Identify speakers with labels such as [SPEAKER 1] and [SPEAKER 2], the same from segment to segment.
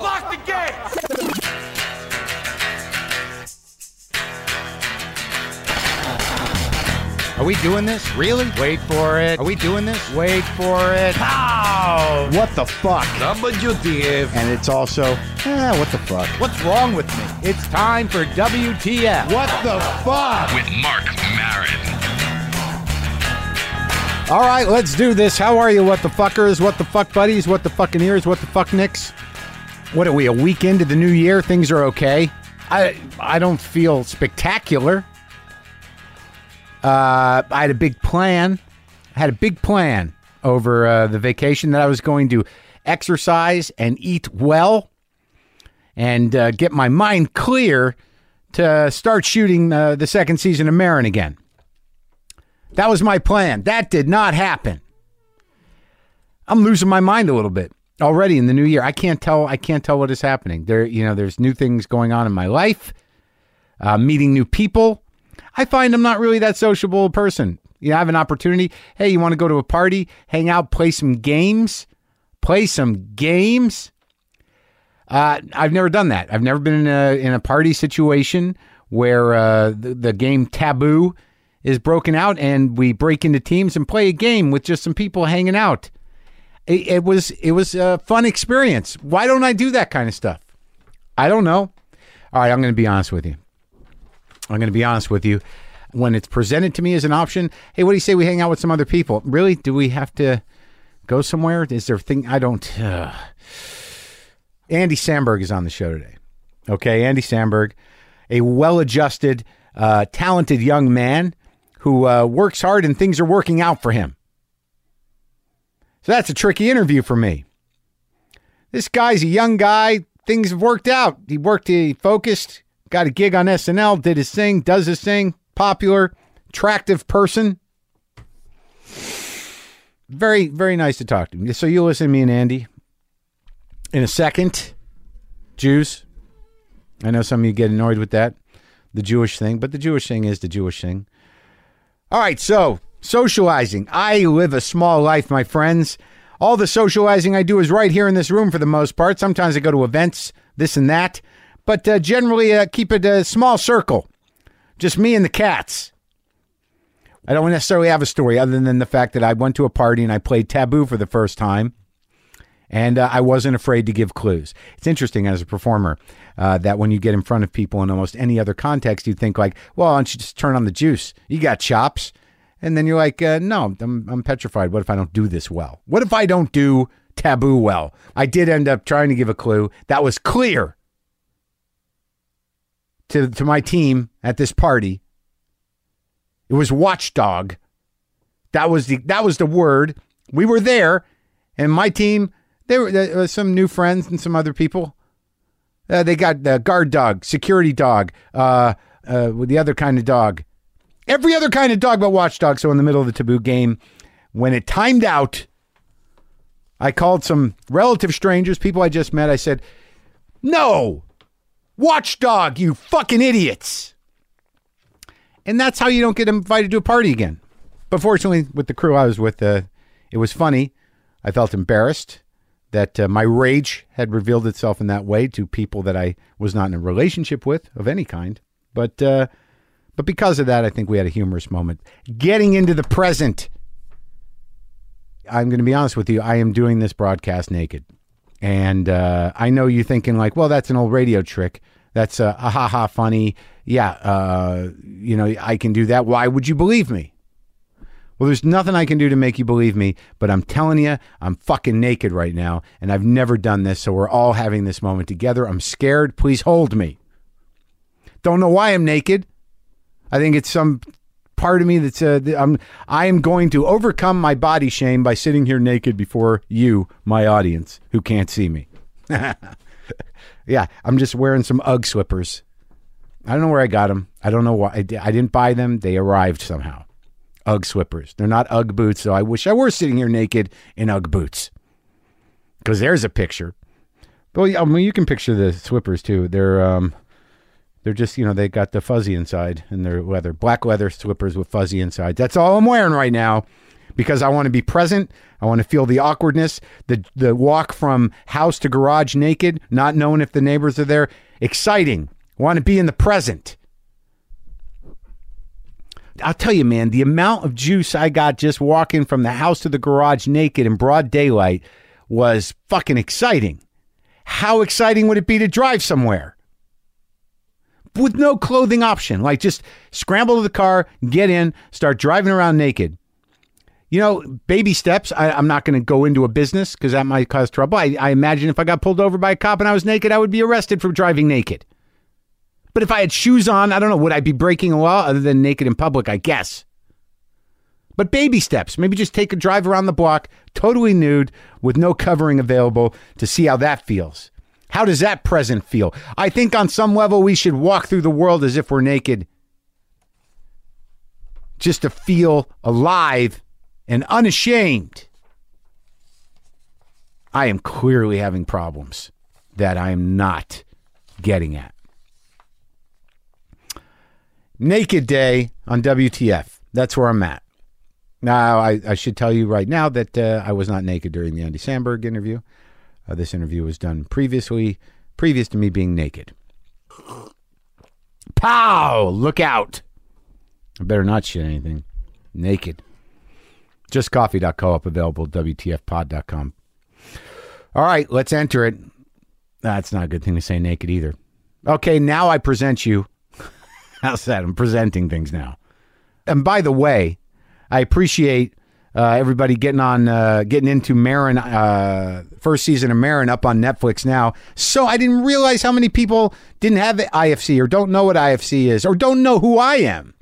[SPEAKER 1] Lock the gate!
[SPEAKER 2] Are we doing this? Really? Wait for it. Are we doing this? Wait for it. Pow! What the fuck?
[SPEAKER 1] Number duty.
[SPEAKER 2] And it's also, eh, what the fuck? What's wrong with me? It's time for WTF. What the fuck?
[SPEAKER 3] with Mark Marin.
[SPEAKER 2] All right, let's do this. How are you, what the fuckers? What the fuck buddies? What the fucking ears? What the fuck nicks? What are we, a week into the new year? Things are okay. I I don't feel spectacular. Uh, I had a big plan. I had a big plan over uh, the vacation that I was going to exercise and eat well and uh, get my mind clear to start shooting uh, the second season of Marin again. That was my plan. That did not happen. I'm losing my mind a little bit already in the new year. I can't tell. I can't tell what is happening. There, you know, there's new things going on in my life. Uh, meeting new people. I find I'm not really that sociable person. You know, I have an opportunity. Hey, you want to go to a party, hang out, play some games, play some games. Uh, I've never done that. I've never been in a in a party situation where uh, the, the game taboo is broken out and we break into teams and play a game with just some people hanging out. It, it was it was a fun experience. Why don't I do that kind of stuff? I don't know. All right, I'm going to be honest with you. I'm going to be honest with you. When it's presented to me as an option, hey, what do you say we hang out with some other people? Really? Do we have to go somewhere? Is there a thing I don't? uh, Andy Sandberg is on the show today. Okay, Andy Sandberg, a well adjusted, uh, talented young man who uh, works hard and things are working out for him. So that's a tricky interview for me. This guy's a young guy. Things have worked out. He worked, he focused, got a gig on SNL, did his thing, does his thing, popular, attractive person. Very, very nice to talk to. So you listen to me and Andy in a second. Jews. I know some of you get annoyed with that, the Jewish thing, but the Jewish thing is the Jewish thing. All right, so socializing. I live a small life, my friends. All the socializing I do is right here in this room for the most part. Sometimes I go to events, this and that, but uh, generally uh, keep it a small circle. Just me and the cats. I don't necessarily have a story other than the fact that I went to a party and I played Taboo for the first time and uh, I wasn't afraid to give clues. It's interesting as a performer uh, that when you get in front of people in almost any other context, you think like, "Well, why don't you just turn on the juice? You got chops," and then you're like, uh, "No, I'm, I'm petrified. What if I don't do this well? What if I don't do taboo well?" I did end up trying to give a clue that was clear to to my team at this party. It was watchdog. That was the that was the word. We were there, and my team. There were there were some new friends and some other people. Uh, they got the guard dog, security dog, uh, uh, with the other kind of dog, every other kind of dog but watchdog. So in the middle of the taboo game, when it timed out, I called some relative strangers, people I just met. I said, "No, watchdog, you fucking idiots!" And that's how you don't get invited to a party again. But fortunately, with the crew I was with, uh, it was funny. I felt embarrassed that uh, my rage had revealed itself in that way to people that I was not in a relationship with of any kind. But uh, but because of that, I think we had a humorous moment. Getting into the present. I'm going to be honest with you. I am doing this broadcast naked, and uh, I know you're thinking like, "Well, that's an old radio trick. That's a, a ha ha funny. Yeah, uh, you know, I can do that. Why would you believe me?" Well, there's nothing I can do to make you believe me, but I'm telling you, I'm fucking naked right now, and I've never done this, so we're all having this moment together. I'm scared. Please hold me. Don't know why I'm naked. I think it's some part of me that's uh, that I'm I am going to overcome my body shame by sitting here naked before you, my audience, who can't see me. yeah, I'm just wearing some UGG slippers. I don't know where I got them. I don't know why. I, di- I didn't buy them. They arrived somehow. UGG slippers. They're not UGG boots, so I wish I were sitting here naked in UGG boots. Because there's a picture. Well, yeah, I mean, you can picture the slippers too. They're um, they're just you know they got the fuzzy inside and they're leather, black leather slippers with fuzzy inside. That's all I'm wearing right now. because I want to be present. I want to feel the awkwardness, the the walk from house to garage naked, not knowing if the neighbors are there. Exciting. Want to be in the present. I'll tell you, man, the amount of juice I got just walking from the house to the garage naked in broad daylight was fucking exciting. How exciting would it be to drive somewhere? With no clothing option, like just scramble to the car, get in, start driving around naked. You know, baby steps. I, I'm not going to go into a business because that might cause trouble. I, I imagine if I got pulled over by a cop and I was naked, I would be arrested for driving naked. But if I had shoes on, I don't know, would I be breaking a law other than naked in public? I guess. But baby steps. Maybe just take a drive around the block, totally nude, with no covering available to see how that feels. How does that present feel? I think on some level we should walk through the world as if we're naked just to feel alive and unashamed. I am clearly having problems that I am not getting at. Naked Day on WTF. That's where I'm at. Now, I, I should tell you right now that uh, I was not naked during the Andy Sandberg interview. Uh, this interview was done previously, previous to me being naked. Pow! Look out! I better not shit anything. Naked. Just coffee.co up available at WTFpod.com. All right, let's enter it. That's not a good thing to say naked either. Okay, now I present you How's that? I'm presenting things now. And by the way, I appreciate uh, everybody getting on, uh, getting into Marin, uh, first season of Marin up on Netflix now. So I didn't realize how many people didn't have IFC or don't know what IFC is or don't know who I am.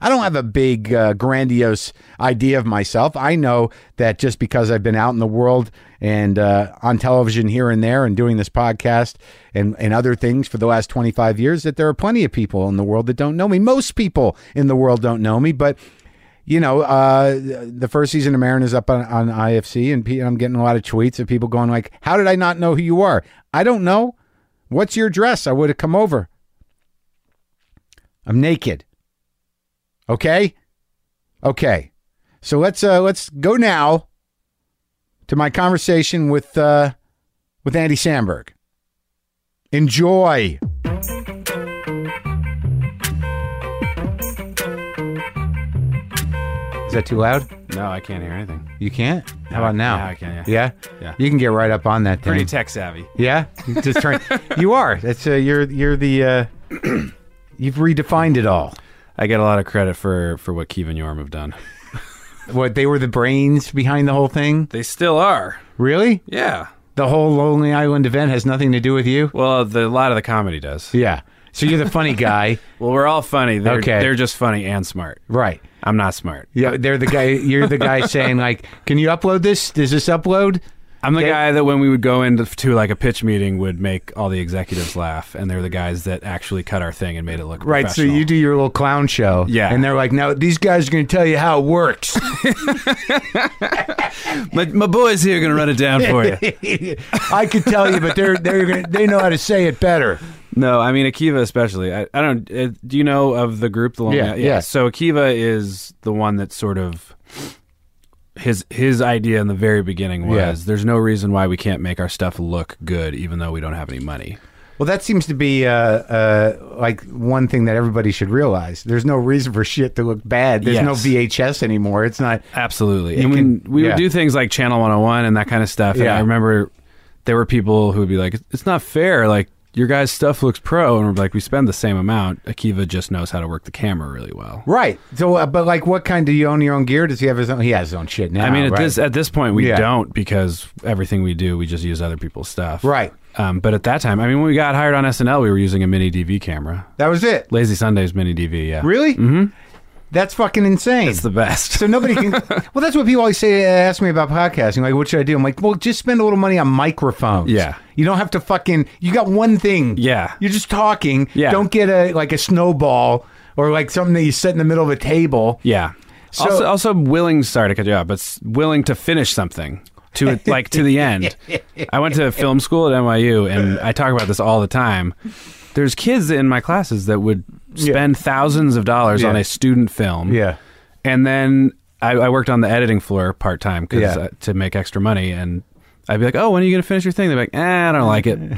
[SPEAKER 2] I don't have a big, uh, grandiose idea of myself. I know that just because I've been out in the world and uh, on television here and there and doing this podcast and, and other things for the last 25 years, that there are plenty of people in the world that don't know me. Most people in the world don't know me, but you know, uh, the first season of Marin is up on, on IFC, and pe- I'm getting a lot of tweets of people going like, "How did I not know who you are? I don't know. What's your dress? I would have come over. I'm naked. Okay, okay. So let's uh, let's go now to my conversation with uh, with Andy Sandberg. Enjoy. Is that too loud?
[SPEAKER 4] No, I can't hear anything.
[SPEAKER 2] You can't. How about now?
[SPEAKER 4] now I can, yeah.
[SPEAKER 2] Yeah.
[SPEAKER 4] Yeah.
[SPEAKER 2] You can get right up on that thing.
[SPEAKER 4] Pretty tech savvy.
[SPEAKER 2] yeah. You just turn. you are. That's uh, you're you're the. Uh, you've redefined it all.
[SPEAKER 4] I get a lot of credit for for what Keevan Yorm have done.
[SPEAKER 2] What they were the brains behind the whole thing.
[SPEAKER 4] They still are.
[SPEAKER 2] Really,
[SPEAKER 4] Yeah.
[SPEAKER 2] the whole Lonely Island event has nothing to do with you.
[SPEAKER 4] Well, the, a lot of the comedy does.
[SPEAKER 2] Yeah. So you're the funny guy,
[SPEAKER 4] Well, we're all funny. They're,
[SPEAKER 2] Okay.
[SPEAKER 4] They're just funny and smart.
[SPEAKER 2] right?
[SPEAKER 4] I'm not smart.
[SPEAKER 2] Yeah. They're the guy. You're the guy saying like, "Can you upload this? Does this upload?"
[SPEAKER 4] I'm the
[SPEAKER 2] They-
[SPEAKER 4] guy that when we would go into to like a pitch meeting would make all the executives laugh, and they're the guys that actually cut our thing and made it look
[SPEAKER 2] Right, so
[SPEAKER 4] professional.
[SPEAKER 2] you do your little clown show.
[SPEAKER 4] Yeah.
[SPEAKER 2] And they're like, no, these guys are going to tell you how it works.
[SPEAKER 4] my, my boys here are gonna run it down for
[SPEAKER 2] Oh,
[SPEAKER 4] you.
[SPEAKER 2] I could tell you, but they're, they're gonna, they know how to say it better.
[SPEAKER 4] No, I mean Akiva especially. I, I don't. Uh, do you know of the group? The Long
[SPEAKER 2] Yeah, yeah.
[SPEAKER 4] So Akiva is the one that sort of his his idea in the very beginning was
[SPEAKER 2] Yeah.
[SPEAKER 4] there's no reason why we can't make our stuff look good even though we don't have any money.
[SPEAKER 2] Well, that seems to be uh, uh, like one thing that everybody should realize. There's no reason for shit to look bad. There's no
[SPEAKER 4] Yes.
[SPEAKER 2] VHS anymore. It's not.
[SPEAKER 4] Absolutely.
[SPEAKER 2] You
[SPEAKER 4] And when
[SPEAKER 2] can-
[SPEAKER 4] we
[SPEAKER 2] yeah.
[SPEAKER 4] would do things like Channel 101 and that kind of stuff, and
[SPEAKER 2] Yeah.
[SPEAKER 4] I remember there were people who would be like, "It's not fair." Like. Your guys' stuff looks pro, and we're like, we spend the same amount. Akiva just knows how to work the camera really well.
[SPEAKER 2] Right. So, uh, but like, what kind? Do you own your own gear? Does he have his own? He has his own shit now.
[SPEAKER 4] I mean, at
[SPEAKER 2] right?
[SPEAKER 4] this at this point, we
[SPEAKER 2] Yeah.
[SPEAKER 4] don't because everything we do, we just use other people's stuff.
[SPEAKER 2] Right.
[SPEAKER 4] Um, but at that time, I mean, when we got hired on SNL, we were using a mini DV camera,
[SPEAKER 2] That was it.
[SPEAKER 4] Lazy Sunday's mini DV. Yeah,
[SPEAKER 2] Really? Mm-hmm. That's fucking insane.
[SPEAKER 4] it's the best.
[SPEAKER 2] So nobody can. well, that's what people always say. uh, Ask me about podcasting. Like, what should I do? I'm like, well, just spend a little money on microphones.
[SPEAKER 4] Yeah.
[SPEAKER 2] You don't have to fucking. You got one thing.
[SPEAKER 4] Yeah.
[SPEAKER 2] You're just talking.
[SPEAKER 4] Yeah.
[SPEAKER 2] Don't get a like a snowball or like something that you set in the middle of a table.
[SPEAKER 4] yeah.
[SPEAKER 2] So-
[SPEAKER 4] also, also willing. Sorry to cut you off, but s- willing to finish something to like to the end. I went to film school at NYU, and I talk about this all the time. There's kids in my classes that would spend thousands of dollars
[SPEAKER 2] Yeah.
[SPEAKER 4] on a student film.
[SPEAKER 2] Yeah.
[SPEAKER 4] and then I, I worked on the editing floor part time because
[SPEAKER 2] Yeah.
[SPEAKER 4] uh, to make extra money, and I'd be like, "Oh, when are you going to finish your thing?" They're like, "Eh, I don't like it." I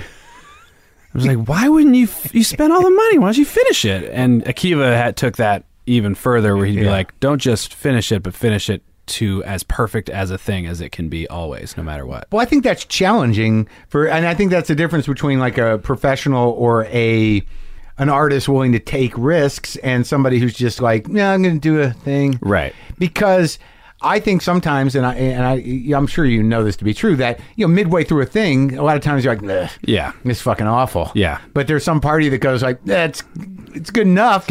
[SPEAKER 4] was like, "Why wouldn't you? F- you spent all the money. Why don't you finish it?" And Akiva had, took that even further, where he'd be
[SPEAKER 2] Yeah.
[SPEAKER 4] like, "Don't just finish it, but finish it to as perfect as a thing as it can be always, no matter what."
[SPEAKER 2] Well, I think that's challenging for, and I think that's the difference between like a professional or a an artist willing to take risks and somebody who's just like, yeah, I'm going to do a thing,
[SPEAKER 4] Right.
[SPEAKER 2] Because I think sometimes, and I and I, I'm sure you know this to be true, that you know midway through a thing, a lot of times you're like, "Ugh,
[SPEAKER 4] Yeah.
[SPEAKER 2] it's fucking awful,
[SPEAKER 4] Yeah.
[SPEAKER 2] But there's some party that goes like, that's it's good enough.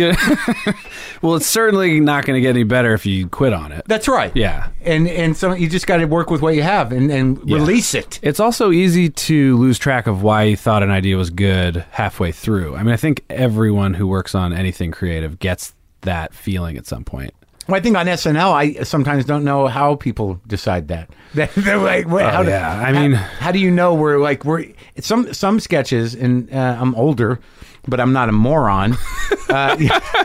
[SPEAKER 4] Well, it's certainly not going to get any better if you quit on it.
[SPEAKER 2] That's right.
[SPEAKER 4] Yeah.
[SPEAKER 2] And and so you just got to work with what you have and and release it.
[SPEAKER 4] It's also easy to lose track of why you thought an idea was good halfway through. I mean, I think everyone who works on anything creative gets that feeling at some point.
[SPEAKER 2] Well, I think on SNL, I sometimes don't know how people decide that. They're like, what, how do-
[SPEAKER 4] Oh, yeah. I
[SPEAKER 2] how-
[SPEAKER 4] mean-
[SPEAKER 2] how do you know we're like we're some some sketches? And uh, I'm older, but I'm not a moron. uh,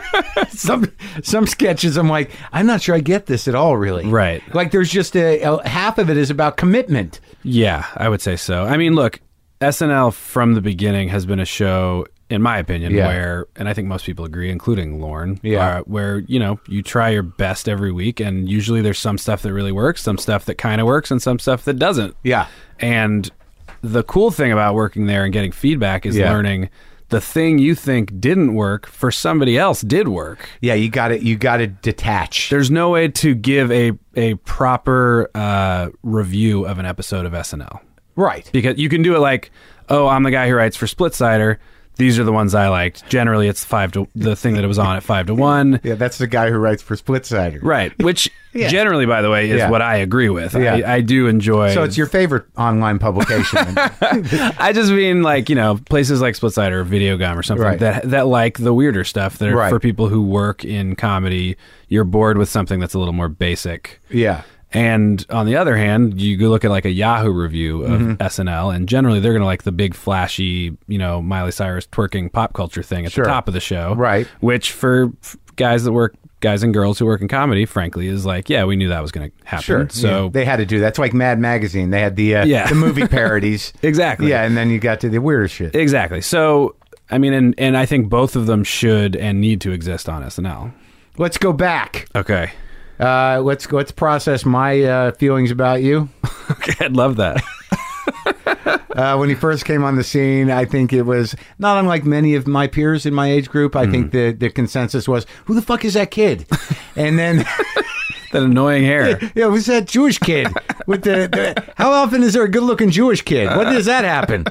[SPEAKER 2] some some sketches, I'm like, I'm not sure I get this at all, really.
[SPEAKER 4] Right.
[SPEAKER 2] Like, there's just a, a half of it is about commitment.
[SPEAKER 4] Yeah, I would say so. I mean, look, SNL from the beginning has been a show, in my opinion,
[SPEAKER 2] Yeah.
[SPEAKER 4] where, and I think most people agree, including Lorne, uh,
[SPEAKER 2] Yeah.
[SPEAKER 4] where, you know, you try your best every week, and usually there's some stuff that really works, some stuff that kind of works, and some stuff that doesn't.
[SPEAKER 2] Yeah.
[SPEAKER 4] And the cool thing about working there and getting feedback is
[SPEAKER 2] Yeah.
[SPEAKER 4] learning the thing you think didn't work for somebody else did work.
[SPEAKER 2] Yeah, you got to You got to detach.
[SPEAKER 4] There's no way to give a a proper uh, review of an episode of SNL
[SPEAKER 2] right.
[SPEAKER 4] because you can do it like, oh, I'm the guy who writes for Split Sider. These are the ones I liked. Generally, it's five to the thing that it was on at five to one.
[SPEAKER 2] Yeah, that's the guy who writes for Split Sider.
[SPEAKER 4] Right, which generally, by the way, is
[SPEAKER 2] Yeah.
[SPEAKER 4] what I agree with.
[SPEAKER 2] Yeah.
[SPEAKER 4] I, I do enjoy.
[SPEAKER 2] So it's your favorite online publication.
[SPEAKER 4] I just mean like you know places like Split Side or Videogum or something
[SPEAKER 2] Right.
[SPEAKER 4] that that like the weirder stuff that are
[SPEAKER 2] Right.
[SPEAKER 4] for people who work in comedy. You're bored with something that's a little more basic.
[SPEAKER 2] yeah.
[SPEAKER 4] And on the other hand, you go look at like a Yahoo review of
[SPEAKER 2] Mm-hmm.
[SPEAKER 4] SNL, and generally they're going to like the big flashy, you know, Miley Cyrus twerking pop culture thing at
[SPEAKER 2] Sure.
[SPEAKER 4] the top of the show,
[SPEAKER 2] Right.
[SPEAKER 4] Which for f- guys that work, guys and girls who work in comedy, frankly, is like, yeah, we knew that was going to happen.
[SPEAKER 2] Sure.
[SPEAKER 4] So
[SPEAKER 2] Yeah, they had to do that. That's like Mad Magazine. They had the uh,
[SPEAKER 4] Yeah.
[SPEAKER 2] the movie parodies.
[SPEAKER 4] Exactly.
[SPEAKER 2] Yeah, and then you got to the weirder shit.
[SPEAKER 4] Exactly. So, I mean, and, and I think both of them should and need to exist on SNL.
[SPEAKER 2] let's go back.
[SPEAKER 4] Okay.
[SPEAKER 2] Uh, let's let's process my uh, feelings about you.
[SPEAKER 4] okay I'd love that.
[SPEAKER 2] Uh, when he first came on the scene, I think it was not unlike many of my peers in my age group. I think the the consensus was, "Who the fuck is that kid?" And then.
[SPEAKER 4] that annoying hair.
[SPEAKER 2] Yeah, who's that Jewish kid with the, the? How often is there a good-looking Jewish kid? When does that happen?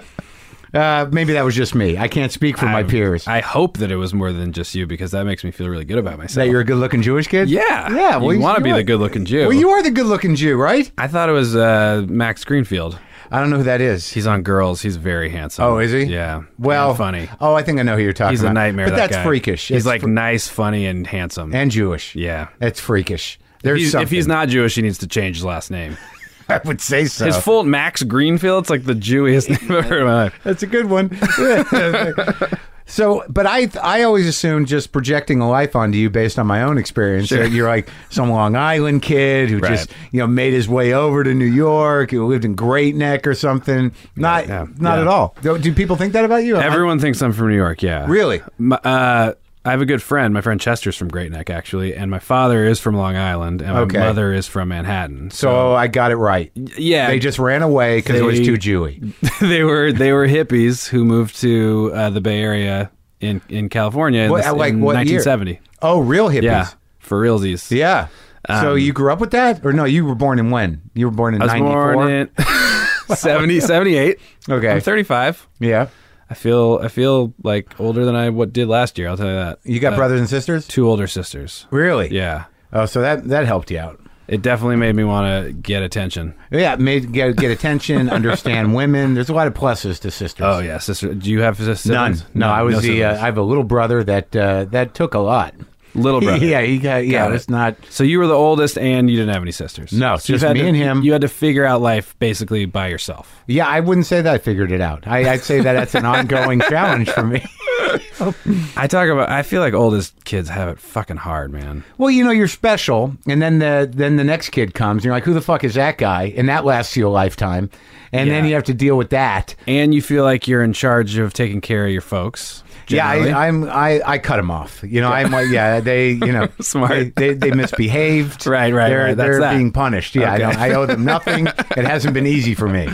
[SPEAKER 2] Uh, maybe that was just me. I can't speak for my peers.
[SPEAKER 4] I hope that it was more than just you because that makes me feel really good about myself.
[SPEAKER 2] that you're a good-looking Jewish kid?
[SPEAKER 4] yeah.
[SPEAKER 2] yeah.
[SPEAKER 4] you want to be
[SPEAKER 2] are-
[SPEAKER 4] the good looking Jew.
[SPEAKER 2] Well, you are the good-looking Jew, right?
[SPEAKER 4] I thought it was uh, Max Greenfield.
[SPEAKER 2] I don't know who that is.
[SPEAKER 4] He's on Girls. He's very handsome.
[SPEAKER 2] Oh, is he?
[SPEAKER 4] Yeah.
[SPEAKER 2] Well,
[SPEAKER 4] And funny.
[SPEAKER 2] Oh, I think I know who you're talking
[SPEAKER 4] He's
[SPEAKER 2] about.
[SPEAKER 4] a nightmare.
[SPEAKER 2] But
[SPEAKER 4] that
[SPEAKER 2] that's
[SPEAKER 4] guy.
[SPEAKER 2] freakish.
[SPEAKER 4] He's
[SPEAKER 2] It's
[SPEAKER 4] like
[SPEAKER 2] fr-
[SPEAKER 4] nice, funny, and handsome.
[SPEAKER 2] and Jewish.
[SPEAKER 4] yeah.
[SPEAKER 2] that's freakish. There's
[SPEAKER 4] He's-
[SPEAKER 2] something.
[SPEAKER 4] if he's not Jewish, he needs to change his last name.
[SPEAKER 2] I would say so.
[SPEAKER 4] His full Max Greenfield. It's like the Jewiest name I've ever heard in my life.
[SPEAKER 2] That's a good one. so, but I I always assumed just projecting a life onto you based on my own experience. that You're like some Long Island kid who just
[SPEAKER 4] Right.
[SPEAKER 2] you know made his way over to New York, who lived in Great Neck or something. Not
[SPEAKER 4] Yeah,
[SPEAKER 2] not
[SPEAKER 4] yeah.
[SPEAKER 2] at all. Do, do people think that about you? I-
[SPEAKER 4] Everyone thinks I'm from New York. Yeah,
[SPEAKER 2] Really?
[SPEAKER 4] My, uh, I have a good friend. My friend Chester's from Great Neck, actually, and my father is from Long Island, and my
[SPEAKER 2] Okay.
[SPEAKER 4] mother is from Manhattan. So,
[SPEAKER 2] so I got it right.
[SPEAKER 4] yeah,
[SPEAKER 2] They just ran away because it was
[SPEAKER 4] They-
[SPEAKER 2] too Jewy.
[SPEAKER 4] they were they were hippies who moved to uh, the Bay Area in in California in,
[SPEAKER 2] What-
[SPEAKER 4] the-
[SPEAKER 2] at, like,
[SPEAKER 4] in
[SPEAKER 2] what year?
[SPEAKER 4] 1970.
[SPEAKER 2] Oh, real hippies.
[SPEAKER 4] Yeah, for realsies.
[SPEAKER 2] Yeah. so
[SPEAKER 4] Um,
[SPEAKER 2] you grew up with that, or no? You were born in when? You were born in
[SPEAKER 4] I was
[SPEAKER 2] ninety
[SPEAKER 4] born
[SPEAKER 2] four.
[SPEAKER 4] in 70, 78.
[SPEAKER 2] Okay.
[SPEAKER 4] I'm 35.
[SPEAKER 2] Yeah.
[SPEAKER 4] I feel I feel like older than I what did last year. I'll tell you that.
[SPEAKER 2] You got
[SPEAKER 4] Uh,
[SPEAKER 2] brothers and sisters?
[SPEAKER 4] two older sisters.
[SPEAKER 2] Really?
[SPEAKER 4] Yeah.
[SPEAKER 2] Oh, so that that helped you out.
[SPEAKER 4] It definitely made me want to get attention.
[SPEAKER 2] Yeah, made get, get attention, understand women. There's a lot of pluses to sisters.
[SPEAKER 4] Oh yeah, sister. Do you have sisters?
[SPEAKER 2] none. No, I was the. Uh, I have a little brother that uh, that took a lot.
[SPEAKER 4] little brother.
[SPEAKER 2] yeah, he got. Yeah,
[SPEAKER 4] Got
[SPEAKER 2] it's
[SPEAKER 4] it.
[SPEAKER 2] not.
[SPEAKER 4] So you were the oldest, and you didn't have any sisters.
[SPEAKER 2] No,
[SPEAKER 4] so you've
[SPEAKER 2] just
[SPEAKER 4] had
[SPEAKER 2] me
[SPEAKER 4] to-
[SPEAKER 2] and him.
[SPEAKER 4] You had to figure out life basically by yourself.
[SPEAKER 2] Yeah, I wouldn't say that I figured it out. I, I'd say that that's an ongoing challenge for me. up.
[SPEAKER 4] I talk about. I feel like oldest kids have it fucking hard, man.
[SPEAKER 2] Well, you know you're special, and then the then the next kid comes, and you're like, who the fuck is that guy? And that lasts you a lifetime, and then
[SPEAKER 4] Yeah.
[SPEAKER 2] you have to deal with that.
[SPEAKER 4] And you feel like you're in charge of taking care of your folks. generally.
[SPEAKER 2] Yeah, I, I'm I, I cut them off. You know, I'm like, yeah, they you know
[SPEAKER 4] Smart.
[SPEAKER 2] They, they, they misbehaved.
[SPEAKER 4] Right, right,
[SPEAKER 2] They're,
[SPEAKER 4] right. That's
[SPEAKER 2] they're
[SPEAKER 4] that.
[SPEAKER 2] being punished. Yeah, I,
[SPEAKER 4] Okay.
[SPEAKER 2] don't, I owe them nothing. it hasn't been easy for me.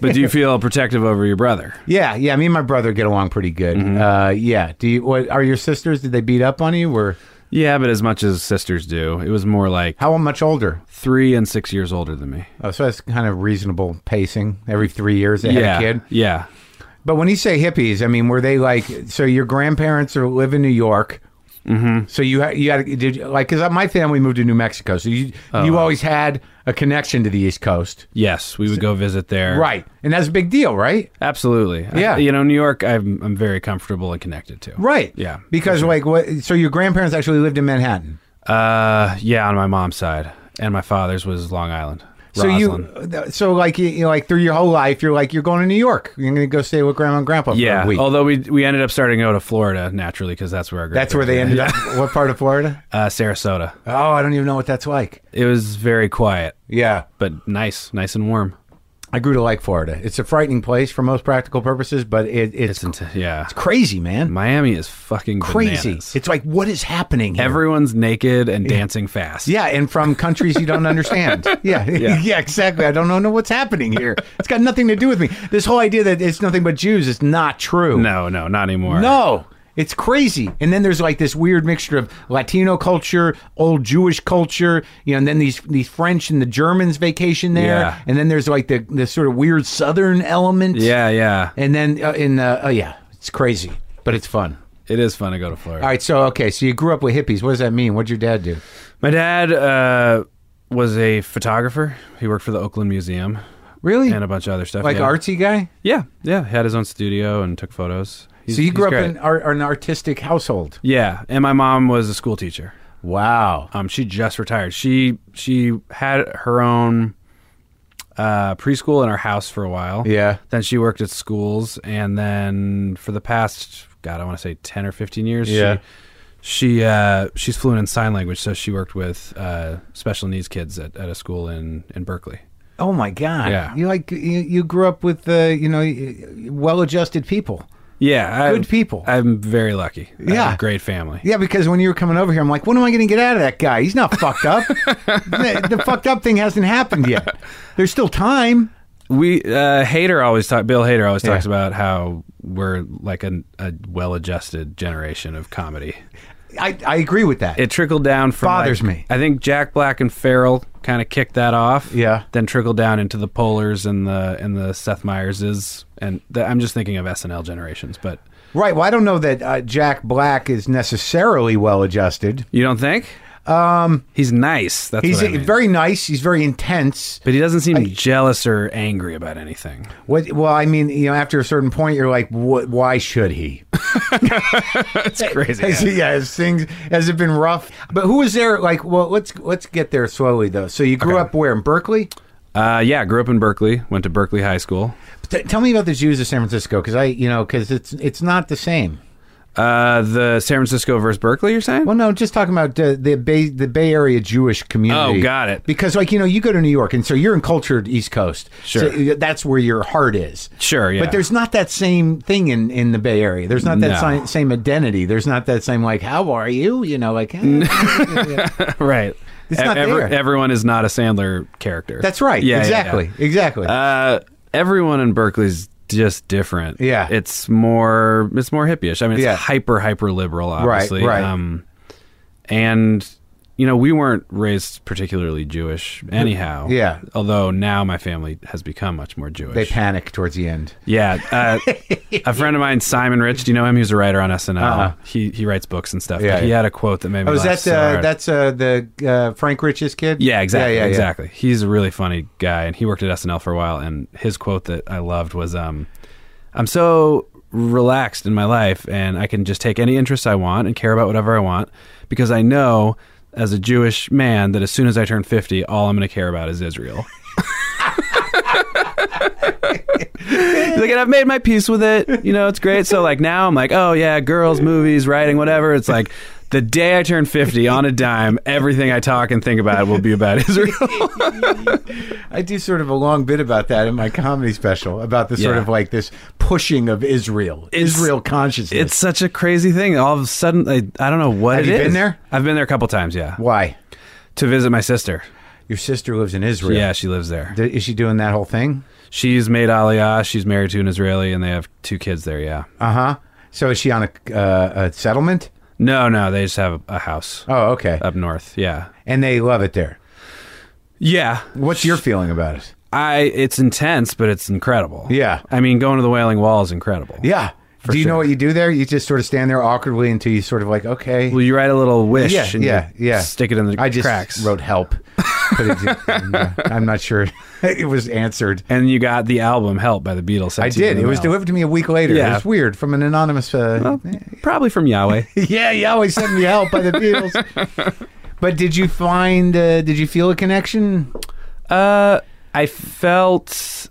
[SPEAKER 4] but do you feel protective over your brother?
[SPEAKER 2] Yeah, yeah. Me and my brother get along pretty good.
[SPEAKER 4] Mm-hmm.
[SPEAKER 2] Uh, yeah. Do you? What are your sisters? Did they beat up on you? Or
[SPEAKER 4] Yeah, but as much as sisters do, it was more like
[SPEAKER 2] how much older?
[SPEAKER 4] three and six years older than me.
[SPEAKER 2] Oh, so that's kind of reasonable pacing. Every three years they
[SPEAKER 4] yeah,
[SPEAKER 2] had a kid.
[SPEAKER 4] yeah.
[SPEAKER 2] But when you say hippies, I mean, were they like? So your grandparents are live in New York. Mm-hmm. So you had you had did you- like because my family moved to New Mexico, so you you always had a connection to the East Coast,
[SPEAKER 4] Yes, we would go visit there.
[SPEAKER 2] right? And that's a big deal, right?
[SPEAKER 4] Absolutely. I-
[SPEAKER 2] Yeah.
[SPEAKER 4] you know, New York, I'm, I'm very comfortable and connected to.
[SPEAKER 2] Right.
[SPEAKER 4] Yeah.
[SPEAKER 2] Because like what? So your grandparents actually lived in Manhattan.
[SPEAKER 4] Uh, yeah, on my mom's side, and my father's was Long Island. Roslyn.
[SPEAKER 2] So you so like you, you know, like through your whole life, you're like you're going to New York. You're going to go stay with grandma and grandpa.
[SPEAKER 4] yeah.
[SPEAKER 2] for a week.
[SPEAKER 4] Although we we ended up starting to go to Florida naturally because that's where our
[SPEAKER 2] that's where they ended up. What part of Florida?
[SPEAKER 4] uh, Sarasota.
[SPEAKER 2] Oh, I don't even know what that's like.
[SPEAKER 4] It was very quiet,
[SPEAKER 2] Yeah.
[SPEAKER 4] but nice, nice and warm.
[SPEAKER 2] I grew to like Florida. It's a frightening place for most practical purposes, but it, it's,
[SPEAKER 4] It's int- yeah.
[SPEAKER 2] crazy, man.
[SPEAKER 4] Miami is fucking
[SPEAKER 2] Crazy.
[SPEAKER 4] bananas.
[SPEAKER 2] It's like, what is happening here?
[SPEAKER 4] Everyone's naked and dancing fast.
[SPEAKER 2] yeah, and from countries you don't understand. Yeah, yeah, exactly. I don't know what's happening here. It's got nothing to do with me. This whole idea that it's nothing but Jews is not true.
[SPEAKER 4] No, no, not anymore.
[SPEAKER 2] No, it's crazy. And then there's like this weird mixture of Latino culture, old Jewish culture, you know, and then these these French and the Germans vacation there,
[SPEAKER 4] Yeah.
[SPEAKER 2] and then there's like the the sort of weird Southern element.
[SPEAKER 4] Yeah, yeah.
[SPEAKER 2] And then uh, in uh, oh yeah, it's crazy, but it's fun.
[SPEAKER 4] It is fun to go to Florida.
[SPEAKER 2] All right, so okay, so you grew up with hippies. What does that mean? What'd your dad do?
[SPEAKER 4] My dad uh, was a photographer. He worked for the Oakland Museum
[SPEAKER 2] Really?
[SPEAKER 4] and a bunch of other stuff.
[SPEAKER 2] uh, like
[SPEAKER 4] yeah.
[SPEAKER 2] artsy guy?
[SPEAKER 4] Yeah, yeah. Had his own studio and took photos. He's-
[SPEAKER 2] So you
[SPEAKER 4] he's
[SPEAKER 2] grew up
[SPEAKER 4] great.
[SPEAKER 2] in ar- an artistic household.
[SPEAKER 4] Yeah, and my mom was a school teacher.
[SPEAKER 2] Wow.
[SPEAKER 4] Um, she just retired. She she had her own uh, preschool in our house for a while.
[SPEAKER 2] Yeah.
[SPEAKER 4] Then she worked at schools, and then for the past God, I want to say ten or fifteen years.
[SPEAKER 2] Yeah.
[SPEAKER 4] She, she uh, she's fluent in sign language, so she worked with uh, special needs kids at, at a school in in Berkeley.
[SPEAKER 2] Oh my God.
[SPEAKER 4] Yeah.
[SPEAKER 2] You like you, you grew up with uh, you know well-adjusted people.
[SPEAKER 4] Yeah,
[SPEAKER 2] Good people.
[SPEAKER 4] I'm very lucky. I have a
[SPEAKER 2] Yeah.
[SPEAKER 4] great family.
[SPEAKER 2] Yeah, because when you were coming over here, I'm like, when am I going to get out of that guy? He's not fucked up. the, the fucked up thing hasn't happened yet. There's still time.
[SPEAKER 4] We uh, Hader always talk. Bill Hader always talks
[SPEAKER 2] Yeah.
[SPEAKER 4] about how we're like a, a well-adjusted generation of comedy.
[SPEAKER 2] I, I agree with that.
[SPEAKER 4] It trickled down from
[SPEAKER 2] Bothers
[SPEAKER 4] like-
[SPEAKER 2] me.
[SPEAKER 4] I think Jack Black and Farrell kind of kicked that off.
[SPEAKER 2] Yeah.
[SPEAKER 4] Then trickled down into the Polars and the and the Seth Meyerses and the, I'm just thinking of SNL generations, but
[SPEAKER 2] right. Well, I don't know that uh, Jack Black is necessarily well adjusted.
[SPEAKER 4] you don't think? Um, he's nice. That's
[SPEAKER 2] He's
[SPEAKER 4] what I mean.
[SPEAKER 2] very nice. He's very intense.
[SPEAKER 4] but he doesn't seem jealous or angry about anything.
[SPEAKER 2] What? Well, I mean, you know, after a certain point, you're like, what, why should he?
[SPEAKER 4] It's crazy.
[SPEAKER 2] As, yeah, as things has it been rough? But who was there? Like, well, let's let's get there slowly though. So you grew up where in Berkeley?
[SPEAKER 4] Uh, yeah, grew up in Berkeley. Went to Berkeley High School.
[SPEAKER 2] T- tell me about the Jews of San Francisco, because I, you know, because it's it's not the same.
[SPEAKER 4] Uh, the San Francisco versus Berkeley, you're saying?
[SPEAKER 2] Well, no, just talking about uh, the Bay the Bay Area Jewish community.
[SPEAKER 4] Oh, got it.
[SPEAKER 2] Because like you know, you go to New York, and so you're in cultured East Coast.
[SPEAKER 4] Sure.
[SPEAKER 2] So that's where your heart is.
[SPEAKER 4] Sure, yeah.
[SPEAKER 2] But there's not that same thing in, in the Bay Area. There's not that
[SPEAKER 4] No.
[SPEAKER 2] si- same identity. There's not that same like, how are you? You know, like. eh.
[SPEAKER 4] right.
[SPEAKER 2] It's not there.
[SPEAKER 4] Everyone is not a Sandler character.
[SPEAKER 2] That's right.
[SPEAKER 4] Yeah, yeah,
[SPEAKER 2] exactly.
[SPEAKER 4] yeah.
[SPEAKER 2] Exactly.
[SPEAKER 4] Uh, everyone in Berkeley's just different.
[SPEAKER 2] Yeah.
[SPEAKER 4] It's more it's more hippie-ish. I mean, it's
[SPEAKER 2] Yeah.
[SPEAKER 4] hyper hyper liberal, obviously.
[SPEAKER 2] right.
[SPEAKER 4] Um, and you know, we weren't raised particularly Jewish, anyhow.
[SPEAKER 2] Yeah.
[SPEAKER 4] Although now my family has become much more Jewish.
[SPEAKER 2] they panic towards the end.
[SPEAKER 4] Yeah, uh, a friend of mine, Simon Rich. Do you know him? He was a writer on SNL.
[SPEAKER 2] Uh-uh.
[SPEAKER 4] He he writes books and stuff.
[SPEAKER 2] Yeah,
[SPEAKER 4] but he
[SPEAKER 2] yeah.
[SPEAKER 4] had a quote that made me.
[SPEAKER 2] Oh, is
[SPEAKER 4] laugh
[SPEAKER 2] that
[SPEAKER 4] so
[SPEAKER 2] uh,
[SPEAKER 4] hard.
[SPEAKER 2] that's uh, the uh, Frank Rich's kid?
[SPEAKER 4] Yeah, exactly.
[SPEAKER 2] Yeah, yeah, yeah.
[SPEAKER 4] exactly. He's a really funny guy, and he worked at SNL for a while. And his quote that I loved was, um, "I'm so relaxed in my life, and I can just take any interest I want and care about whatever I want because I know." As a Jewish man, that as soon as I turn fifty, all I'm going to care about is Israel. He's like, and I've made my peace with it. You know, it's great. So like now I'm like, oh yeah, girls, movies, writing, whatever. It's like the day I turn 50 on a dime, everything I talk and think about will be about Israel.
[SPEAKER 2] I do sort of a long bit about that in my comedy special about the sort
[SPEAKER 4] Yeah.
[SPEAKER 2] of like this pushing of Israel, Israel consciousness.
[SPEAKER 4] it's such a crazy thing. All of a sudden, I, I don't know what
[SPEAKER 2] Have
[SPEAKER 4] it
[SPEAKER 2] you
[SPEAKER 4] is.
[SPEAKER 2] been there?
[SPEAKER 4] I've been there a couple times, yeah,
[SPEAKER 2] why
[SPEAKER 4] to visit my sister.
[SPEAKER 2] your sister lives in Israel.
[SPEAKER 4] Yeah, she lives there.
[SPEAKER 2] D- is she doing that whole thing?
[SPEAKER 4] She's made Aliyah. She's married to an Israeli, and they have two kids there. Yeah.
[SPEAKER 2] Uh huh. So is she on a, uh, a settlement?
[SPEAKER 4] No, no, they just have a house
[SPEAKER 2] Oh, okay.
[SPEAKER 4] up north. Yeah.
[SPEAKER 2] and they love it there.
[SPEAKER 4] Yeah.
[SPEAKER 2] What's your feeling about it?
[SPEAKER 4] I it's intense, but it's incredible.
[SPEAKER 2] Yeah.
[SPEAKER 4] I mean, going to the Wailing Wall is incredible.
[SPEAKER 2] Yeah. do you
[SPEAKER 4] sure.
[SPEAKER 2] know what you do there? You just sort of stand there awkwardly until you sort of like, okay.
[SPEAKER 4] Well, you write a little wish
[SPEAKER 2] yeah,
[SPEAKER 4] and
[SPEAKER 2] yeah,
[SPEAKER 4] you
[SPEAKER 2] yeah.
[SPEAKER 4] stick it in the
[SPEAKER 2] I just
[SPEAKER 4] cracks.
[SPEAKER 2] wrote help. But it, I'm not sure it was answered.
[SPEAKER 4] and you got the album Help by the Beatles.
[SPEAKER 2] I did. It was delivered to me a week later.
[SPEAKER 4] Yeah.
[SPEAKER 2] It was weird from an anonymous. Uh,
[SPEAKER 4] probably from Yahweh.
[SPEAKER 2] yeah, you always sent me help by the Beatles. but did you find? Uh, did you feel a connection?
[SPEAKER 4] uh, I felt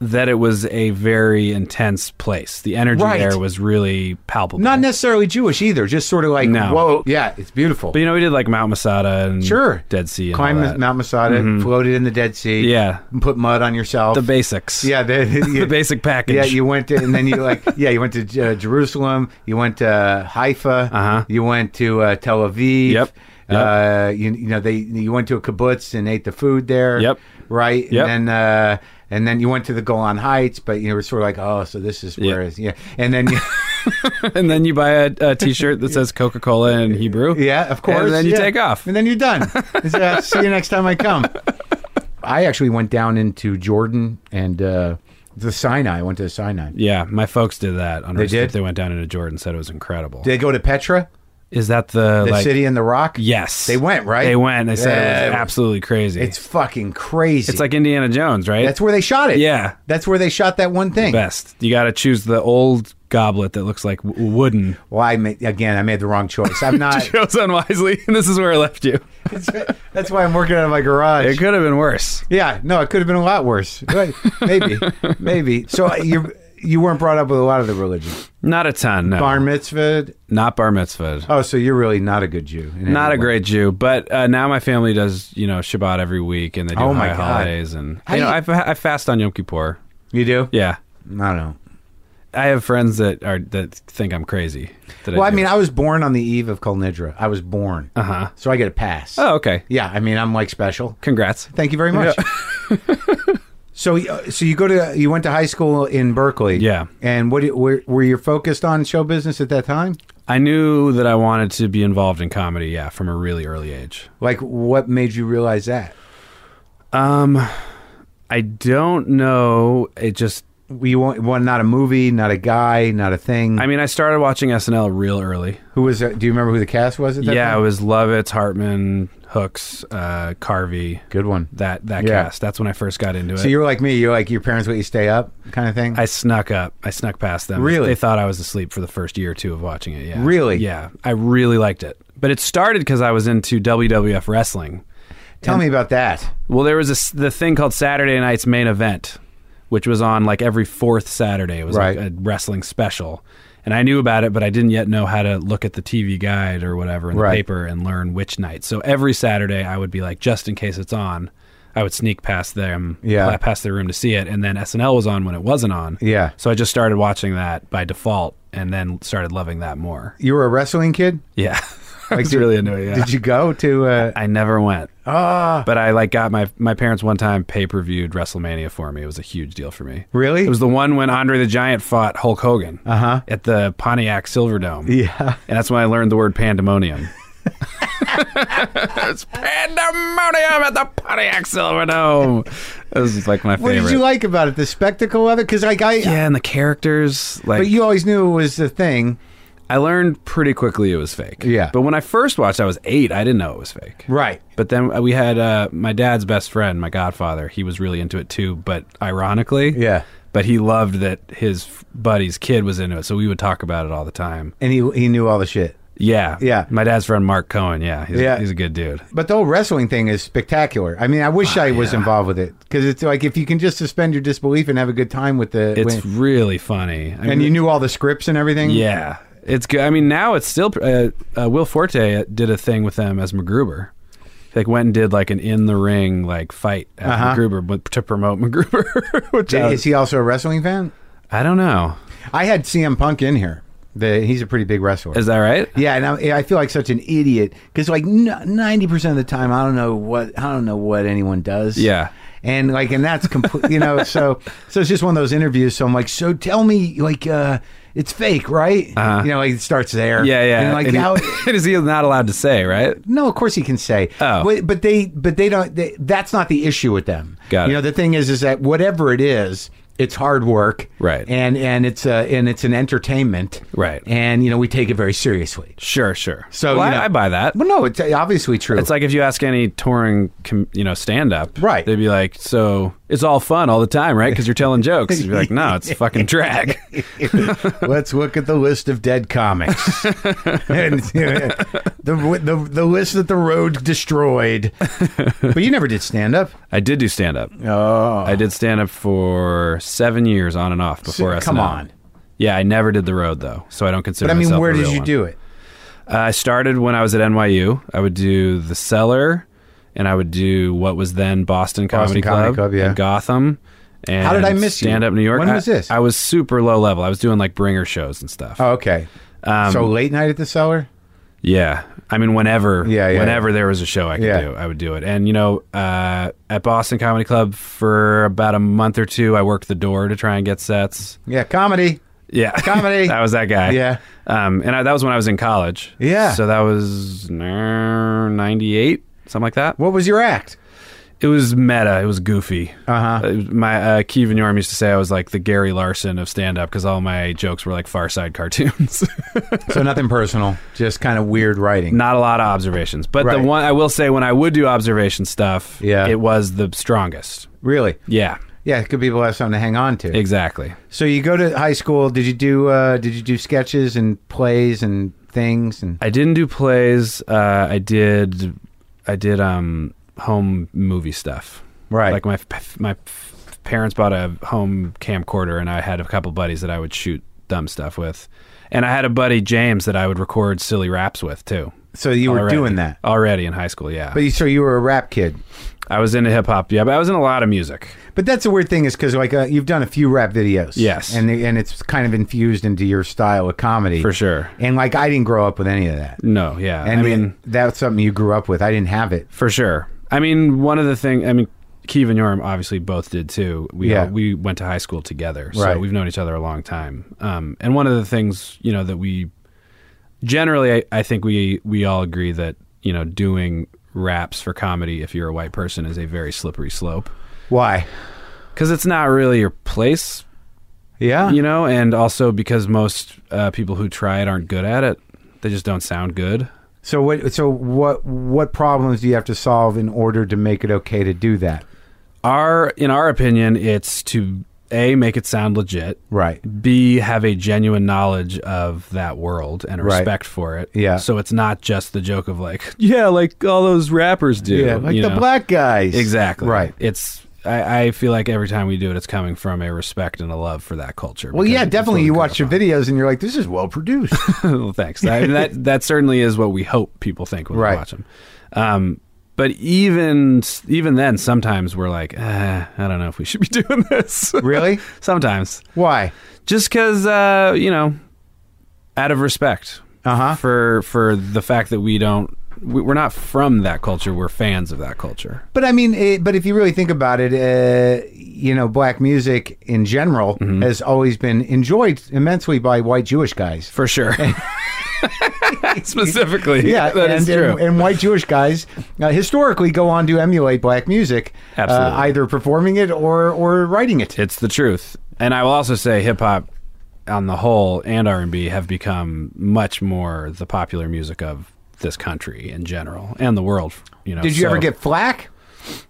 [SPEAKER 4] that it was a very intense place. The energy
[SPEAKER 2] Right.
[SPEAKER 4] there was really palpable.
[SPEAKER 2] Not necessarily Jewish either. Just sort of like
[SPEAKER 4] No.
[SPEAKER 2] whoa, yeah, it's beautiful.
[SPEAKER 4] but you know, we did like Mount Masada and
[SPEAKER 2] sure,
[SPEAKER 4] Dead Sea. And all
[SPEAKER 2] Climb
[SPEAKER 4] that. Mm-hmm.
[SPEAKER 2] Mount Masada, floated in the Dead Sea.
[SPEAKER 4] Yeah.
[SPEAKER 2] and put mud on yourself.
[SPEAKER 4] the basics.
[SPEAKER 2] yeah, the,
[SPEAKER 4] the basic package.
[SPEAKER 2] Yeah, you went to, and then you like, yeah, you went to uh, Jerusalem, you went to uh, Haifa,
[SPEAKER 4] Uh-huh.
[SPEAKER 2] you went to uh, Tel Aviv.
[SPEAKER 4] Yep, yep.
[SPEAKER 2] Uh, you, you know, they you went to a kibbutz and ate the food there.
[SPEAKER 4] Yep.
[SPEAKER 2] Right.
[SPEAKER 4] Yep.
[SPEAKER 2] And then, uh, and then you went to the Golan Heights, but you were sort of like, oh, so this is where
[SPEAKER 4] Yeah.
[SPEAKER 2] it's yeah. And then, you,
[SPEAKER 4] and then you buy a, a T-shirt that says Coca Cola in Hebrew.
[SPEAKER 2] yeah, of course.
[SPEAKER 4] And then you
[SPEAKER 2] yeah.
[SPEAKER 4] take off.
[SPEAKER 2] And then you're done. It's, uh, see you next time I come. I actually went down into Jordan and uh, the Sinai. I went to the Sinai.
[SPEAKER 4] Yeah, my folks did that. On they
[SPEAKER 2] did?
[SPEAKER 4] They went down into Jordan. Said it was incredible.
[SPEAKER 2] Did they go to Petra,
[SPEAKER 4] Is that the,
[SPEAKER 2] the
[SPEAKER 4] like?
[SPEAKER 2] city and the rock?
[SPEAKER 4] Yes,
[SPEAKER 2] They went, right?
[SPEAKER 4] They went. They said
[SPEAKER 2] Yeah,
[SPEAKER 4] it
[SPEAKER 2] it
[SPEAKER 4] was
[SPEAKER 2] was-
[SPEAKER 4] absolutely crazy.
[SPEAKER 2] It's
[SPEAKER 4] It's
[SPEAKER 2] fucking crazy.
[SPEAKER 4] it's like Indiana Jones, right?
[SPEAKER 2] that's where they shot it.
[SPEAKER 4] Yeah.
[SPEAKER 2] that's where they shot that one thing.
[SPEAKER 4] best. You got to choose the old goblet that looks like w- wooden.
[SPEAKER 2] Well, I made, again, I made the wrong choice. I'm not.
[SPEAKER 4] Chose unwisely, and this is where it left you.
[SPEAKER 2] that's why I'm working out of my garage.
[SPEAKER 4] It could have been worse.
[SPEAKER 2] yeah, no, it could have been a lot worse. Right. Maybe, maybe. So uh, you you weren't brought up with a lot of the religion.
[SPEAKER 4] Not a ton. No,
[SPEAKER 2] Bar mitzvah.
[SPEAKER 4] not bar mitzvah.
[SPEAKER 2] Oh, so you're really not a good Jew. in any
[SPEAKER 4] Not a
[SPEAKER 2] way.
[SPEAKER 4] great Jew, but uh, now my family does you know Shabbat every week, and they do
[SPEAKER 2] Oh, my
[SPEAKER 4] high
[SPEAKER 2] God.
[SPEAKER 4] holidays, and
[SPEAKER 2] How
[SPEAKER 4] you
[SPEAKER 2] do
[SPEAKER 4] know
[SPEAKER 2] you-
[SPEAKER 4] I, fa- I fast on Yom Kippur.
[SPEAKER 2] You do?
[SPEAKER 4] Yeah,
[SPEAKER 2] I don't know.
[SPEAKER 4] I have friends that are that think I'm crazy. That
[SPEAKER 2] Well, I mean, I was born on the eve of Kol Nidra. I was born. Uh
[SPEAKER 4] Uh-huh.
[SPEAKER 2] So I get a pass.
[SPEAKER 4] oh okay,
[SPEAKER 2] Yeah, I mean, I'm like special.
[SPEAKER 4] congrats.
[SPEAKER 2] Thank you very much. so, uh, so you go to you went to high school in Berkeley.
[SPEAKER 4] Yeah.
[SPEAKER 2] And what do you- were, were you focused on show business at that time?
[SPEAKER 4] I knew that I wanted to be involved in comedy, yeah, from a really early age.
[SPEAKER 2] Like, what made you realize that?
[SPEAKER 4] Um, I don't know. It just,
[SPEAKER 2] We want well, not a movie, not a guy, not a thing.
[SPEAKER 4] I mean, I started watching SNL real early.
[SPEAKER 2] who was? that- Do you remember who the cast was at that?
[SPEAKER 4] yeah,
[SPEAKER 2] time?
[SPEAKER 4] it was Lovitz, Hartman, Hooks, uh, Carvey,
[SPEAKER 2] good one.
[SPEAKER 4] that that
[SPEAKER 2] Yeah.
[SPEAKER 4] cast. That's when I first got into it.
[SPEAKER 2] So you were like me. You're like your parents let you stay up, kind of thing.
[SPEAKER 4] I snuck up. I snuck past them.
[SPEAKER 2] Really?
[SPEAKER 4] They thought I was asleep for the first year or two of watching it. Yeah.
[SPEAKER 2] Really?
[SPEAKER 4] Yeah. I really liked it. But it started because I was into WWF wrestling.
[SPEAKER 2] Tell me about that.
[SPEAKER 4] Well, there was this, the thing called Saturday Night's Main Event, which was on like every fourth Saturday. It was
[SPEAKER 2] Right.
[SPEAKER 4] like a wrestling special. And I knew about it, but I didn't yet know how to look at the TV guide or whatever in the
[SPEAKER 2] Right.
[SPEAKER 4] paper and learn which night. So every Saturday, I would be like, just in case it's on, I would sneak past them,
[SPEAKER 2] Yeah.
[SPEAKER 4] past their room to see it. And then SNL was on when it wasn't on.
[SPEAKER 2] Yeah.
[SPEAKER 4] So I just started watching that by default and then started loving that more.
[SPEAKER 2] You were a wrestling kid.
[SPEAKER 4] Yeah. I was
[SPEAKER 2] did-
[SPEAKER 4] really into it. Yeah.
[SPEAKER 2] Did you go to? Uh,
[SPEAKER 4] I never went
[SPEAKER 2] ah,
[SPEAKER 4] but I like got my my parents one time pay per viewed WrestleMania for me. It was a huge deal for me.
[SPEAKER 2] Really?
[SPEAKER 4] It was the one when Andre the Giant fought Hulk Hogan
[SPEAKER 2] Uh-huh.
[SPEAKER 4] at the Pontiac Silverdome.
[SPEAKER 2] yeah.
[SPEAKER 4] And that's when I learned the word pandemonium. it's pandemonium at the Pontiac Silverdome. That was like my
[SPEAKER 2] What
[SPEAKER 4] favorite.
[SPEAKER 2] did you like about it? The spectacle of it? Because like I,
[SPEAKER 4] Yeah, and the characters. Like
[SPEAKER 2] but you always knew it was the thing.
[SPEAKER 4] I learned pretty quickly it was fake.
[SPEAKER 2] Yeah.
[SPEAKER 4] But when I first watched, I was eight. I didn't know it was fake.
[SPEAKER 2] Right.
[SPEAKER 4] But then we had uh, my dad's best friend, my godfather. He was really into it too, but ironically,
[SPEAKER 2] Yeah.
[SPEAKER 4] But he loved that his f- buddy's kid was into it, so we would talk about it all the time.
[SPEAKER 2] And he he knew all the shit.
[SPEAKER 4] Yeah.
[SPEAKER 2] Yeah.
[SPEAKER 4] My dad's friend Mark Cohen. Yeah. He's,
[SPEAKER 2] Yeah.
[SPEAKER 4] He's a good dude.
[SPEAKER 2] But the whole wrestling thing is spectacular. I mean, I wish I was involved with it because it's like if you can just suspend your disbelief and have a good time with the
[SPEAKER 4] It's
[SPEAKER 2] when-
[SPEAKER 4] really funny. I
[SPEAKER 2] and you knew all the scripts and everything.
[SPEAKER 4] Yeah. It's good. I mean, now it's still. Uh, uh, Will Forte did a thing with them as MacGruber. Like went and did like an in the ring like fight at
[SPEAKER 2] Uh-huh.
[SPEAKER 4] MacGruber, but to promote MacGruber. which I,
[SPEAKER 2] Is he also a wrestling fan?
[SPEAKER 4] I don't know.
[SPEAKER 2] I had CM Punk in here. The, he's a pretty big wrestler.
[SPEAKER 4] Is that right?
[SPEAKER 2] Yeah, and I, I feel like such an idiot because like ninety percent of the time, I don't know what I don't know what anyone does.
[SPEAKER 4] Yeah.
[SPEAKER 2] and like, and that's complete. you know, so so it's just one of those interviews. So I'm like, so tell me, like, uh, it's fake, right?
[SPEAKER 4] Uh-huh.
[SPEAKER 2] You know, like, it starts there.
[SPEAKER 4] Yeah, yeah.
[SPEAKER 2] And like,
[SPEAKER 4] And he-
[SPEAKER 2] how,
[SPEAKER 4] is he not allowed to say? Right?
[SPEAKER 2] no, of course he can say.
[SPEAKER 4] Oh.
[SPEAKER 2] But, but they but they don't. They, that's not the issue with them.
[SPEAKER 4] Got
[SPEAKER 2] you
[SPEAKER 4] it.
[SPEAKER 2] know, the thing is, is that whatever it is. It's hard work,
[SPEAKER 4] Right.
[SPEAKER 2] And and it's a and it's an entertainment,
[SPEAKER 4] Right.
[SPEAKER 2] And you know we take it very seriously.
[SPEAKER 4] Sure, sure.
[SPEAKER 2] So,
[SPEAKER 4] Well,
[SPEAKER 2] you know-
[SPEAKER 4] I, I buy that.
[SPEAKER 2] Well, no, it's obviously true.
[SPEAKER 4] It's like if you ask any touring, com- you know, stand up,
[SPEAKER 2] Right.
[SPEAKER 4] They'd be like, "So it's all fun all the time, right? Because you're telling jokes." You'd be like, "No, it's fucking drag."
[SPEAKER 2] Let's look at the list of dead comics. and, you know, the, the the list that the road destroyed. But you never did stand up.
[SPEAKER 4] I did do stand up.
[SPEAKER 2] Oh,
[SPEAKER 4] I did stand up for seven years on and off before SNL.
[SPEAKER 2] come on.
[SPEAKER 4] Yeah, I never did the road though, so I don't consider.
[SPEAKER 2] But I mean,
[SPEAKER 4] myself a
[SPEAKER 2] where did
[SPEAKER 4] real
[SPEAKER 2] you
[SPEAKER 4] one.
[SPEAKER 2] do it?
[SPEAKER 4] Uh, I started when I was at NYU. I would do the cellar, and I would do what was then Boston Comedy
[SPEAKER 2] Comedy Club, yeah.
[SPEAKER 4] and Gotham. And
[SPEAKER 2] How did I miss you?
[SPEAKER 4] stand up New York?
[SPEAKER 2] When
[SPEAKER 4] I-
[SPEAKER 2] was this?
[SPEAKER 4] I was super low level. I was doing like bringer shows and stuff.
[SPEAKER 2] Oh, okay.
[SPEAKER 4] Um,
[SPEAKER 2] so late night at the cellar.
[SPEAKER 4] Yeah. I mean, whenever,
[SPEAKER 2] Yeah, yeah.
[SPEAKER 4] whenever there was a show I could
[SPEAKER 2] Yeah.
[SPEAKER 4] do, I would do it. And, you know, uh, at Boston Comedy Club for about a month or two, I worked the door to try and get sets.
[SPEAKER 2] Yeah, comedy.
[SPEAKER 4] Yeah.
[SPEAKER 2] Comedy.
[SPEAKER 4] I was that guy.
[SPEAKER 2] Yeah.
[SPEAKER 4] Um, and I, that was when I was in college.
[SPEAKER 2] Yeah.
[SPEAKER 4] So that was uh, 98, something like that.
[SPEAKER 2] What was your act?
[SPEAKER 4] It was meta. It was goofy.
[SPEAKER 2] Uh-huh.
[SPEAKER 4] It was- My uh, Keevan Yorm used to say I was like the Gary Larson of stand up because all my jokes were like Far Side cartoons.
[SPEAKER 2] So nothing personal, just kind of weird writing.
[SPEAKER 4] not a lot of observations. But
[SPEAKER 2] Right.
[SPEAKER 4] the one I will say when I would do observation stuff,
[SPEAKER 2] Yeah.
[SPEAKER 4] it was the strongest.
[SPEAKER 2] Really?
[SPEAKER 4] Yeah,
[SPEAKER 2] Yeah, could people have something to hang on to?
[SPEAKER 4] exactly.
[SPEAKER 2] So you go to high school. Did you do uh, did you do sketches and plays and things and
[SPEAKER 4] I didn't do plays. Uh, I did, I did um home movie stuff.
[SPEAKER 2] Right.
[SPEAKER 4] Like my f- my f- parents bought a home camcorder, and I had a couple buddies that I would shoot dumb stuff with, and I had a buddy James that I would record silly raps with too.
[SPEAKER 2] So you were
[SPEAKER 4] Already-
[SPEAKER 2] doing that.
[SPEAKER 4] already in high school. Yeah,
[SPEAKER 2] But you, so you were a rap kid.
[SPEAKER 4] I was into hip hop. Yeah, but I was in a lot of music.
[SPEAKER 2] But that's the weird thing is because like uh, you've done a few rap videos,
[SPEAKER 4] Yes.
[SPEAKER 2] and they, and it's kind of infused into your style of comedy
[SPEAKER 4] For sure.
[SPEAKER 2] And like I didn't grow up with any of that,
[SPEAKER 4] No, yeah.
[SPEAKER 2] and
[SPEAKER 4] I mean,
[SPEAKER 2] that's something you grew up with. I didn't have it.
[SPEAKER 4] For sure. I mean, one of the thing. I mean, Keevan Yorm obviously both did too. We
[SPEAKER 2] Yeah.
[SPEAKER 4] all- we went to high school together, so
[SPEAKER 2] Right.
[SPEAKER 4] we've known each other a long time. Um, and one of the things you know that we generally, I, I think we we all agree that you know doing raps for comedy if you're a white person is a very slippery slope
[SPEAKER 2] Why?
[SPEAKER 4] because it's not really your place,
[SPEAKER 2] Yeah,
[SPEAKER 4] you know, and also because most uh, people who try it aren't good at it. They just don't sound good.
[SPEAKER 2] So what? So what? What problems do you have to solve in order to make it okay to do that?
[SPEAKER 4] Our in our opinion, it's to a make it sound legit,
[SPEAKER 2] Right.
[SPEAKER 4] B have a genuine knowledge of that world and a
[SPEAKER 2] Right.
[SPEAKER 4] respect for it.
[SPEAKER 2] Yeah.
[SPEAKER 4] So it's not just the joke of like, yeah, like all those rappers do.
[SPEAKER 2] Yeah, like
[SPEAKER 4] you
[SPEAKER 2] the
[SPEAKER 4] know?
[SPEAKER 2] black guys.
[SPEAKER 4] Exactly.
[SPEAKER 2] Right.
[SPEAKER 4] It's I, I feel like every time we do it, it's coming from a respect and a love for that culture.
[SPEAKER 2] Well,
[SPEAKER 4] because
[SPEAKER 2] yeah,
[SPEAKER 4] it's
[SPEAKER 2] definitely.
[SPEAKER 4] what
[SPEAKER 2] You
[SPEAKER 4] we
[SPEAKER 2] watch
[SPEAKER 4] grew
[SPEAKER 2] your
[SPEAKER 4] up
[SPEAKER 2] videos and you're like, this is well produced.
[SPEAKER 4] on. Well, Thanks. I mean, that that certainly is what we hope people think when
[SPEAKER 2] Right.
[SPEAKER 4] they watch them. Um, but even even then, sometimes we're like, ah, I don't know if we should be doing this.
[SPEAKER 2] really?
[SPEAKER 4] sometimes.
[SPEAKER 2] Why?
[SPEAKER 4] just because uh, you know out of respect
[SPEAKER 2] Uh-huh.
[SPEAKER 4] for for the fact that we don't we, we're not from that culture we're fans of that culture
[SPEAKER 2] But I mean, it, but if you really think about it, uh, you know, black music in general
[SPEAKER 4] Mm-hmm.
[SPEAKER 2] has always been enjoyed immensely by white Jewish guys.
[SPEAKER 4] for sure specifically that
[SPEAKER 2] and,
[SPEAKER 4] is true
[SPEAKER 2] And, and white Jewish guys uh, historically go on to emulate black music, uh,
[SPEAKER 4] Absolutely.
[SPEAKER 2] either performing it or or writing it.
[SPEAKER 4] it's the truth and i will also say hip-hop on the whole and r&b have become much more the popular music of this country in general and the world you know
[SPEAKER 2] Did you
[SPEAKER 4] so-
[SPEAKER 2] ever get flack?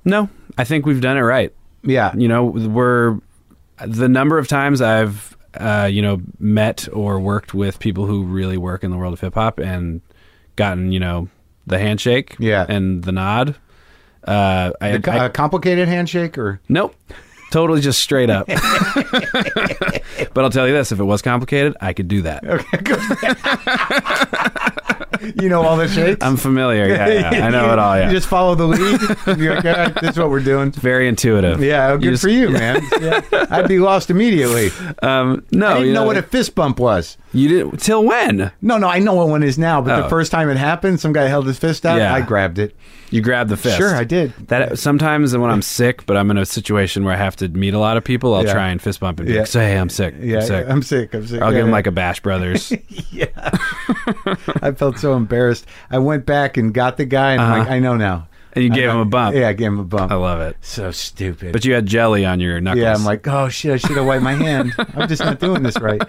[SPEAKER 4] no i think we've done it right
[SPEAKER 2] Yeah,
[SPEAKER 4] you know we're the number of times i've uh, you know, met or worked with people who really work in the world of hip hop and gotten, you know, the handshake
[SPEAKER 2] Yeah.
[SPEAKER 4] and the nod. Uh, I,
[SPEAKER 2] A co-
[SPEAKER 4] I-
[SPEAKER 2] a complicated handshake or
[SPEAKER 4] nope. Totally just straight up. but I'll tell you this if it was complicated, I could do that.
[SPEAKER 2] you know all the shakes.
[SPEAKER 4] I'm familiar. Yeah, yeah. I know it all. Yeah.
[SPEAKER 2] You just follow the lead. and You're like, all right, this is what we're doing.
[SPEAKER 4] very intuitive.
[SPEAKER 2] Yeah, good
[SPEAKER 4] just-
[SPEAKER 2] for you, man. I'd be lost immediately.
[SPEAKER 4] Um, no,
[SPEAKER 2] I didn't
[SPEAKER 4] you
[SPEAKER 2] know what a fist bump was.
[SPEAKER 4] you didn't till when
[SPEAKER 2] No, no, I know what one is now, but the
[SPEAKER 4] Oh.
[SPEAKER 2] first time it happened, some guy held his fist out.
[SPEAKER 4] Yeah.
[SPEAKER 2] I grabbed it.
[SPEAKER 4] you grabbed the fist.
[SPEAKER 2] Sure, I did.
[SPEAKER 4] That sometimes when I'm sick, but I'm in a situation where I have to meet a lot of people, I'll
[SPEAKER 2] Yeah.
[SPEAKER 4] try and fist bump and be
[SPEAKER 2] Yeah.
[SPEAKER 4] like, say, hey, I'm sick.
[SPEAKER 2] Yeah,
[SPEAKER 4] I'm sick.
[SPEAKER 2] I'm sick. I'm sick.
[SPEAKER 4] I'll
[SPEAKER 2] Yeah,
[SPEAKER 4] give him
[SPEAKER 2] yeah.
[SPEAKER 4] like a Bash Brothers.
[SPEAKER 2] I felt so embarrassed. I went back and got the guy, and I'm like,
[SPEAKER 4] Uh-huh.
[SPEAKER 2] I know now.
[SPEAKER 4] And you
[SPEAKER 2] I
[SPEAKER 4] gave
[SPEAKER 2] got-
[SPEAKER 4] him a bump.
[SPEAKER 2] Yeah, I gave him a bump.
[SPEAKER 4] I love it.
[SPEAKER 2] so stupid.
[SPEAKER 4] But you had jelly on your knuckles.
[SPEAKER 2] yeah, I'm like, oh shit, I should have wiped my hand. I'm just not doing this right.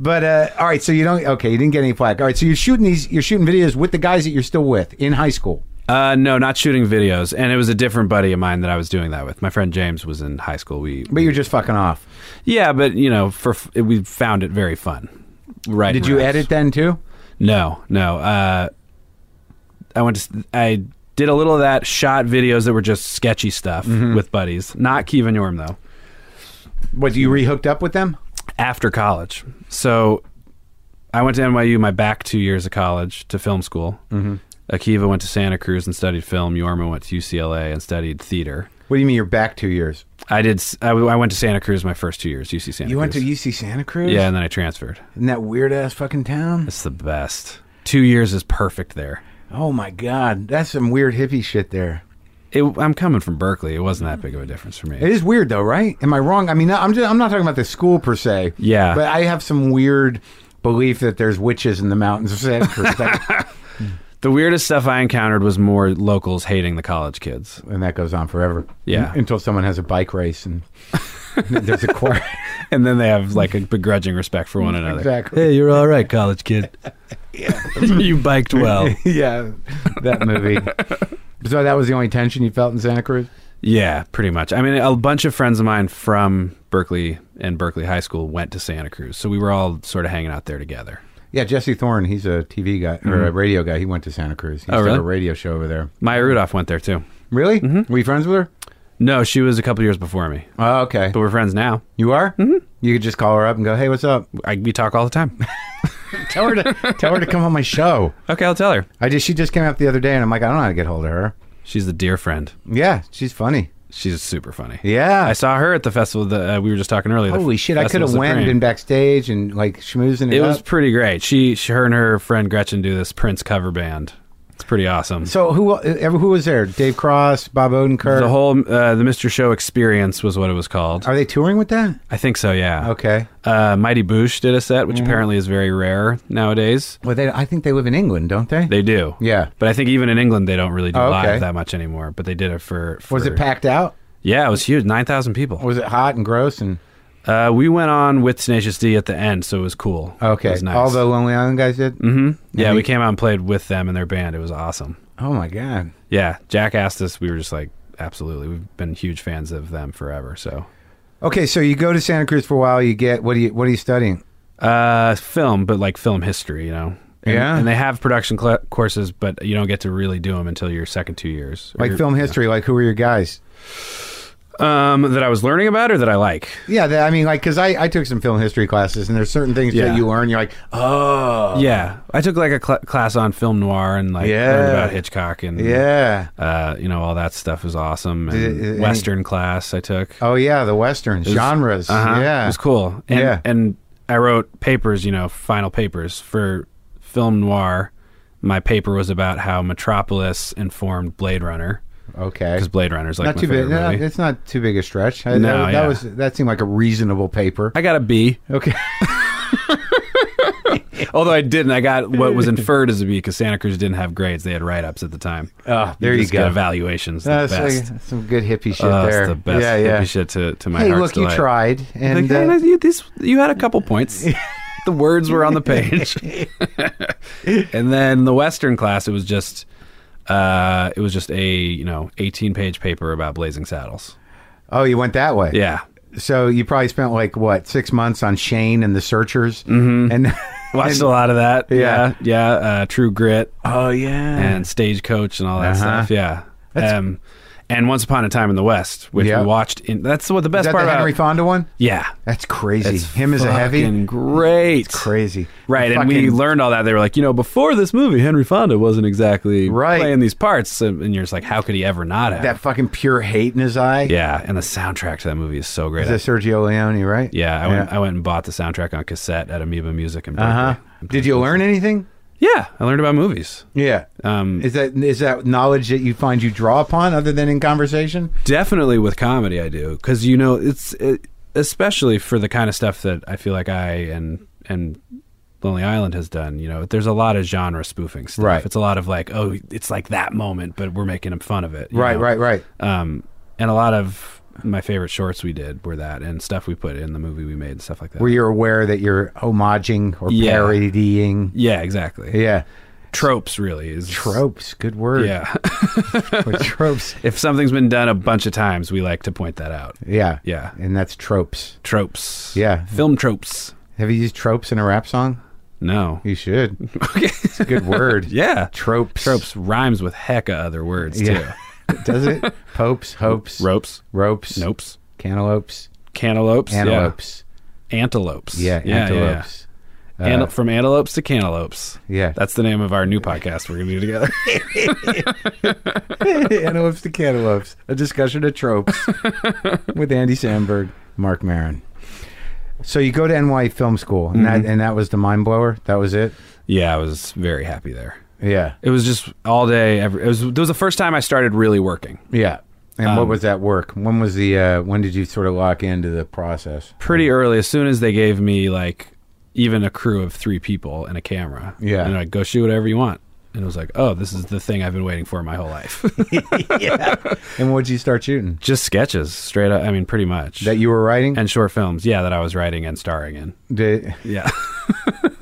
[SPEAKER 2] But uh, all right, so you don't. Okay, you didn't get any flack. All right, so you're shooting these. You're shooting videos with the guys that you're still with in high school.
[SPEAKER 4] uh, no, not shooting videos. And it was a different buddy of mine that I was doing that with. My friend James was in high school. We,
[SPEAKER 2] But you're just fucking off.
[SPEAKER 4] yeah, but you know, for f- we found it very fun. Right?
[SPEAKER 2] Did you edit then too?
[SPEAKER 4] No, no. Uh, I went to. I did a little of that. Shot videos that were just sketchy stuff
[SPEAKER 2] Mm-hmm.
[SPEAKER 4] with buddies. Not Kevin Yorm though.
[SPEAKER 2] What you rehooked up with them?
[SPEAKER 4] After college, so I went to NYU. My back two years of college to film school. Mm-hmm. Akiva went to Santa Cruz and studied film. Yorma went to UCLA and studied theater.
[SPEAKER 2] What do you mean you're back two years?
[SPEAKER 4] I did. s- I, w- I went to Santa Cruz my first two years. UC Santa.
[SPEAKER 2] You went to
[SPEAKER 4] Cruz.
[SPEAKER 2] UC Santa Cruz?
[SPEAKER 4] Yeah, and then I transferred.
[SPEAKER 2] In that weird ass fucking town?
[SPEAKER 4] It's the best. Two years is perfect there.
[SPEAKER 2] Oh my God. That's some weird hippie shit there.
[SPEAKER 4] It, I'm coming from Berkeley. It wasn't that big of a difference for me.
[SPEAKER 2] Mm. It is weird though, right? Am I wrong? I mean, I'm just, I'm not talking about the school per se.
[SPEAKER 4] Yeah.
[SPEAKER 2] But I have some weird belief that there's witches in the mountains of Santa Cruz. That-
[SPEAKER 4] The weirdest stuff I encountered was more locals hating the college kids.
[SPEAKER 2] and that goes on forever.
[SPEAKER 4] Yeah.
[SPEAKER 2] until someone has a bike race and there's a choir.
[SPEAKER 4] And then they have like a begrudging respect for one another.
[SPEAKER 2] Exactly.
[SPEAKER 4] Hey, you're all right, college kid. you biked well.
[SPEAKER 2] yeah. That movie. so that was the only tension you felt in Santa Cruz?
[SPEAKER 4] Yeah, pretty much. I mean, a bunch of friends of mine from Berkeley and Berkeley High School went to Santa Cruz. So we were all sort of hanging out there together.
[SPEAKER 2] Yeah, Jesse Thorne, he's a TV guy or a radio guy. He went to Santa Cruz. He
[SPEAKER 4] Mm-hmm. Oh,
[SPEAKER 2] used to have
[SPEAKER 4] really? Mm-hmm.
[SPEAKER 2] a radio show over there.
[SPEAKER 4] Maya Rudolph went there too.
[SPEAKER 2] Really? Were you friends with her?
[SPEAKER 4] No, she was a couple years before me,
[SPEAKER 2] Oh, okay.
[SPEAKER 4] but we're friends now.
[SPEAKER 2] You are? Mm-hmm. You could just call her up and go, "Hey, what's up?
[SPEAKER 4] I, we talk all the time.
[SPEAKER 2] Tell her to tell her to come on my show."
[SPEAKER 4] okay, I'll tell her.
[SPEAKER 2] I just she just came up the other day, and I'm like, I don't know how to get hold of her.
[SPEAKER 4] She's a dear friend.
[SPEAKER 2] Yeah, she's funny.
[SPEAKER 4] She's super funny.
[SPEAKER 2] Yeah.
[SPEAKER 4] I saw her at the festival that uh, we were just talking earlier. The
[SPEAKER 2] Holy
[SPEAKER 4] f-
[SPEAKER 2] shit! I could
[SPEAKER 4] Festival
[SPEAKER 2] have went and
[SPEAKER 4] Supreme.
[SPEAKER 2] been backstage and like schmoozing it,
[SPEAKER 4] It
[SPEAKER 2] up.
[SPEAKER 4] was pretty great. She, she, her and her friend Gretchen do this Prince cover band. It's pretty awesome.
[SPEAKER 2] so who uh, who was there? Dave Cross, Bob Odenkirk.
[SPEAKER 4] the whole uh, the Mr. Show experience was what it was called.
[SPEAKER 2] are they touring with that?
[SPEAKER 4] I think so. Yeah.
[SPEAKER 2] Okay. Mm-hmm.
[SPEAKER 4] Uh, Mighty Boosh did a set, which apparently is very rare nowadays.
[SPEAKER 2] Well, they I think they live in England, don't they?
[SPEAKER 4] They do.
[SPEAKER 2] Yeah.
[SPEAKER 4] But I think even in England they don't really do
[SPEAKER 2] Oh, okay.
[SPEAKER 4] live that much anymore. But they did it for. for
[SPEAKER 2] was it Oh. packed out?
[SPEAKER 4] Yeah, it was huge. Nine thousand people.
[SPEAKER 2] Was it hot and gross and?
[SPEAKER 4] Uh, we went on with Tenacious D at the end, so it was cool.
[SPEAKER 2] Okay.
[SPEAKER 4] It was nice.
[SPEAKER 2] All the Lonely Island guys did? Mm-hmm.
[SPEAKER 4] yeah, we came out and played with them and their band. It was awesome.
[SPEAKER 2] Oh, my God.
[SPEAKER 4] Yeah, Jack asked us. We were just like, absolutely. We've been huge fans of them forever. So,
[SPEAKER 2] Okay, so you go to Santa Cruz for a while. You get, what are you, what are you studying?
[SPEAKER 4] uh, film, but like film history, you know. And,
[SPEAKER 2] Yeah.
[SPEAKER 4] and they have production cl- courses, but you don't get to really do them until your second two years. Or
[SPEAKER 2] Like
[SPEAKER 4] your-
[SPEAKER 2] film history, like who were your guys?
[SPEAKER 4] um, that I was learning about or that I like.
[SPEAKER 2] Yeah, that, I mean, like, because I, I took some film history classes, and there's certain things
[SPEAKER 4] Yeah.
[SPEAKER 2] that you learn. You're like, oh,
[SPEAKER 4] Yeah, I took like a cl- class on film noir and like
[SPEAKER 2] Yeah.
[SPEAKER 4] learned about Hitchcock and
[SPEAKER 2] yeah.
[SPEAKER 4] uh, you know, all that stuff was awesome. And
[SPEAKER 2] Did- any-
[SPEAKER 4] Western class I took.
[SPEAKER 2] Oh, yeah, the Westerns, genres.
[SPEAKER 4] Uh-huh.
[SPEAKER 2] Yeah.
[SPEAKER 4] It was cool. And,
[SPEAKER 2] Yeah.
[SPEAKER 4] And I wrote papers, you know, final papers for film noir. My paper was about how Metropolis informed Blade Runner
[SPEAKER 2] Okay.
[SPEAKER 4] because Blade Runner's like
[SPEAKER 2] Not
[SPEAKER 4] my
[SPEAKER 2] too big.
[SPEAKER 4] favorite
[SPEAKER 2] No,
[SPEAKER 4] movie.
[SPEAKER 2] it's not too big a stretch. I-
[SPEAKER 4] No,
[SPEAKER 2] that, that
[SPEAKER 4] yeah.
[SPEAKER 2] was that seemed like a reasonable paper.
[SPEAKER 4] I got a B,
[SPEAKER 2] Okay.
[SPEAKER 4] although I didn't. I got what was inferred as a B because Santa Cruz didn't have grades; they had write-ups at the time.
[SPEAKER 2] Oh, there you
[SPEAKER 4] just got
[SPEAKER 2] go.
[SPEAKER 4] evaluations. The
[SPEAKER 2] That's like
[SPEAKER 4] best.
[SPEAKER 2] Uh, some good hippie shit
[SPEAKER 4] Oh, it's
[SPEAKER 2] there.
[SPEAKER 4] the best
[SPEAKER 2] Yeah, yeah.
[SPEAKER 4] hippie shit to, to my
[SPEAKER 2] hey,
[SPEAKER 4] heart's
[SPEAKER 2] look, you
[SPEAKER 4] delight.
[SPEAKER 2] tried, and
[SPEAKER 4] Like,
[SPEAKER 2] uh,
[SPEAKER 4] "Hey, you, this, you had a couple points. the words were on the page. and then the Western class, it was just, uh, it was just a you know eighteen page paper about Blazing Saddles.
[SPEAKER 2] Oh, you went that way.
[SPEAKER 4] Yeah,
[SPEAKER 2] so you probably spent like what six months on Shane and the Searchers, mm-hmm. and
[SPEAKER 4] Watched a lot of that.
[SPEAKER 2] Yeah.
[SPEAKER 4] yeah. yeah, uh, True Grit
[SPEAKER 2] oh yeah,
[SPEAKER 4] and Stagecoach and all that
[SPEAKER 2] Uh-huh.
[SPEAKER 4] stuff. Yeah. um, and Once Upon a Time in the West, which
[SPEAKER 2] Yeah.
[SPEAKER 4] we watched. In that's what the
[SPEAKER 2] is
[SPEAKER 4] best
[SPEAKER 2] that
[SPEAKER 4] part
[SPEAKER 2] the Henry
[SPEAKER 4] about.
[SPEAKER 2] Fonda one?
[SPEAKER 4] yeah.
[SPEAKER 2] That's crazy.
[SPEAKER 4] It's
[SPEAKER 2] Him as a heavy,
[SPEAKER 4] fucking Great.
[SPEAKER 2] crazy.
[SPEAKER 4] Right,
[SPEAKER 2] The
[SPEAKER 4] and we
[SPEAKER 2] fucking-
[SPEAKER 4] learned all that. They were like, you know, before this movie, Henry Fonda wasn't exactly
[SPEAKER 2] Right.
[SPEAKER 4] playing these parts, So- and you're just like, how could he ever not have?
[SPEAKER 2] that fucking pure hate in his eye.
[SPEAKER 4] yeah, and the soundtrack to that movie is so great.
[SPEAKER 2] is that Sergio Leone, right?
[SPEAKER 4] yeah, I went, I went and bought the soundtrack on cassette at Amoeba Music in Berkeley.
[SPEAKER 2] Uh huh. Did you learn anything?
[SPEAKER 4] Yeah, I learned about movies.
[SPEAKER 2] Yeah.
[SPEAKER 4] Um,
[SPEAKER 2] Is that is that knowledge that you find you draw upon other than in conversation?
[SPEAKER 4] definitely with comedy, I do because you know it's it, especially for the kind of stuff that I feel like I and and Lonely Island has done. You know, there's a lot of genre spoofing stuff.
[SPEAKER 2] Right.
[SPEAKER 4] It's a lot of like, oh, it's like that moment, but we're making fun of it. you
[SPEAKER 2] Right,
[SPEAKER 4] know?
[SPEAKER 2] right, right.
[SPEAKER 4] um, and a lot of my favorite shorts we did were that and stuff we put in the movie we made and stuff like that.
[SPEAKER 2] Where you're aware that you're homaging or
[SPEAKER 4] Yeah.
[SPEAKER 2] parodying.
[SPEAKER 4] yeah, exactly.
[SPEAKER 2] Yeah.
[SPEAKER 4] Tropes really is
[SPEAKER 2] Tropes. Good word.
[SPEAKER 4] Yeah,
[SPEAKER 2] tropes.
[SPEAKER 4] if something's been done a bunch of times, we like to point that out.
[SPEAKER 2] Yeah.
[SPEAKER 4] Yeah.
[SPEAKER 2] And that's tropes.
[SPEAKER 4] Tropes.
[SPEAKER 2] Yeah.
[SPEAKER 4] film tropes.
[SPEAKER 2] Have you used tropes in a rap song?
[SPEAKER 4] No.
[SPEAKER 2] You should. Okay. It's a good word.
[SPEAKER 4] Yeah,
[SPEAKER 2] Tropes.
[SPEAKER 4] tropes rhymes with hecka other words
[SPEAKER 2] Yeah. Does it? Popes, hopes,
[SPEAKER 4] too. Ropes,
[SPEAKER 2] ropes,
[SPEAKER 4] nopes,
[SPEAKER 2] cantaloupes,
[SPEAKER 4] cantaloupes, yeah.
[SPEAKER 2] antelopes.
[SPEAKER 4] antelopes.
[SPEAKER 2] Yeah, antelopes. Uh,
[SPEAKER 4] yeah. Antel- from antelopes to cantaloupes.
[SPEAKER 2] Yeah.
[SPEAKER 4] That's the name of our new podcast we're gonna do together.
[SPEAKER 2] antelopes to cantaloupes. A discussion of tropes with Andy Sandberg, Mark Marin. So you go to NY Film School, and that and that was the mind blower. That was it.
[SPEAKER 4] yeah, I was very happy there.
[SPEAKER 2] Yeah,
[SPEAKER 4] It was just all day. Every, it was. It was the first time I started really working.
[SPEAKER 2] yeah. And
[SPEAKER 4] Um,
[SPEAKER 2] what was that work? When was the? Uh, when did you sort of lock into the process?
[SPEAKER 4] Pretty early, as soon as they gave me like even a crew of three people and a camera.
[SPEAKER 2] Yeah.
[SPEAKER 4] and like go shoot whatever you want. And it was like, oh, this is the thing I've been waiting for my whole life.
[SPEAKER 2] And what did you start shooting?
[SPEAKER 4] just sketches, straight up. I mean, pretty much.
[SPEAKER 2] That you were writing?
[SPEAKER 4] and short films, yeah, that I was writing and starring in.
[SPEAKER 2] Did-
[SPEAKER 4] Yeah.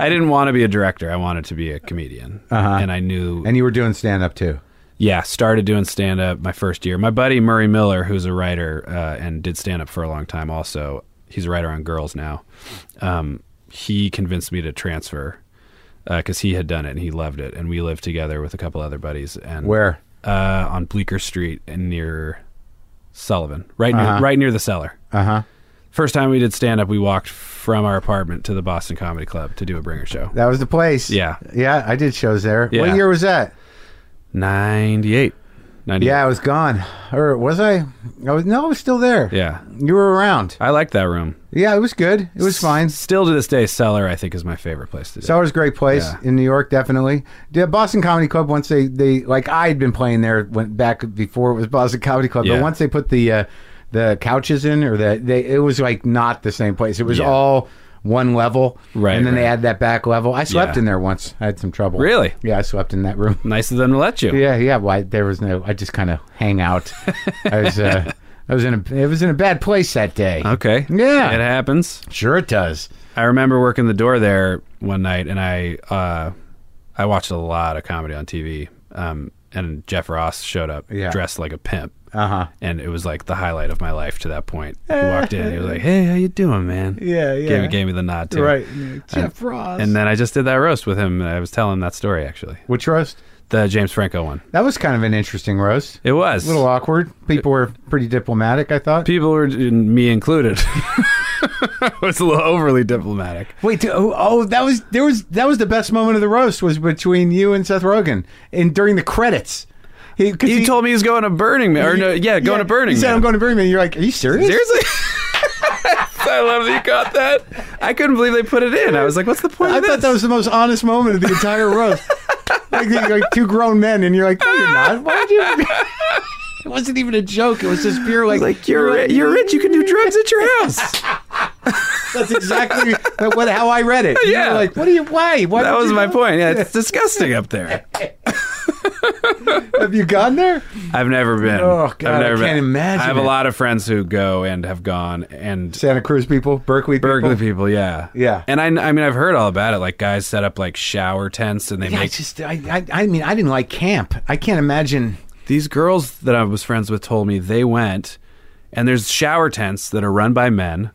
[SPEAKER 4] I didn't want to be a director. I wanted to be a comedian.
[SPEAKER 2] Uh-huh.
[SPEAKER 4] And I knew
[SPEAKER 2] and you were doing stand up too.
[SPEAKER 4] yeah, started doing stand up my first year. My buddy Murray Miller, who's a writer uh, and did stand up for a long time, also he's a writer on Girls now. Um, he convinced me to transfer because he had done it and he loved it, and we lived together with a couple other buddies. And
[SPEAKER 2] Where?
[SPEAKER 4] uh, on Bleecker Street and near Sullivan, right near
[SPEAKER 2] Uh-huh.
[SPEAKER 4] right near the cellar.
[SPEAKER 2] Uh huh.
[SPEAKER 4] First time we did stand up, we walked from our apartment to the Boston Comedy Club to do a bringer show.
[SPEAKER 2] That was the place.
[SPEAKER 4] Yeah.
[SPEAKER 2] yeah. I did shows there. What
[SPEAKER 4] Yeah.
[SPEAKER 2] year was that?
[SPEAKER 4] 98. 98.
[SPEAKER 2] Yeah, I was gone, or was I? I was no, I was still there.
[SPEAKER 4] Yeah.
[SPEAKER 2] you were around.
[SPEAKER 4] I liked that room.
[SPEAKER 2] Yeah, it was good. It was fine.
[SPEAKER 4] Still to this day, Cellar I think is my favorite place to do.
[SPEAKER 2] Seller's a great place
[SPEAKER 4] Yeah.
[SPEAKER 2] in New York, definitely. The Boston Comedy Club. Once they they like I'd been playing there went back before it was Boston Comedy Club, but
[SPEAKER 4] Yeah.
[SPEAKER 2] once they put the uh, the couches in, or that they it was like not the same place. It was
[SPEAKER 4] Yeah.
[SPEAKER 2] all one level,
[SPEAKER 4] Right,
[SPEAKER 2] And then they
[SPEAKER 4] right.
[SPEAKER 2] had that back level. I slept
[SPEAKER 4] Yeah.
[SPEAKER 2] in there once. I had some trouble.
[SPEAKER 4] Really?
[SPEAKER 2] Yeah, I slept in that room.
[SPEAKER 4] Nice of them to let you.
[SPEAKER 2] Yeah, yeah. Why there was no? I just kind of hang out. I was uh, I was in a it was in a bad place that day.
[SPEAKER 4] Okay.
[SPEAKER 2] Yeah.
[SPEAKER 4] It happens.
[SPEAKER 2] Sure, it does.
[SPEAKER 4] I remember working the door there one night, and I uh, I watched a lot of comedy on TV. Um, and Jeff Ross showed up
[SPEAKER 2] Yeah.
[SPEAKER 4] dressed like a pimp,
[SPEAKER 2] Uh huh.
[SPEAKER 4] and it was like the highlight of my life to that point. He walked in, he was like, "Hey, how you doing, man?"
[SPEAKER 2] Yeah, yeah.
[SPEAKER 4] Gave, gave me the nod too.
[SPEAKER 2] Jeff Ross.
[SPEAKER 4] And then I just did that roast with him, and I was telling him that story actually,
[SPEAKER 2] Which roast?
[SPEAKER 4] the James Franco one.
[SPEAKER 2] That was kind of an interesting roast.
[SPEAKER 4] It was
[SPEAKER 2] A little awkward. People were pretty diplomatic, I thought.
[SPEAKER 4] people were me included. It was a little overly diplomatic.
[SPEAKER 2] Wait, t- oh, oh, that was there was that was the best moment of the roast was between you and Seth Rogen, and during the credits, he, 'cause
[SPEAKER 4] He, told me he was going to Burning Man, or no, yeah, going to Burning
[SPEAKER 2] He said,
[SPEAKER 4] Man.
[SPEAKER 2] "I'm going to Burning Man." You're like, "Are you serious?"
[SPEAKER 4] Seriously? I love that you got that. I couldn't believe they put it in. I was like, what's the point
[SPEAKER 2] I
[SPEAKER 4] of this?
[SPEAKER 2] thought that was the most honest moment of the entire roast. like, you're like two grown men, and you're like, "No, you're not. Why did you?" it wasn't even a joke. It was just pure like,
[SPEAKER 4] like you're ri- you're rich, you can do drugs at your house.
[SPEAKER 2] that's exactly what how I read it. You were
[SPEAKER 4] Yeah.
[SPEAKER 2] like, what do you? Why? Why
[SPEAKER 4] That
[SPEAKER 2] did
[SPEAKER 4] was
[SPEAKER 2] you
[SPEAKER 4] my
[SPEAKER 2] do-
[SPEAKER 4] point. Yeah, it's disgusting up there.
[SPEAKER 2] Have you gone there?
[SPEAKER 4] I've never been.
[SPEAKER 2] Oh, God,
[SPEAKER 4] I've never
[SPEAKER 2] I can't
[SPEAKER 4] been.
[SPEAKER 2] imagine
[SPEAKER 4] I have
[SPEAKER 2] it.
[SPEAKER 4] a lot of friends who go and have gone and
[SPEAKER 2] Santa Cruz people, Berkeley people.
[SPEAKER 4] Berkeley people, yeah,
[SPEAKER 2] Yeah.
[SPEAKER 4] And I, I mean, I've heard all about it. Like guys set up like shower tents, and they
[SPEAKER 2] Yeah, I
[SPEAKER 4] make
[SPEAKER 2] just, I, I, I mean, I didn't like camp. I can't imagine.
[SPEAKER 4] these girls that I was friends with told me they went and there's shower tents that are run by men,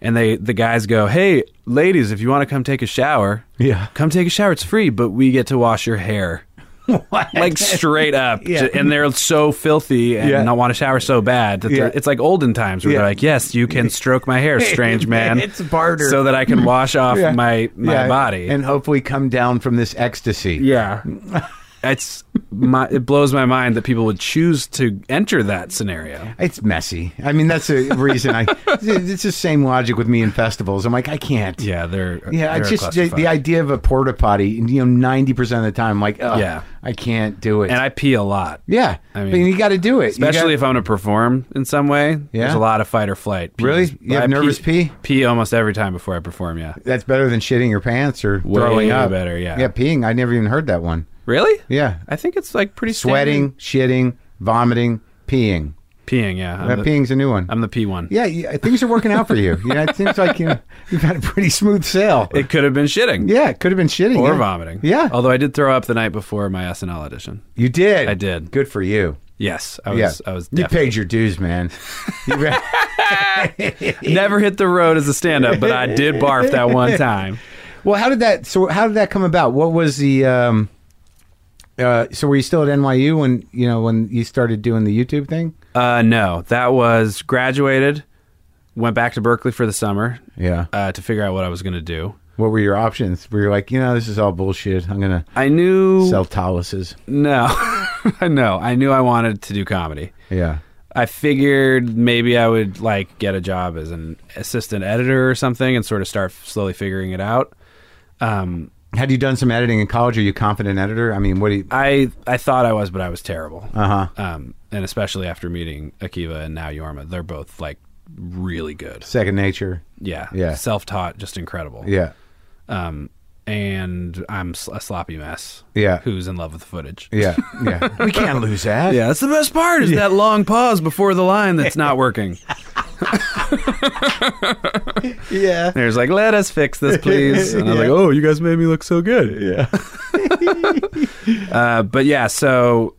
[SPEAKER 4] and they the guys go, "Hey, ladies, if you want to come take a shower,
[SPEAKER 2] Yeah.
[SPEAKER 4] come take a shower. It's free, but we get to wash your hair." Like straight up,
[SPEAKER 2] Yeah.
[SPEAKER 4] and they're so filthy and
[SPEAKER 2] Yeah.
[SPEAKER 4] not want to shower so bad. That
[SPEAKER 2] Yeah.
[SPEAKER 4] they're- It's like olden times where
[SPEAKER 2] Yeah.
[SPEAKER 4] they're like, "Yes, you can stroke my hair, strange man.
[SPEAKER 2] It's barter.
[SPEAKER 4] so that I can wash off
[SPEAKER 2] Yeah.
[SPEAKER 4] my my
[SPEAKER 2] Yeah.
[SPEAKER 4] body."
[SPEAKER 2] and hopefully come down from this ecstasy.
[SPEAKER 4] Yeah. it's my, it blows my mind that people would choose to enter that scenario.
[SPEAKER 2] It's messy. I mean, that's the reason I. It's the same logic with me in festivals. I'm like, I can't.
[SPEAKER 4] Yeah, they're
[SPEAKER 2] Yeah, I
[SPEAKER 4] they're a
[SPEAKER 2] just the,
[SPEAKER 4] clusterfuck.
[SPEAKER 2] the idea of a porta potty. You know, ninety percent of the time, I'm like, Ugh,
[SPEAKER 4] Yeah.
[SPEAKER 2] I can't do it.
[SPEAKER 4] and I pee a lot.
[SPEAKER 2] yeah,
[SPEAKER 4] I
[SPEAKER 2] I mean,
[SPEAKER 4] mean,
[SPEAKER 2] you got to do it, You
[SPEAKER 4] Especially
[SPEAKER 2] got-
[SPEAKER 4] if I'm going to perform in some way,
[SPEAKER 2] Yeah.
[SPEAKER 4] there's a lot of fight or flight. Pee.
[SPEAKER 2] Really? You
[SPEAKER 4] I
[SPEAKER 2] have nervous pee?
[SPEAKER 4] Pee almost every time before I perform. Yeah.
[SPEAKER 2] that's better than shitting your pants or
[SPEAKER 4] Way
[SPEAKER 2] throwing up.
[SPEAKER 4] better, yeah.
[SPEAKER 2] yeah, peeing. I never even heard that one.
[SPEAKER 4] Really?
[SPEAKER 2] Yeah,
[SPEAKER 4] I think it's like pretty
[SPEAKER 2] sweating, shitting, vomiting, peeing.
[SPEAKER 4] standard. peeing. Yeah, I'm, the,
[SPEAKER 2] That peeing's a new one.
[SPEAKER 4] I'm the pee one.
[SPEAKER 2] yeah, yeah, things are working out for you. you know, it seems like you know, you've had a pretty smooth sail.
[SPEAKER 4] It could have been shitting
[SPEAKER 2] yeah, it could have been shitting
[SPEAKER 4] or
[SPEAKER 2] yeah.
[SPEAKER 4] vomiting.
[SPEAKER 2] Yeah.
[SPEAKER 4] Although I did throw up the night before my SNL audition.
[SPEAKER 2] You did.
[SPEAKER 4] I did.
[SPEAKER 2] Good for you.
[SPEAKER 4] Yes, I was.
[SPEAKER 2] Yeah,
[SPEAKER 4] I was.
[SPEAKER 2] you
[SPEAKER 4] definitely-
[SPEAKER 2] paid your dues, man. You re-
[SPEAKER 4] Never hit the road as a stand up, but I did barf that one time.
[SPEAKER 2] well, how did that? So, how did that come about? What was the? Um, uh, so, were you still at NYU when you know when you started doing the YouTube thing?
[SPEAKER 4] Uh, no, that was graduated, went back to Berkeley for the summer
[SPEAKER 2] Yeah.
[SPEAKER 4] uh, to figure out what I was going to do.
[SPEAKER 2] What were your options? Were you like, you know, this is all bullshit. I'm gonna
[SPEAKER 4] I knew
[SPEAKER 2] sell taluses.
[SPEAKER 4] no, I know I knew I wanted to do comedy.
[SPEAKER 2] Yeah.
[SPEAKER 4] I figured maybe I would like get a job as an assistant editor or something and sort of start slowly figuring it out. Um,
[SPEAKER 2] Had you done some editing in college? Are you a confident editor? I mean, what do you?
[SPEAKER 4] I I thought I was, but I was terrible.
[SPEAKER 2] Uh huh.
[SPEAKER 4] Um, and especially after meeting Akiva and now Yorma, they're both like really good.
[SPEAKER 2] Second nature.
[SPEAKER 4] Yeah,
[SPEAKER 2] Yeah.
[SPEAKER 4] Self taught, just incredible.
[SPEAKER 2] Yeah.
[SPEAKER 4] um, and I'm s- a sloppy mess.
[SPEAKER 2] Yeah.
[SPEAKER 4] who's in love with the footage?
[SPEAKER 2] Yeah. Yeah. we can't lose that.
[SPEAKER 4] Yeah, that's the best part is that long pause before the line that's not working.
[SPEAKER 2] Yeah.
[SPEAKER 4] There's like, let us fix this, please. And I'm
[SPEAKER 2] Yeah.
[SPEAKER 4] like, oh, you guys made me look so good. Yeah. uh, but yeah, so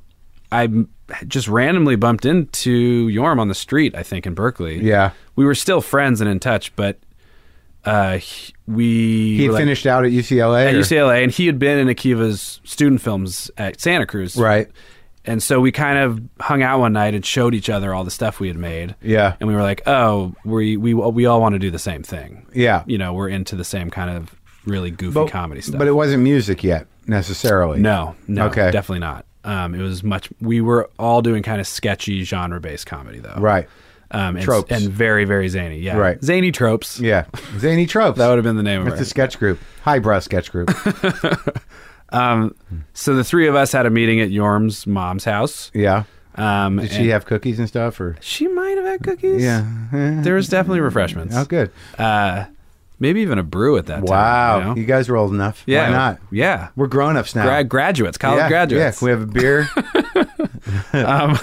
[SPEAKER 4] I m- just randomly bumped into Yorm on the street, I think, in Berkeley.
[SPEAKER 2] Yeah.
[SPEAKER 4] We were still friends and in touch, but uh, he- we
[SPEAKER 2] He
[SPEAKER 4] were, like,
[SPEAKER 2] finished out at UCLA.
[SPEAKER 4] at
[SPEAKER 2] or-
[SPEAKER 4] UCLA, and he had been in Akiva's student films at Santa Cruz.
[SPEAKER 2] Right.
[SPEAKER 4] And so we kind of hung out one night and showed each other all the stuff we had made.
[SPEAKER 2] Yeah.
[SPEAKER 4] And we were like, "Oh, we we we all want to do the same thing."
[SPEAKER 2] Yeah.
[SPEAKER 4] You know, we're into the same kind of really goofy comedy stuff.
[SPEAKER 2] But it wasn't music yet necessarily.
[SPEAKER 4] no, no,
[SPEAKER 2] Okay.
[SPEAKER 4] definitely not. Um, it was much. We were all doing kind of sketchy genre-based comedy, though.
[SPEAKER 2] Right.
[SPEAKER 4] Um, and,
[SPEAKER 2] Tropes.
[SPEAKER 4] and very, very zany. Yeah.
[SPEAKER 2] Right.
[SPEAKER 4] Zany tropes.
[SPEAKER 2] Yeah. Zany tropes.
[SPEAKER 4] That would have been the name of
[SPEAKER 2] That's
[SPEAKER 4] it.
[SPEAKER 2] the sketch group. Highbrow sketch group.
[SPEAKER 4] so the three of us had a meeting at Yorm's mom's house.
[SPEAKER 2] yeah.
[SPEAKER 4] Um,
[SPEAKER 2] Did
[SPEAKER 4] and-
[SPEAKER 2] she have cookies and stuff or?
[SPEAKER 4] She might have had cookies.
[SPEAKER 2] Yeah.
[SPEAKER 4] There was definitely refreshments.
[SPEAKER 2] Oh, good.
[SPEAKER 4] Uh, maybe even a brew at that
[SPEAKER 2] Wow.
[SPEAKER 4] time.
[SPEAKER 2] You,
[SPEAKER 4] you know?
[SPEAKER 2] guys are old enough.
[SPEAKER 4] Yeah.
[SPEAKER 2] Why not?
[SPEAKER 4] Yeah.
[SPEAKER 2] We're grown ups now.
[SPEAKER 4] Gra- graduates, college
[SPEAKER 2] yeah.
[SPEAKER 4] graduates.
[SPEAKER 2] Yeah. We have a beer.
[SPEAKER 4] um,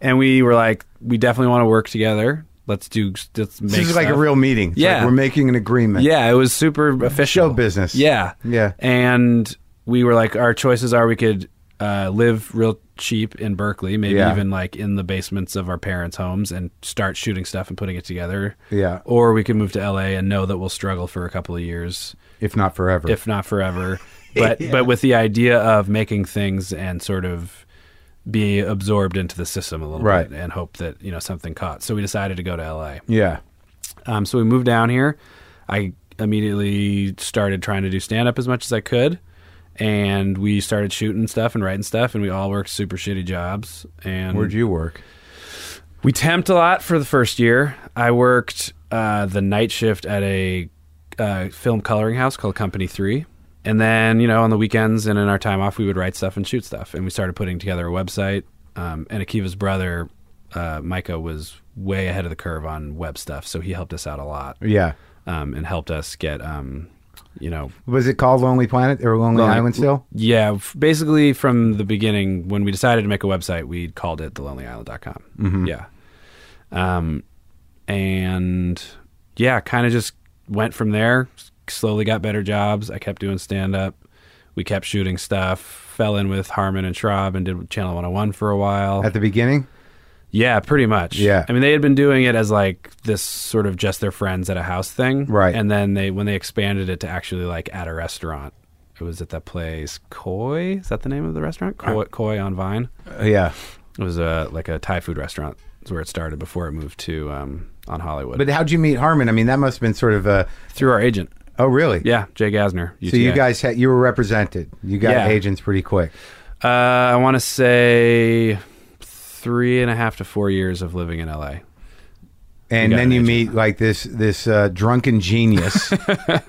[SPEAKER 4] and we were like, we definitely want to work together. Let's do, let's make
[SPEAKER 2] this is like a
[SPEAKER 4] stuff.
[SPEAKER 2] real meeting. It's
[SPEAKER 4] Yeah.
[SPEAKER 2] like we're making an agreement.
[SPEAKER 4] Yeah, it was super official.
[SPEAKER 2] Show business.
[SPEAKER 4] Yeah.
[SPEAKER 2] Yeah.
[SPEAKER 4] And we were like, our choices are we could uh, live real cheap in Berkeley, maybe
[SPEAKER 2] Yeah.
[SPEAKER 4] even like in the basements of our parents' homes and start shooting stuff and putting it together.
[SPEAKER 2] Yeah.
[SPEAKER 4] Or we could move to LA and know that we'll struggle for a couple of years,
[SPEAKER 2] If not forever.
[SPEAKER 4] if not forever. But but with the idea of making things and sort of be absorbed into the system a little
[SPEAKER 2] Right.
[SPEAKER 4] bit and hope that, you know, something caught. So we decided to go to LA.
[SPEAKER 2] yeah.
[SPEAKER 4] Um, so we moved down here. I immediately started trying to do stand up as much as I could. And we started shooting stuff and writing stuff, and we all worked super shitty jobs. And
[SPEAKER 2] Where'd you work?
[SPEAKER 4] we temped a lot for the first year. I worked uh, the night shift at a uh, film coloring house called Company Three. And then, you know, on the weekends and in our time off, we would write stuff and shoot stuff. And we started putting together a website. Um, and Akiva's brother, uh, Micah, was way ahead of the curve on web stuff. So he helped us out a lot
[SPEAKER 2] Yeah.
[SPEAKER 4] um, and helped us get, um, you know,
[SPEAKER 2] Was it called Lonely Planet or Lonely Island still?
[SPEAKER 4] yeah, f- basically from the beginning when we decided to make a website, we called it thelonelyisland.com. Mm-hmm. Yeah. Um, and yeah, kind of just went from there, s- slowly got better jobs. I kept doing stand up. We kept shooting stuff, fell in with Harmon and Schraub and did Channel 101 for a while.
[SPEAKER 2] At the beginning?
[SPEAKER 4] Yeah, pretty much.
[SPEAKER 2] Yeah.
[SPEAKER 4] I mean, they had been doing it as like this sort of just their friends at a house thing.
[SPEAKER 2] Right.
[SPEAKER 4] And then they, when they expanded it to actually like at a restaurant, it was at that place, Koi. Is that the name of the restaurant? Koi, Koi on Vine.
[SPEAKER 2] Uh, yeah.
[SPEAKER 4] It was a, like a Thai food restaurant. Is where it started before it moved to um, on Hollywood.
[SPEAKER 2] But how'd you meet Harmon? I mean, that must have been sort of a.
[SPEAKER 4] through our agent.
[SPEAKER 2] Oh, really?
[SPEAKER 4] Yeah, Jay Gasner.
[SPEAKER 2] So you
[SPEAKER 4] UTA.
[SPEAKER 2] guys had you were represented. You got
[SPEAKER 4] Yeah.
[SPEAKER 2] agents pretty quick.
[SPEAKER 4] Uh, I want to say three and a half to four years of living in LA.
[SPEAKER 2] And
[SPEAKER 4] got
[SPEAKER 2] then
[SPEAKER 4] an
[SPEAKER 2] you
[SPEAKER 4] agent.
[SPEAKER 2] meet like this this uh, drunken genius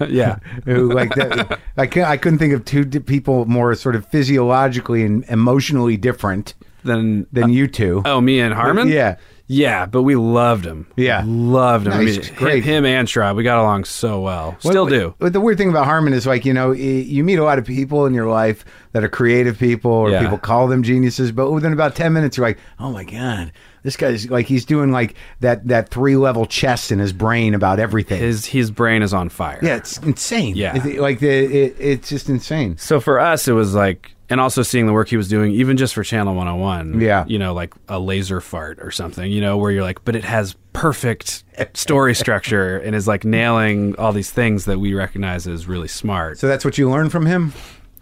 [SPEAKER 4] yeah.
[SPEAKER 2] who like that, I can I couldn't think of two di- people more sort of physiologically and emotionally different
[SPEAKER 4] Then
[SPEAKER 2] than you two.
[SPEAKER 4] Oh, me and Harmon?
[SPEAKER 2] Yeah.
[SPEAKER 4] Yeah, but we loved him.
[SPEAKER 2] Yeah.
[SPEAKER 4] Loved him.
[SPEAKER 2] No,
[SPEAKER 4] I
[SPEAKER 2] he's
[SPEAKER 4] mean,
[SPEAKER 2] great.
[SPEAKER 4] Him, him and Shroud, we got along so well. Still
[SPEAKER 2] What-
[SPEAKER 4] do.
[SPEAKER 2] But the weird thing about Harmon is like you know i- you meet a lot of people in your life that are creative people or
[SPEAKER 4] Yeah.
[SPEAKER 2] people call them geniuses, but within about ten minutes you're like, oh my god, this guy's like he's doing like that that three level chess in his brain about everything.
[SPEAKER 4] His his brain is on fire.
[SPEAKER 2] yeah, it's insane.
[SPEAKER 4] Yeah.
[SPEAKER 2] It- like the it, it's just insane.
[SPEAKER 4] So for us, it was like, and also seeing the work he was doing, even just for Channel 101.
[SPEAKER 2] Yeah.
[SPEAKER 4] You know, like a laser fart or something, you know, where you're like, but it has perfect story structure and is like nailing all these things that we recognize as really smart.
[SPEAKER 2] So that's what you learned from him.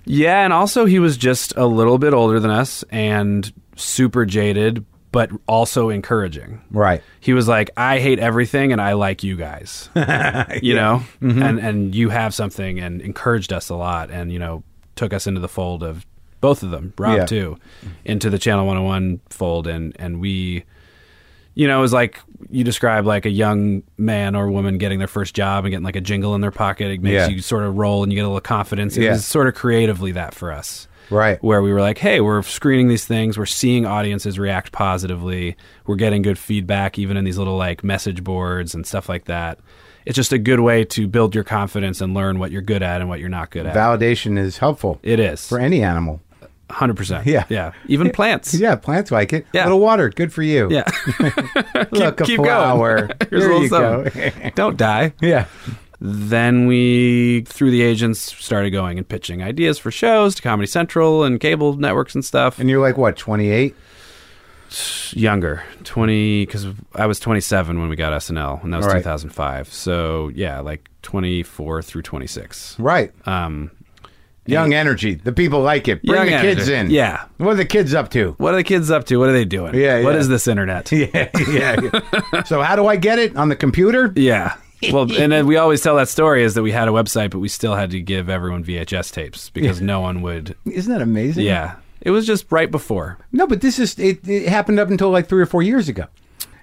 [SPEAKER 4] Yeah, and also he was just a little bit older than us and super jaded, but also encouraging.
[SPEAKER 2] Right.
[SPEAKER 4] He was like, "I hate everything, and I like you guys," you know,
[SPEAKER 2] Mm-hmm.
[SPEAKER 4] and and you have something, and encouraged us a lot, and you know, took us into the fold of both of them, Rob
[SPEAKER 2] Yeah.
[SPEAKER 4] too, into the Channel 101 fold, and and we you know, it was like you describe like a young man or woman getting their first job and getting like a jingle in their pocket. It makes
[SPEAKER 2] Yeah.
[SPEAKER 4] you sort of roll and you get a little confidence. It
[SPEAKER 2] Yeah.
[SPEAKER 4] was sort of creatively that for us.
[SPEAKER 2] Right.
[SPEAKER 4] Where we were like, hey, we're screening these things, we're seeing audiences react positively, we're getting good feedback even in these little like message boards and stuff like that. It's just a good way to build your confidence and learn what you're good at and what you're not good at.
[SPEAKER 2] Validation is helpful
[SPEAKER 4] it is.
[SPEAKER 2] for any animal.
[SPEAKER 4] 100%.
[SPEAKER 2] Yeah.
[SPEAKER 4] Yeah. Even plants.
[SPEAKER 2] Yeah, plants like it.
[SPEAKER 4] Yeah.
[SPEAKER 2] little water, good for you.
[SPEAKER 4] Yeah.
[SPEAKER 2] Look, a
[SPEAKER 4] keep going.
[SPEAKER 2] flower.
[SPEAKER 4] Here's a
[SPEAKER 2] there
[SPEAKER 4] little
[SPEAKER 2] you
[SPEAKER 4] something.
[SPEAKER 2] go.
[SPEAKER 4] Don't die.
[SPEAKER 2] yeah.
[SPEAKER 4] then we through the agents started going and pitching ideas for shows to comedy central and cable networks and stuff
[SPEAKER 2] And you're like what, 28?
[SPEAKER 4] younger 20 because i was 27 when we got snl and that was
[SPEAKER 2] All right.
[SPEAKER 4] 2005 so yeah like 24 through 26
[SPEAKER 2] Right.
[SPEAKER 4] um
[SPEAKER 2] Young energy. The people like it. Bring
[SPEAKER 4] Young
[SPEAKER 2] the kids
[SPEAKER 4] energy.
[SPEAKER 2] in.
[SPEAKER 4] Yeah.
[SPEAKER 2] What are the kids up to?
[SPEAKER 4] what are the kids up to what are they doing
[SPEAKER 2] Yeah,
[SPEAKER 4] what
[SPEAKER 2] yeah.
[SPEAKER 4] is this internet
[SPEAKER 2] Yeah, yeah. yeah. so how do I get it on the computer?
[SPEAKER 4] yeah well and then we always tell that story is that we had a website but we still had to give everyone vhs tapes because no one would
[SPEAKER 2] Isn't that amazing?
[SPEAKER 4] yeah it was just right before
[SPEAKER 2] No, but this is it, it happened up until like 3 or 4 years ago.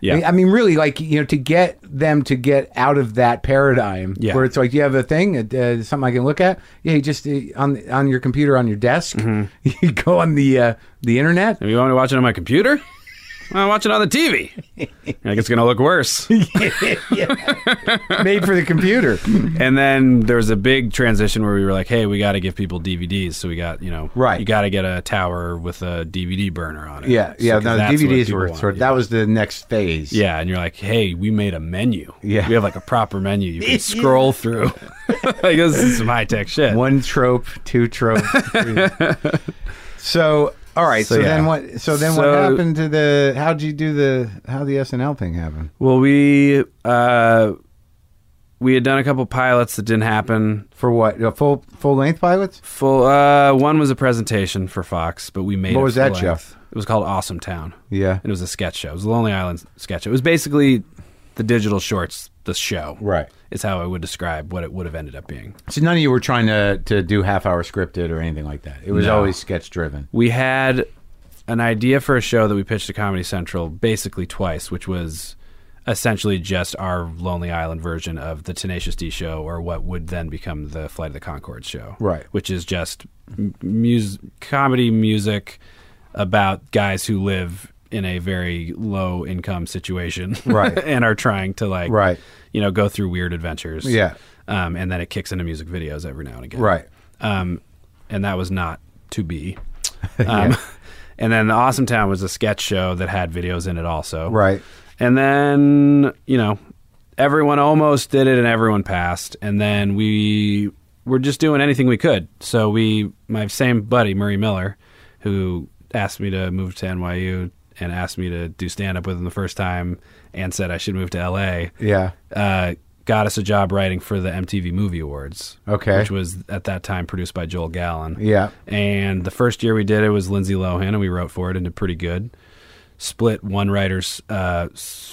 [SPEAKER 4] Yeah.
[SPEAKER 2] I mean, I mean, really, like you know, to get them to get out of that paradigm
[SPEAKER 4] Yeah.
[SPEAKER 2] where it's like, you have a thing, uh, something I can look at. Yeah, you just uh, on on your computer on your desk,
[SPEAKER 4] Mm-hmm.
[SPEAKER 2] you go on the uh, the internet.
[SPEAKER 4] You want me to watch it on my computer? I watch it on the TV. like it's gonna look worse.
[SPEAKER 2] made for the computer.
[SPEAKER 4] And then there was a big transition where we were like, "Hey, we got to give people DVDs." So we got, you know,
[SPEAKER 2] Right.
[SPEAKER 4] You got to get a tower with a DVD burner on it.
[SPEAKER 2] Yeah,
[SPEAKER 4] So-
[SPEAKER 2] yeah.
[SPEAKER 4] 'cause
[SPEAKER 2] no, the
[SPEAKER 4] that's what
[SPEAKER 2] DVDs
[SPEAKER 4] people
[SPEAKER 2] were
[SPEAKER 4] want,
[SPEAKER 2] sort
[SPEAKER 4] yeah.
[SPEAKER 2] that was the next phase.
[SPEAKER 4] Yeah, and you're like, "Hey, we made a menu.
[SPEAKER 2] Yeah.
[SPEAKER 4] we have like a proper menu you can scroll through. like this is some high tech shit.
[SPEAKER 2] One trope, two trope. three. so all right. So,
[SPEAKER 4] So, yeah.
[SPEAKER 2] then what? So then what
[SPEAKER 4] So-
[SPEAKER 2] happened to the? How'd you do the? How the SNL thing happen?
[SPEAKER 4] Well, we uh, we had done a couple pilots that didn't happen.
[SPEAKER 2] For what? Uh, full full length pilots?
[SPEAKER 4] Full. Uh, one was a presentation for Fox, but we made.
[SPEAKER 2] What
[SPEAKER 4] it
[SPEAKER 2] was that
[SPEAKER 4] full length.
[SPEAKER 2] show?
[SPEAKER 4] It was called Awesome Town,
[SPEAKER 2] Yeah.
[SPEAKER 4] and it was a sketch show. It was a Lonely Island sketch. show. It was basically the digital shorts, the show.
[SPEAKER 2] Right.
[SPEAKER 4] Is how I would describe what it would have ended up being.
[SPEAKER 2] So none of you were trying to to do half hour scripted or anything like that. It was
[SPEAKER 4] No.
[SPEAKER 2] always sketch driven.
[SPEAKER 4] We had an idea for a show that we pitched to Comedy Central basically twice, which was essentially just our Lonely Island version of the Tenacious D show, or what would then become the Flight of the Concord show.
[SPEAKER 2] Right.
[SPEAKER 4] Which is just m- mus- comedy music about guys who live in a very low income situation.
[SPEAKER 2] Right.
[SPEAKER 4] and are trying to, like,
[SPEAKER 2] Right.
[SPEAKER 4] you know, go through weird adventures.
[SPEAKER 2] Yeah.
[SPEAKER 4] Um, and then it kicks into music videos every now and again
[SPEAKER 2] Right.
[SPEAKER 4] um, and that was not to be. Um, And then the Awesome Town was a sketch show that had videos in it also.
[SPEAKER 2] Right.
[SPEAKER 4] And then you know everyone almost did it and everyone passed. And then we were just doing anything we could. So we my same buddy Murray Miller, who asked me to move to NYU and asked me to do stand up with him the first time and said I should move to LA.
[SPEAKER 2] Yeah.
[SPEAKER 4] uh, got us a job writing for the MTV Movie Awards.
[SPEAKER 2] Okay.
[SPEAKER 4] Which was at that time produced by Joel Gallen.
[SPEAKER 2] Yeah.
[SPEAKER 4] And the first year we did it was Lindsay Lohan, and we wrote for it and did pretty good. Split one writer's uh,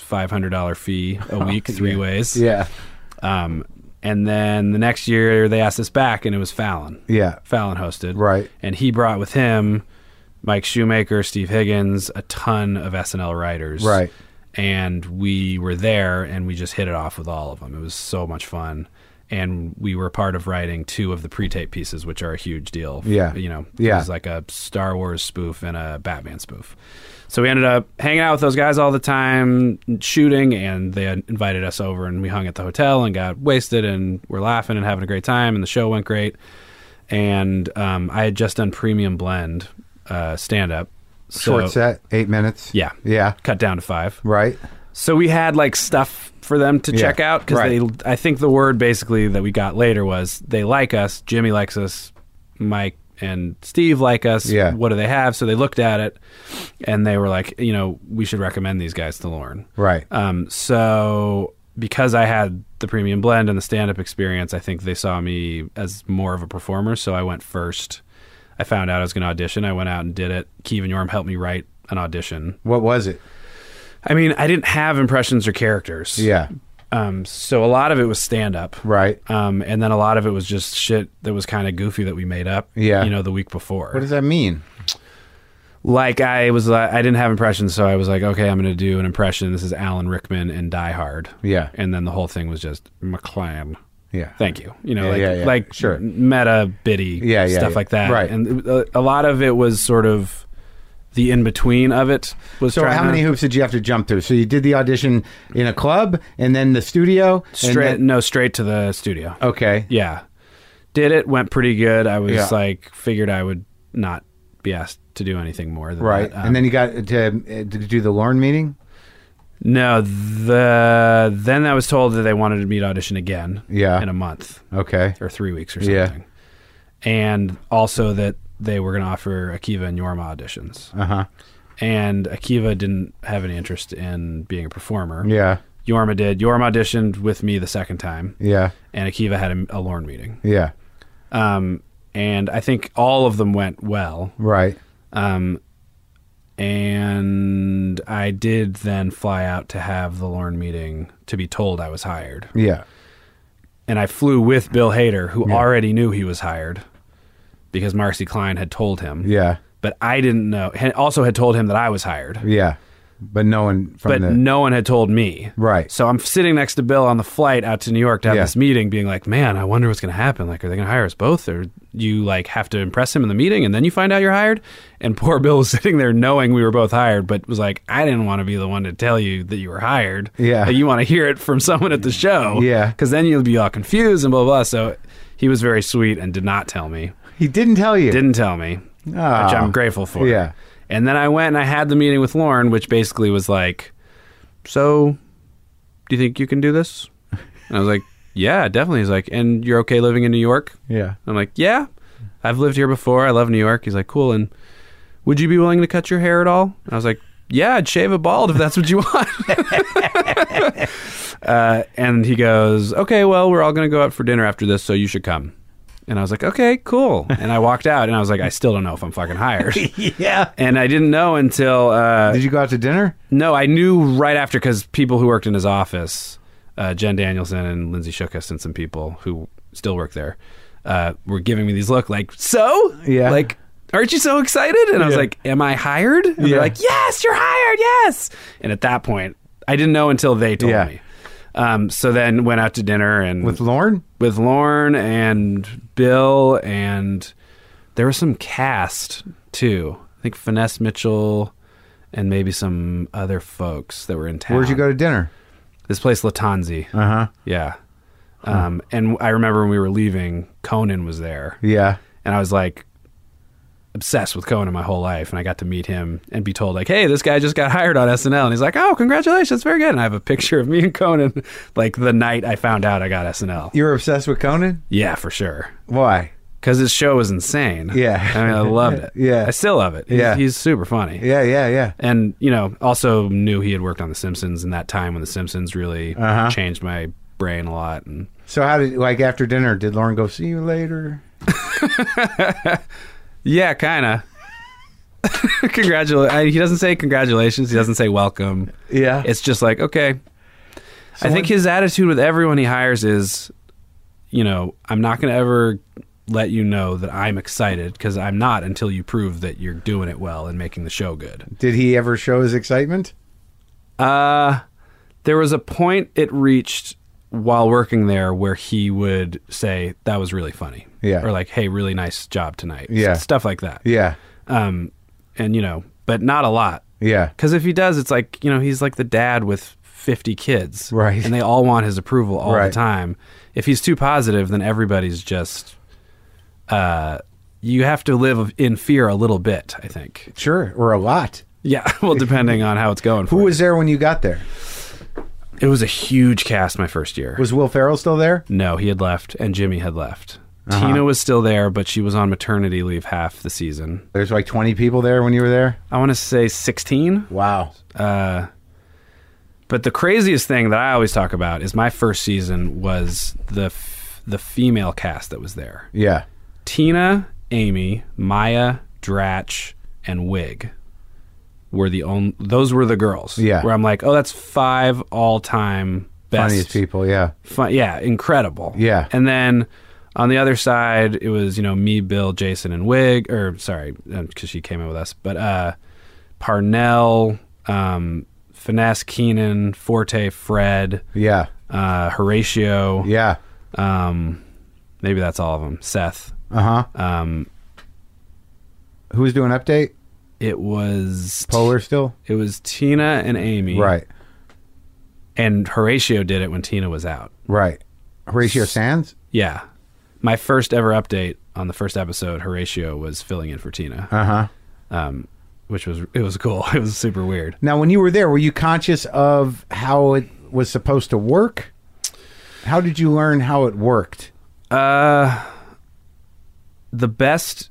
[SPEAKER 4] $500 fee a week, three ways.
[SPEAKER 2] Oh, Yeah.
[SPEAKER 4] Um, and then the next year they asked us back, and it was Fallon.
[SPEAKER 2] Yeah.
[SPEAKER 4] Fallon hosted.
[SPEAKER 2] Right.
[SPEAKER 4] And he brought with him Mike Shoemaker, Steve Higgins, a ton of SNL writers.
[SPEAKER 2] Right.
[SPEAKER 4] And we were there and we just hit it off with all of them. It was so much fun. And we were part of writing two of the pre tape pieces, which are a huge deal.
[SPEAKER 2] Yeah.
[SPEAKER 4] You know,
[SPEAKER 2] Yeah.
[SPEAKER 4] it was like a Star Wars spoof and a Batman spoof. So we ended up hanging out with those guys all the time, shooting, and they had invited us over and we hung at the hotel and got wasted and we're laughing and having a great time and the show went great and um, I had just done premium blend uh, stand up.
[SPEAKER 2] Short set, eight minutes.
[SPEAKER 4] Yeah.
[SPEAKER 2] Yeah.
[SPEAKER 4] Cut down to five.
[SPEAKER 2] Right.
[SPEAKER 4] So we had like stuff for them to
[SPEAKER 2] Yeah,
[SPEAKER 4] check out because
[SPEAKER 2] right.
[SPEAKER 4] they. I think the word basically that we got later was they like us. Jimmy likes us. Mike and Steve like us.
[SPEAKER 2] Yeah.
[SPEAKER 4] What do they have? So they looked at it, and they were like, you know, we should recommend these guys to Lauren.
[SPEAKER 2] Right.
[SPEAKER 4] Um, so because I had the premium blend and the stand up experience, I think they saw me as more of a performer. So I went first. I found out I was going to audition. I went out and did it. Keevan Yorm helped me write an audition.
[SPEAKER 2] What was it?
[SPEAKER 4] I mean, I didn't have impressions or characters.
[SPEAKER 2] Yeah.
[SPEAKER 4] Um, so a lot of it was stand up.
[SPEAKER 2] Right.
[SPEAKER 4] Um, and then a lot of it was just shit that was kind of goofy that we made up.
[SPEAKER 2] Yeah.
[SPEAKER 4] You know, the week before
[SPEAKER 2] What does that mean?
[SPEAKER 4] like I was like I didn't have impressions, so I was like, okay, I'm gonna do an impression. This is Alan Rickman in Die Hard.
[SPEAKER 2] Yeah.
[SPEAKER 4] and then the whole thing was just McClam.
[SPEAKER 2] Yeah.
[SPEAKER 4] Thank you. You know,
[SPEAKER 2] Yeah,
[SPEAKER 4] like
[SPEAKER 2] yeah, yeah.
[SPEAKER 4] like
[SPEAKER 2] Sure.
[SPEAKER 4] meta bitty
[SPEAKER 2] Yeah, yeah,
[SPEAKER 4] stuff
[SPEAKER 2] yeah.
[SPEAKER 4] like that.
[SPEAKER 2] Right.
[SPEAKER 4] and uh, a lot of it was sort of the in between of it was.
[SPEAKER 2] So
[SPEAKER 4] trying
[SPEAKER 2] how
[SPEAKER 4] to-
[SPEAKER 2] many hoops did you have to jump through? So you did the audition in a club and then the studio. and
[SPEAKER 4] straight?
[SPEAKER 2] then-
[SPEAKER 4] no, straight to the studio.
[SPEAKER 2] okay.
[SPEAKER 4] Yeah, did it went pretty good. I was
[SPEAKER 2] Yeah.
[SPEAKER 4] like figured I would not be asked to do anything more than
[SPEAKER 2] Right.
[SPEAKER 4] that. Um,
[SPEAKER 2] and then you got to uh, did you do the Lorne meeting?
[SPEAKER 4] No, the then I was told that they wanted me to audition again.
[SPEAKER 2] Yeah.
[SPEAKER 4] in a month
[SPEAKER 2] Okay.
[SPEAKER 4] or three weeks or something.
[SPEAKER 2] Yeah.
[SPEAKER 4] and also that they were going to offer Akiva and Yorma auditions.
[SPEAKER 2] Uh huh.
[SPEAKER 4] And Akiva didn't have any interest in being a performer.
[SPEAKER 2] Yeah.
[SPEAKER 4] Yorma did. Yorma auditioned with me the second time,
[SPEAKER 2] Yeah.
[SPEAKER 4] and Akiva had a, a Lorne meeting.
[SPEAKER 2] Yeah.
[SPEAKER 4] Um, and I think all of them went well.
[SPEAKER 2] Right.
[SPEAKER 4] Um, and I did then fly out to have the Lorne meeting to be told I was hired.
[SPEAKER 2] Yeah.
[SPEAKER 4] And I flew with Bill Hader, who already knew he was hired because Marcy Klein had told him.
[SPEAKER 2] Yeah.
[SPEAKER 4] But I didn't know. had- Also, had told him that I was hired.
[SPEAKER 2] Yeah. But no one from
[SPEAKER 4] But
[SPEAKER 2] the
[SPEAKER 4] no one had told me.
[SPEAKER 2] Right.
[SPEAKER 4] So I'm sitting next to Bill on the flight out to New York to have
[SPEAKER 2] Yeah.
[SPEAKER 4] this meeting, being like, man, I wonder what's going to happen. Like, are they going to hire us both? Or you like have to impress him in the meeting and then you find out you're hired? And poor Bill was sitting there knowing we were both hired, but was like, I didn't want to be the one to tell you that you were hired.
[SPEAKER 2] Yeah.
[SPEAKER 4] Like, you want to hear it from someone at the show.
[SPEAKER 2] Yeah.
[SPEAKER 4] Because then you'll be all confused and blah, blah. So he was very sweet and did not tell me
[SPEAKER 2] he didn't tell you. Ah,
[SPEAKER 4] didn't tell me, which I'm grateful for.
[SPEAKER 2] yeah.
[SPEAKER 4] And then I went and I had the meeting with Lauren, which basically was like, "So, do you think you can do this?" And I was like, "Yeah, definitely." He's like, "And you're okay living in New York?"
[SPEAKER 2] Yeah.
[SPEAKER 4] I'm like, "Yeah, I've lived here before. I love New York." He's like, "Cool." And would you be willing to cut your hair at all? And I was like, "Yeah, I'd shave it bald if that's what you want." uh, and he goes, "Okay, well, we're all going to go out for dinner after this, so you should come." And I was like, "Okay, cool." And I walked out, and I was like, "I still don't know if I'm fucking hired."
[SPEAKER 2] Yeah.
[SPEAKER 4] and I didn't know until uh,
[SPEAKER 2] Did you go out to dinner?
[SPEAKER 4] no, I knew right after because people who worked in his office, uh, Jen Danielson and Lindsay Shookus and some people who still work there, uh, were giving me these look like, so?
[SPEAKER 2] Yeah.
[SPEAKER 4] Like, aren't you so excited? And I was
[SPEAKER 2] Yeah.
[SPEAKER 4] like, am I hired? And
[SPEAKER 2] Yeah.
[SPEAKER 4] they're like, yes, you're hired, yes. And at that point, I didn't know until they told
[SPEAKER 2] Yeah.
[SPEAKER 4] me. Um, so then went out to dinner and
[SPEAKER 2] With Lorne?
[SPEAKER 4] with Lorne and Bill and there was some cast too. I think Finesse Mitchell and maybe some other folks that were in town.
[SPEAKER 2] Where'd you go to dinner?
[SPEAKER 4] This place Latanzi.
[SPEAKER 2] Uh-huh.
[SPEAKER 4] Yeah. Um, and I remember when we were leaving, Conan was there,
[SPEAKER 2] Yeah.
[SPEAKER 4] and I was like obsessed with Conan my whole life, and I got to meet him and be told like, "Hey, this guy just got hired on SNL," and he's like, "Oh, congratulations, very good." And I have a picture of me and Conan like the night I found out I got SNL.
[SPEAKER 2] You were obsessed with Conan?
[SPEAKER 4] Yeah, for sure.
[SPEAKER 2] Why?
[SPEAKER 4] because his show was insane.
[SPEAKER 2] Yeah.
[SPEAKER 4] I mean, I loved it.
[SPEAKER 2] Yeah.
[SPEAKER 4] I still love it. He's,
[SPEAKER 2] Yeah.
[SPEAKER 4] he's super funny.
[SPEAKER 2] Yeah, yeah, yeah.
[SPEAKER 4] and you know also knew he had worked on the simpsons in that time when the simpsons really
[SPEAKER 2] Uh-huh.
[SPEAKER 4] changed my brain a lot and
[SPEAKER 2] So how did like after dinner? Did Lauren go see you later?
[SPEAKER 4] yeah kind of congratulations he doesn't say congratulations he doesn't say welcome
[SPEAKER 2] Yeah.
[SPEAKER 4] it's just like okay i
[SPEAKER 2] Someone-
[SPEAKER 4] think his attitude with everyone he hires is you know i'm not going to ever let you know that i'm excited because i'm not until you prove that you're doing it well and making the show good
[SPEAKER 2] did he ever show his excitement?
[SPEAKER 4] Uh, there was a point it reached while working there where he would say, "That was really funny,"
[SPEAKER 2] Yeah.
[SPEAKER 4] or like, "Hey, really nice job tonight,"
[SPEAKER 2] Yeah.
[SPEAKER 4] stuff like that.
[SPEAKER 2] Yeah.
[SPEAKER 4] Um, and you know, but not a lot
[SPEAKER 2] Yeah.
[SPEAKER 4] because if he does, it's like you know he's like the dad with fifty kids,
[SPEAKER 2] Right.
[SPEAKER 4] And they all want his approval all
[SPEAKER 2] Right.
[SPEAKER 4] the time. If he's too positive, then everybody's just. Uh, you have to live in fear a little bit, I think.
[SPEAKER 2] Sure. Or a lot.
[SPEAKER 4] Yeah, well, depending on how it's going.
[SPEAKER 2] Who
[SPEAKER 4] for you.
[SPEAKER 2] was there when you got there?
[SPEAKER 4] It was a huge cast my first year.
[SPEAKER 2] Was Will Farrell still there?
[SPEAKER 4] no, he had left and Jimmy had left.
[SPEAKER 2] Uh-huh.
[SPEAKER 4] Tina was still there, but she was on maternity leave half the season.
[SPEAKER 2] There's like 20 people there when you were there.
[SPEAKER 4] I want to say 16.
[SPEAKER 2] Wow.
[SPEAKER 4] But the craziest thing that I always talk about is my first season was the f- the female cast that was there.
[SPEAKER 2] Yeah.
[SPEAKER 4] Tina, Amy, Maya, Dratch, and Wig were the only those were the girls.
[SPEAKER 2] Yeah.
[SPEAKER 4] Where I'm like, "Oh, that's five all-time best
[SPEAKER 2] Funniest people. Yeah.
[SPEAKER 4] fun, yeah, incredible.
[SPEAKER 2] Yeah.
[SPEAKER 4] And then on the other side, it was you know me, Bill, Jason, and Wig, or sorry, because she came in with us, but uh, Parnell, um, Finesse, Keenan, Forte, Fred,
[SPEAKER 2] Yeah.
[SPEAKER 4] uh, Horatio.
[SPEAKER 2] Yeah.
[SPEAKER 4] Um, maybe that's all of them. Seth.
[SPEAKER 2] Uh huh.
[SPEAKER 4] Um,
[SPEAKER 2] Who was doing update?
[SPEAKER 4] it was
[SPEAKER 2] Polar still?
[SPEAKER 4] it was Tina and Amy.
[SPEAKER 2] Right.
[SPEAKER 4] And Horatio did it when Tina was out.
[SPEAKER 2] Right. Horatio Sands?
[SPEAKER 4] Yeah. My first ever update on the first episode, Horatio was filling in for Tina.
[SPEAKER 2] Uh huh.
[SPEAKER 4] um, which was it was cool. It was super weird.
[SPEAKER 2] Now, when you were there, were you conscious of how it was supposed to work? How did you learn how it worked?
[SPEAKER 4] Uh, the best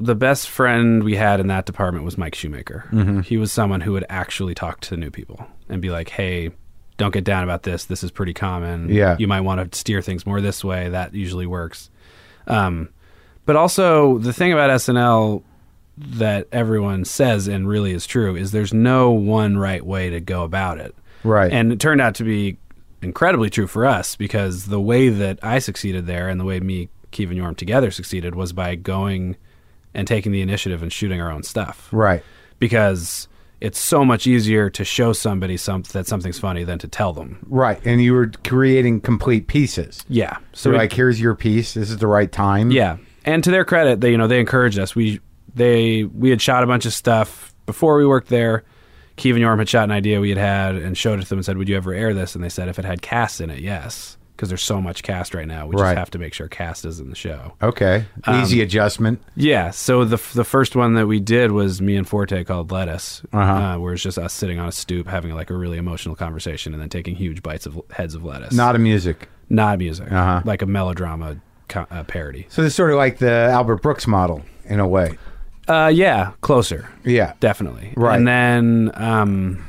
[SPEAKER 4] the best friend we had in that department was Mike Shoemaker. He was someone who would actually talk to new people and be like, "Hey, don't get down about this. This is pretty common.
[SPEAKER 2] Yeah.
[SPEAKER 4] you might want to steer things more this way. That usually works." Um, but also the thing about SNL that everyone says and really is true is there's no one right way to go about it.
[SPEAKER 2] Right.
[SPEAKER 4] And it turned out to be incredibly true for us because the way that I succeeded there and the way me, Keevan Yorm together succeeded was by going and taking the initiative and shooting our own stuff.
[SPEAKER 2] Right.
[SPEAKER 4] Because it's so much easier to show somebody some, that something's funny than to tell them.
[SPEAKER 2] Right. And you were creating complete pieces.
[SPEAKER 4] Yeah.
[SPEAKER 2] So,
[SPEAKER 4] we-
[SPEAKER 2] like, here's your piece. This is the right time.
[SPEAKER 4] Yeah, and to their credit, they you know they encouraged us. We they we had shot a bunch of stuff before we worked there. Kevin Yorm had shot an idea we had had and showed it to them and said, "Would you ever air this?" And they said, "If it had cast in it, yes." Because there's so much cast right now, we
[SPEAKER 2] Right.
[SPEAKER 4] just have to make sure cast is in the show.
[SPEAKER 2] Okay.
[SPEAKER 4] Um,
[SPEAKER 2] Easy adjustment.
[SPEAKER 4] Yeah. So the the first one that we did was me and Forte called Lettuce,
[SPEAKER 2] Uh-huh.
[SPEAKER 4] uh, where it's just us sitting on a stoop having like a really emotional conversation and then taking huge bites of heads of lettuce.
[SPEAKER 2] Not a music.
[SPEAKER 4] not music,
[SPEAKER 2] Uh-huh.
[SPEAKER 4] like a melodrama co- uh, parody.
[SPEAKER 2] So it's sort of like the Albert Brooks model in a way.
[SPEAKER 4] Uh, yeah, closer.
[SPEAKER 2] Yeah.
[SPEAKER 4] definitely
[SPEAKER 2] Right.
[SPEAKER 4] and then um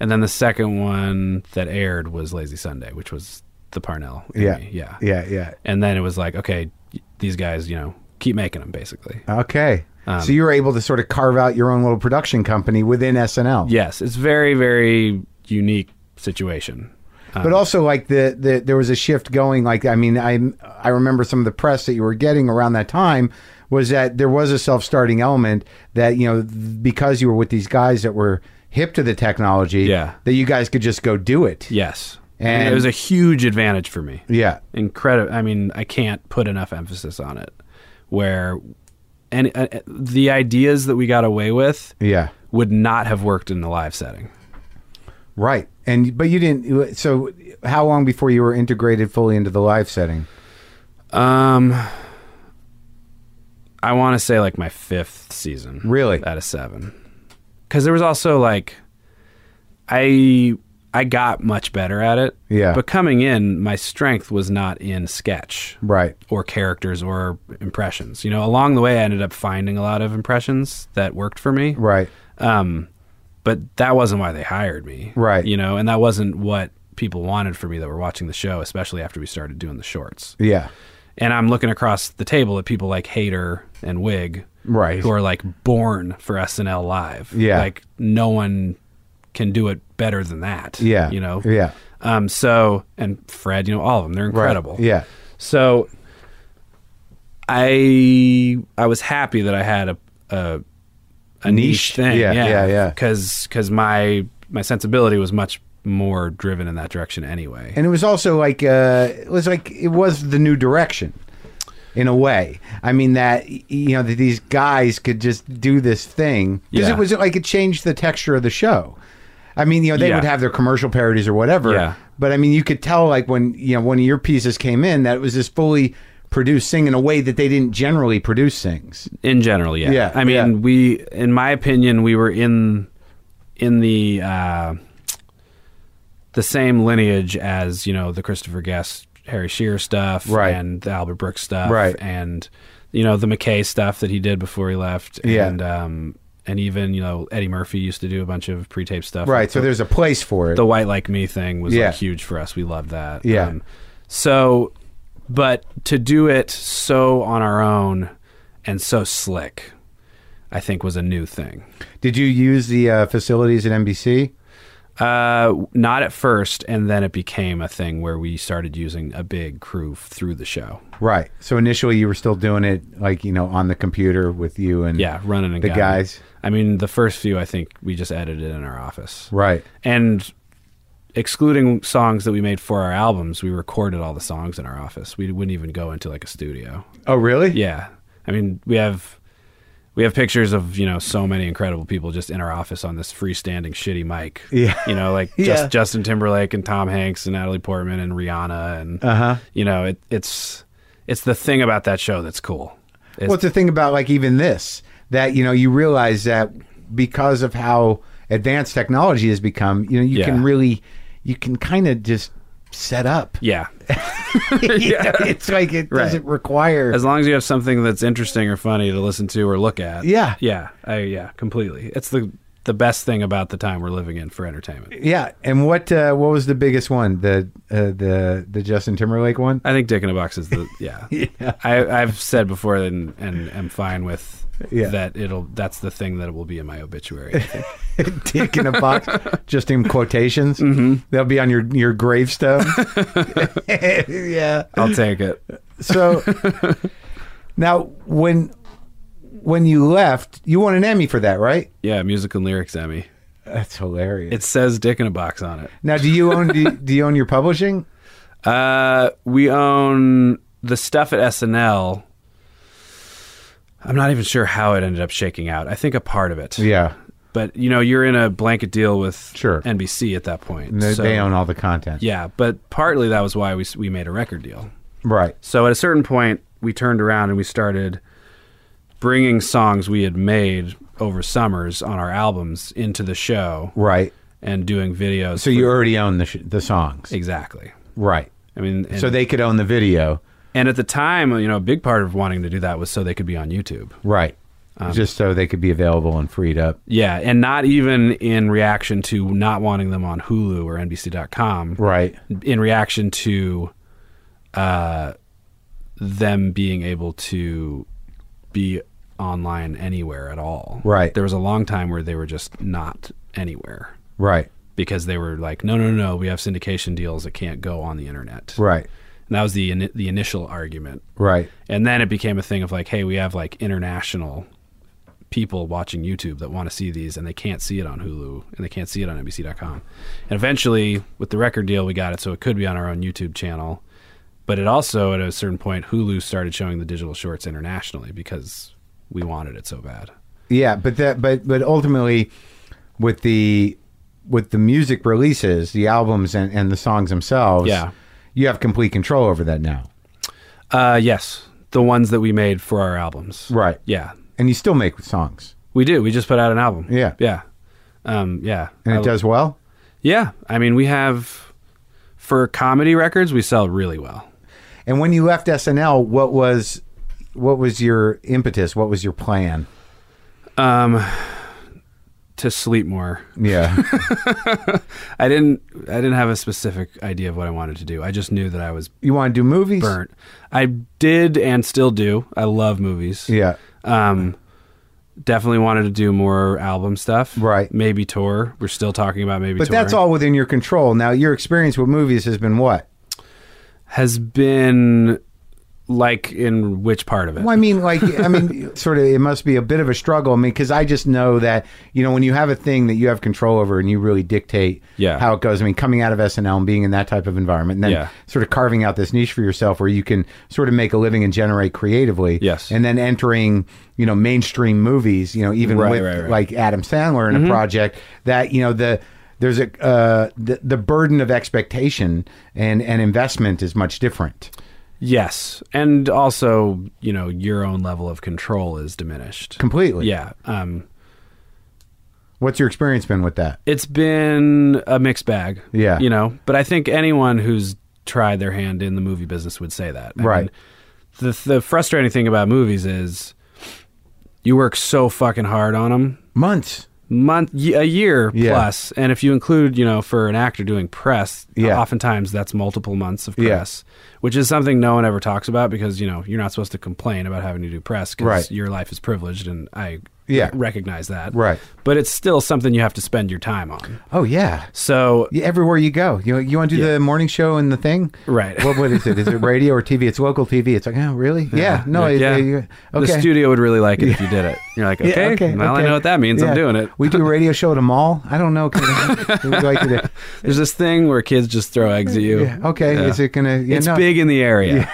[SPEAKER 4] and then the second one that aired was lazy sunday which was the parnell
[SPEAKER 2] Yeah.
[SPEAKER 4] movie. yeah
[SPEAKER 2] Yeah. Yeah.
[SPEAKER 4] and then it was like okay these guys you know keep making them basically
[SPEAKER 2] Okay.
[SPEAKER 4] Um,
[SPEAKER 2] so you were able to sort of carve out your own little production company within SNL.
[SPEAKER 4] yes it's very very unique situation
[SPEAKER 2] But also, like the, the there was a shift going. Like I mean, I I remember some of the press that you were getting around that time was that there was a self starting element that you know th- because you were with these guys that were hip to the technology.
[SPEAKER 4] Yeah.
[SPEAKER 2] That you guys could just go do it.
[SPEAKER 4] yes
[SPEAKER 2] And-
[SPEAKER 4] and it was a huge advantage for me
[SPEAKER 2] Yeah.
[SPEAKER 4] incredible. I mean, I can't put enough emphasis on it. Where, and uh, the ideas that we got away with,
[SPEAKER 2] Yeah.
[SPEAKER 4] would not have worked in the live setting.
[SPEAKER 2] Right. And but you didn't. So how long before you were integrated fully into the live setting?
[SPEAKER 4] Um, I want to say like my fifth season,
[SPEAKER 2] Really?
[SPEAKER 4] out of seven, because there was also like, I I got much better at it.
[SPEAKER 2] Yeah.
[SPEAKER 4] But coming in, my strength was not in sketch
[SPEAKER 2] Right.
[SPEAKER 4] or characters or impressions. You know, along the way, I ended up finding a lot of impressions that worked for me.
[SPEAKER 2] Right.
[SPEAKER 4] Um, but that wasn't why they hired me.
[SPEAKER 2] Right.
[SPEAKER 4] You know, and that wasn't what people wanted for me that were watching the show, especially after we started doing the shorts.
[SPEAKER 2] Yeah.
[SPEAKER 4] And I'm looking across the table at people like Hader and Wig,
[SPEAKER 2] Right.
[SPEAKER 4] Who are like born for SNL Live.
[SPEAKER 2] Yeah.
[SPEAKER 4] Like no one can do it better than that.
[SPEAKER 2] Yeah.
[SPEAKER 4] You know?
[SPEAKER 2] Yeah.
[SPEAKER 4] Um, so, and Fred, you know, all of them, they're
[SPEAKER 2] Right.
[SPEAKER 4] incredible.
[SPEAKER 2] Yeah.
[SPEAKER 4] So I I was happy that I had a a, a niche,
[SPEAKER 2] Niche?
[SPEAKER 4] thing.
[SPEAKER 2] Yeah, yeah, yeah.
[SPEAKER 4] Cuz cuz my my sensibility was much more driven in that direction anyway.
[SPEAKER 2] And it was also like uh, it was like it was the new direction, in a way. I mean that y- you know that these guys could just do this thing because
[SPEAKER 4] Yeah.
[SPEAKER 2] it was like it changed the texture of the show. I mean, you know, they
[SPEAKER 4] Yeah.
[SPEAKER 2] would have their commercial parodies or whatever.
[SPEAKER 4] Yeah.
[SPEAKER 2] But I mean, you could tell like when you know one of your pieces came in that it was this fully produced thing in a way that they didn't generally produce things.
[SPEAKER 4] in general, yeah.
[SPEAKER 2] Yeah,
[SPEAKER 4] I mean,
[SPEAKER 2] yeah.
[SPEAKER 4] we in my opinion, we were in in the uh the same lineage as, you know, the Christopher Guest, Harry Shearer stuff
[SPEAKER 2] Right.
[SPEAKER 4] and the Albert Brooks stuff
[SPEAKER 2] Right.
[SPEAKER 4] and you know, the McKay stuff that he did before he left
[SPEAKER 2] Yeah.
[SPEAKER 4] and um and even, you know, Eddie Murphy used to do a bunch of pre-tape stuff.
[SPEAKER 2] Right. So
[SPEAKER 4] there's
[SPEAKER 2] there's a place for it.
[SPEAKER 4] the white like me thing was
[SPEAKER 2] Yeah.
[SPEAKER 4] like huge for us. We loved that. Um,
[SPEAKER 2] Yeah.
[SPEAKER 4] so, but to do it so on our own and so slick, I think was a new thing.
[SPEAKER 2] Did you use the uh, facilities at NBC?
[SPEAKER 4] Uh, not at first, and then it became a thing where we started using a big crew f- through the show.
[SPEAKER 2] Right. So initially, you were still doing it like you know on the computer with you and
[SPEAKER 4] Yeah, running and
[SPEAKER 2] the
[SPEAKER 4] gunning.
[SPEAKER 2] guys.
[SPEAKER 4] I mean, the first few, I think we just edited in our office,
[SPEAKER 2] Right.
[SPEAKER 4] and excluding songs that we made for our albums, we recorded all the songs in our office. We wouldn't even go into like a studio.
[SPEAKER 2] Oh, really?
[SPEAKER 4] Yeah. I mean, we have we have pictures of, you know, so many incredible people just in our office on this freestanding shitty mic.
[SPEAKER 2] Yeah.
[SPEAKER 4] You know, like
[SPEAKER 2] Yeah.
[SPEAKER 4] just Justin Timberlake and Tom Hanks and Natalie Portman and Rihanna and
[SPEAKER 2] Uh-huh.
[SPEAKER 4] uh you know, it, it's it's the thing about that show that's cool. It's,
[SPEAKER 2] What's the thing about like even this that you know you realize that because of how advanced technology has become, you know, you
[SPEAKER 4] Yeah.
[SPEAKER 2] can really, you can kind of just set up.
[SPEAKER 4] yeah.
[SPEAKER 2] You know, it's like it
[SPEAKER 4] Right.
[SPEAKER 2] doesn't require.
[SPEAKER 4] As long as you have something that's interesting or funny to listen to or look at.
[SPEAKER 2] Yeah.
[SPEAKER 4] Yeah. I yeah, completely. It's the the best thing about the time we're living in for entertainment.
[SPEAKER 2] yeah. And what uh, what was the biggest one? The uh, the the Justin Timberlake one.
[SPEAKER 4] I think Dick in a Box is the yeah. I, I've said before and and am fine with
[SPEAKER 2] Yeah.
[SPEAKER 4] that it'll that's the thing that will be in my obituary. I think.
[SPEAKER 2] dick in a box, just in quotations.
[SPEAKER 4] Mm-hmm.
[SPEAKER 2] That'll be on your your gravestone. yeah.
[SPEAKER 4] I'll take it.
[SPEAKER 2] So now when when you left, you won an Emmy for that, right?
[SPEAKER 4] Yeah, music and lyrics Emmy.
[SPEAKER 2] That's hilarious.
[SPEAKER 4] It says Dick in a Box on it.
[SPEAKER 2] now, do you own do you, do you own your publishing?
[SPEAKER 4] Uh, we own the stuff at SNL. I'm not even sure how it ended up shaking out. I think a part of it.
[SPEAKER 2] Yeah.
[SPEAKER 4] But you know, you're in a blanket deal with
[SPEAKER 2] Sure.
[SPEAKER 4] NBC at that point.
[SPEAKER 2] And They,
[SPEAKER 4] so-
[SPEAKER 2] they own all the content.
[SPEAKER 4] Yeah, but partly that was why we s- we made a record deal.
[SPEAKER 2] Right.
[SPEAKER 4] So at a certain point, we turned around and we started bringing songs we had made over summers on our albums into the show
[SPEAKER 2] Right.
[SPEAKER 4] and doing videos.
[SPEAKER 2] So you already own the sh- the songs.
[SPEAKER 4] exactly.
[SPEAKER 2] Right.
[SPEAKER 4] I mean, and,
[SPEAKER 2] So they could own the video.
[SPEAKER 4] and at the time, you know, a big part of wanting to do that was so they could be on YouTube.
[SPEAKER 2] Right.
[SPEAKER 4] Um,
[SPEAKER 2] just so they could be available and freed up.
[SPEAKER 4] Yeah, and not even in reaction to not wanting them on Hulu or NBC.com.
[SPEAKER 2] Right.
[SPEAKER 4] in reaction to uh, them being able to be online anywhere at all.
[SPEAKER 2] Right.
[SPEAKER 4] There was a long time where they were just not anywhere
[SPEAKER 2] Right.
[SPEAKER 4] because they were like, no, no, no, no, we have syndication deals that can't go on the internet.
[SPEAKER 2] Right.
[SPEAKER 4] And that was the ini the initial argument,
[SPEAKER 2] Right.
[SPEAKER 4] and then it became a thing of like, hey, we have like international people watching YouTube that want to see these and they can't see it on Hulu and they can't see it on NBC.com. And eventually, with the record deal, we got it so it could be on our own YouTube channel. But it also, at a certain point, Hulu started showing the digital shorts internationally because we wanted it so bad.
[SPEAKER 2] Yeah, but that but but ultimately with the with the music releases, the albums and, and the songs themselves,
[SPEAKER 4] Yeah.
[SPEAKER 2] you have complete control over that now.
[SPEAKER 4] Uh, yes, the ones that we made for our albums.
[SPEAKER 2] Right.
[SPEAKER 4] Yeah,
[SPEAKER 2] And you still make songs.
[SPEAKER 4] we do. We just put out an album.
[SPEAKER 2] Yeah.
[SPEAKER 4] yeah, um, yeah.
[SPEAKER 2] And
[SPEAKER 4] I-
[SPEAKER 2] it does well?
[SPEAKER 4] Yeah, I mean, we have for comedy records, we sell really well.
[SPEAKER 2] And when you left SNL, what was what was your impetus? What was your plan?
[SPEAKER 4] To sleep more,
[SPEAKER 2] Yeah.
[SPEAKER 4] I didn't. I didn't have a specific idea of what I wanted to do. I just knew that I was
[SPEAKER 2] you want to do movies?
[SPEAKER 4] burnt. I did and still do. I love movies.
[SPEAKER 2] Yeah.
[SPEAKER 4] Um, definitely wanted to do more album stuff.
[SPEAKER 2] Right.
[SPEAKER 4] Maybe tour. We're still talking about maybe.
[SPEAKER 2] But that's
[SPEAKER 4] touring.
[SPEAKER 2] all within your control. Now, your experience with movies has been what?
[SPEAKER 4] has been like in which part of it?
[SPEAKER 2] Well, I mean, like, I mean, sort of, it must be a bit of a struggle. I mean, because I just know that, you know, when you have a thing that you have control over and you really dictate
[SPEAKER 4] Yeah.
[SPEAKER 2] how it goes, I mean, coming out of SNL and being in that type of environment and then
[SPEAKER 4] Yeah.
[SPEAKER 2] sort of carving out this niche for yourself where you can sort of make a living and generate creatively.
[SPEAKER 4] Yes.
[SPEAKER 2] And then entering, you know, mainstream movies, you know, even
[SPEAKER 4] Right,
[SPEAKER 2] with
[SPEAKER 4] right, Mm-hmm. right.
[SPEAKER 2] like Adam Sandler in a project that, you know, the, there's a uh, the, the burden of expectation and, and investment is much different.
[SPEAKER 4] Yes, and also you know your own level of control is diminished.
[SPEAKER 2] Completely.
[SPEAKER 4] Yeah. Um,
[SPEAKER 2] What's your experience been with that?
[SPEAKER 4] it's been a mixed bag.
[SPEAKER 2] Yeah.
[SPEAKER 4] You know, but I think anyone who's tried their hand in the movie business would say that. I
[SPEAKER 2] Right.
[SPEAKER 4] mean, the the frustrating thing about movies is you work so fucking hard on them
[SPEAKER 2] Months.
[SPEAKER 4] month y- a year
[SPEAKER 2] Yeah.
[SPEAKER 4] plus. and if you include you know for an actor doing press
[SPEAKER 2] Yeah.
[SPEAKER 4] oftentimes that's multiple months of
[SPEAKER 2] Yeah.
[SPEAKER 4] press which is something no one ever talks about because you know you're not supposed to complain about having to do press because
[SPEAKER 2] Right.
[SPEAKER 4] your life is privileged and i
[SPEAKER 2] Yeah.
[SPEAKER 4] recognize that
[SPEAKER 2] Right.
[SPEAKER 4] but it's still something you have to spend your time on
[SPEAKER 2] Oh yeah.
[SPEAKER 4] so
[SPEAKER 2] Yeah, Everywhere you go, you you want to do the morning show and the thing,
[SPEAKER 4] Right.
[SPEAKER 2] What what is it? Is it radio or TV? It's local TV. It's like, oh really? Yeah. No. it-
[SPEAKER 4] yeah,
[SPEAKER 2] it- you- okay.
[SPEAKER 4] the studio would really like it if you did it you're like
[SPEAKER 2] Yeah,
[SPEAKER 4] okay, well i
[SPEAKER 2] okay.
[SPEAKER 4] know what that means
[SPEAKER 2] Yeah.
[SPEAKER 4] i'm doing it
[SPEAKER 2] we do a radio show at a mall. I don't know. Can we- like it-
[SPEAKER 4] there's this thing where kids just throw eggs at you
[SPEAKER 2] yeah, okay.
[SPEAKER 4] Yeah.
[SPEAKER 2] Is it gonna? Yeah,
[SPEAKER 4] it's
[SPEAKER 2] no.
[SPEAKER 4] big in the area.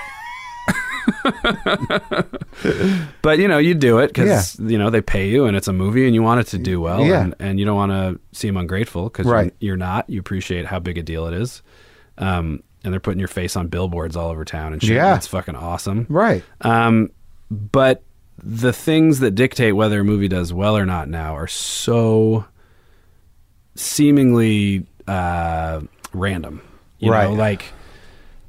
[SPEAKER 4] but you know, you do it because you know they pay you, and it's a movie, and you want it to do well,
[SPEAKER 2] Yeah.
[SPEAKER 4] and, and you don't want to seem ungrateful because
[SPEAKER 2] Right.
[SPEAKER 4] you're, not. You appreciate how big a deal it is, um, and they're putting your face on billboards all over town and shit.
[SPEAKER 2] Yeah.
[SPEAKER 4] it's fucking awesome.
[SPEAKER 2] Right.
[SPEAKER 4] Um, but the things that dictate whether a movie does well or not now are so seemingly uh, random. You
[SPEAKER 2] Right.
[SPEAKER 4] know, like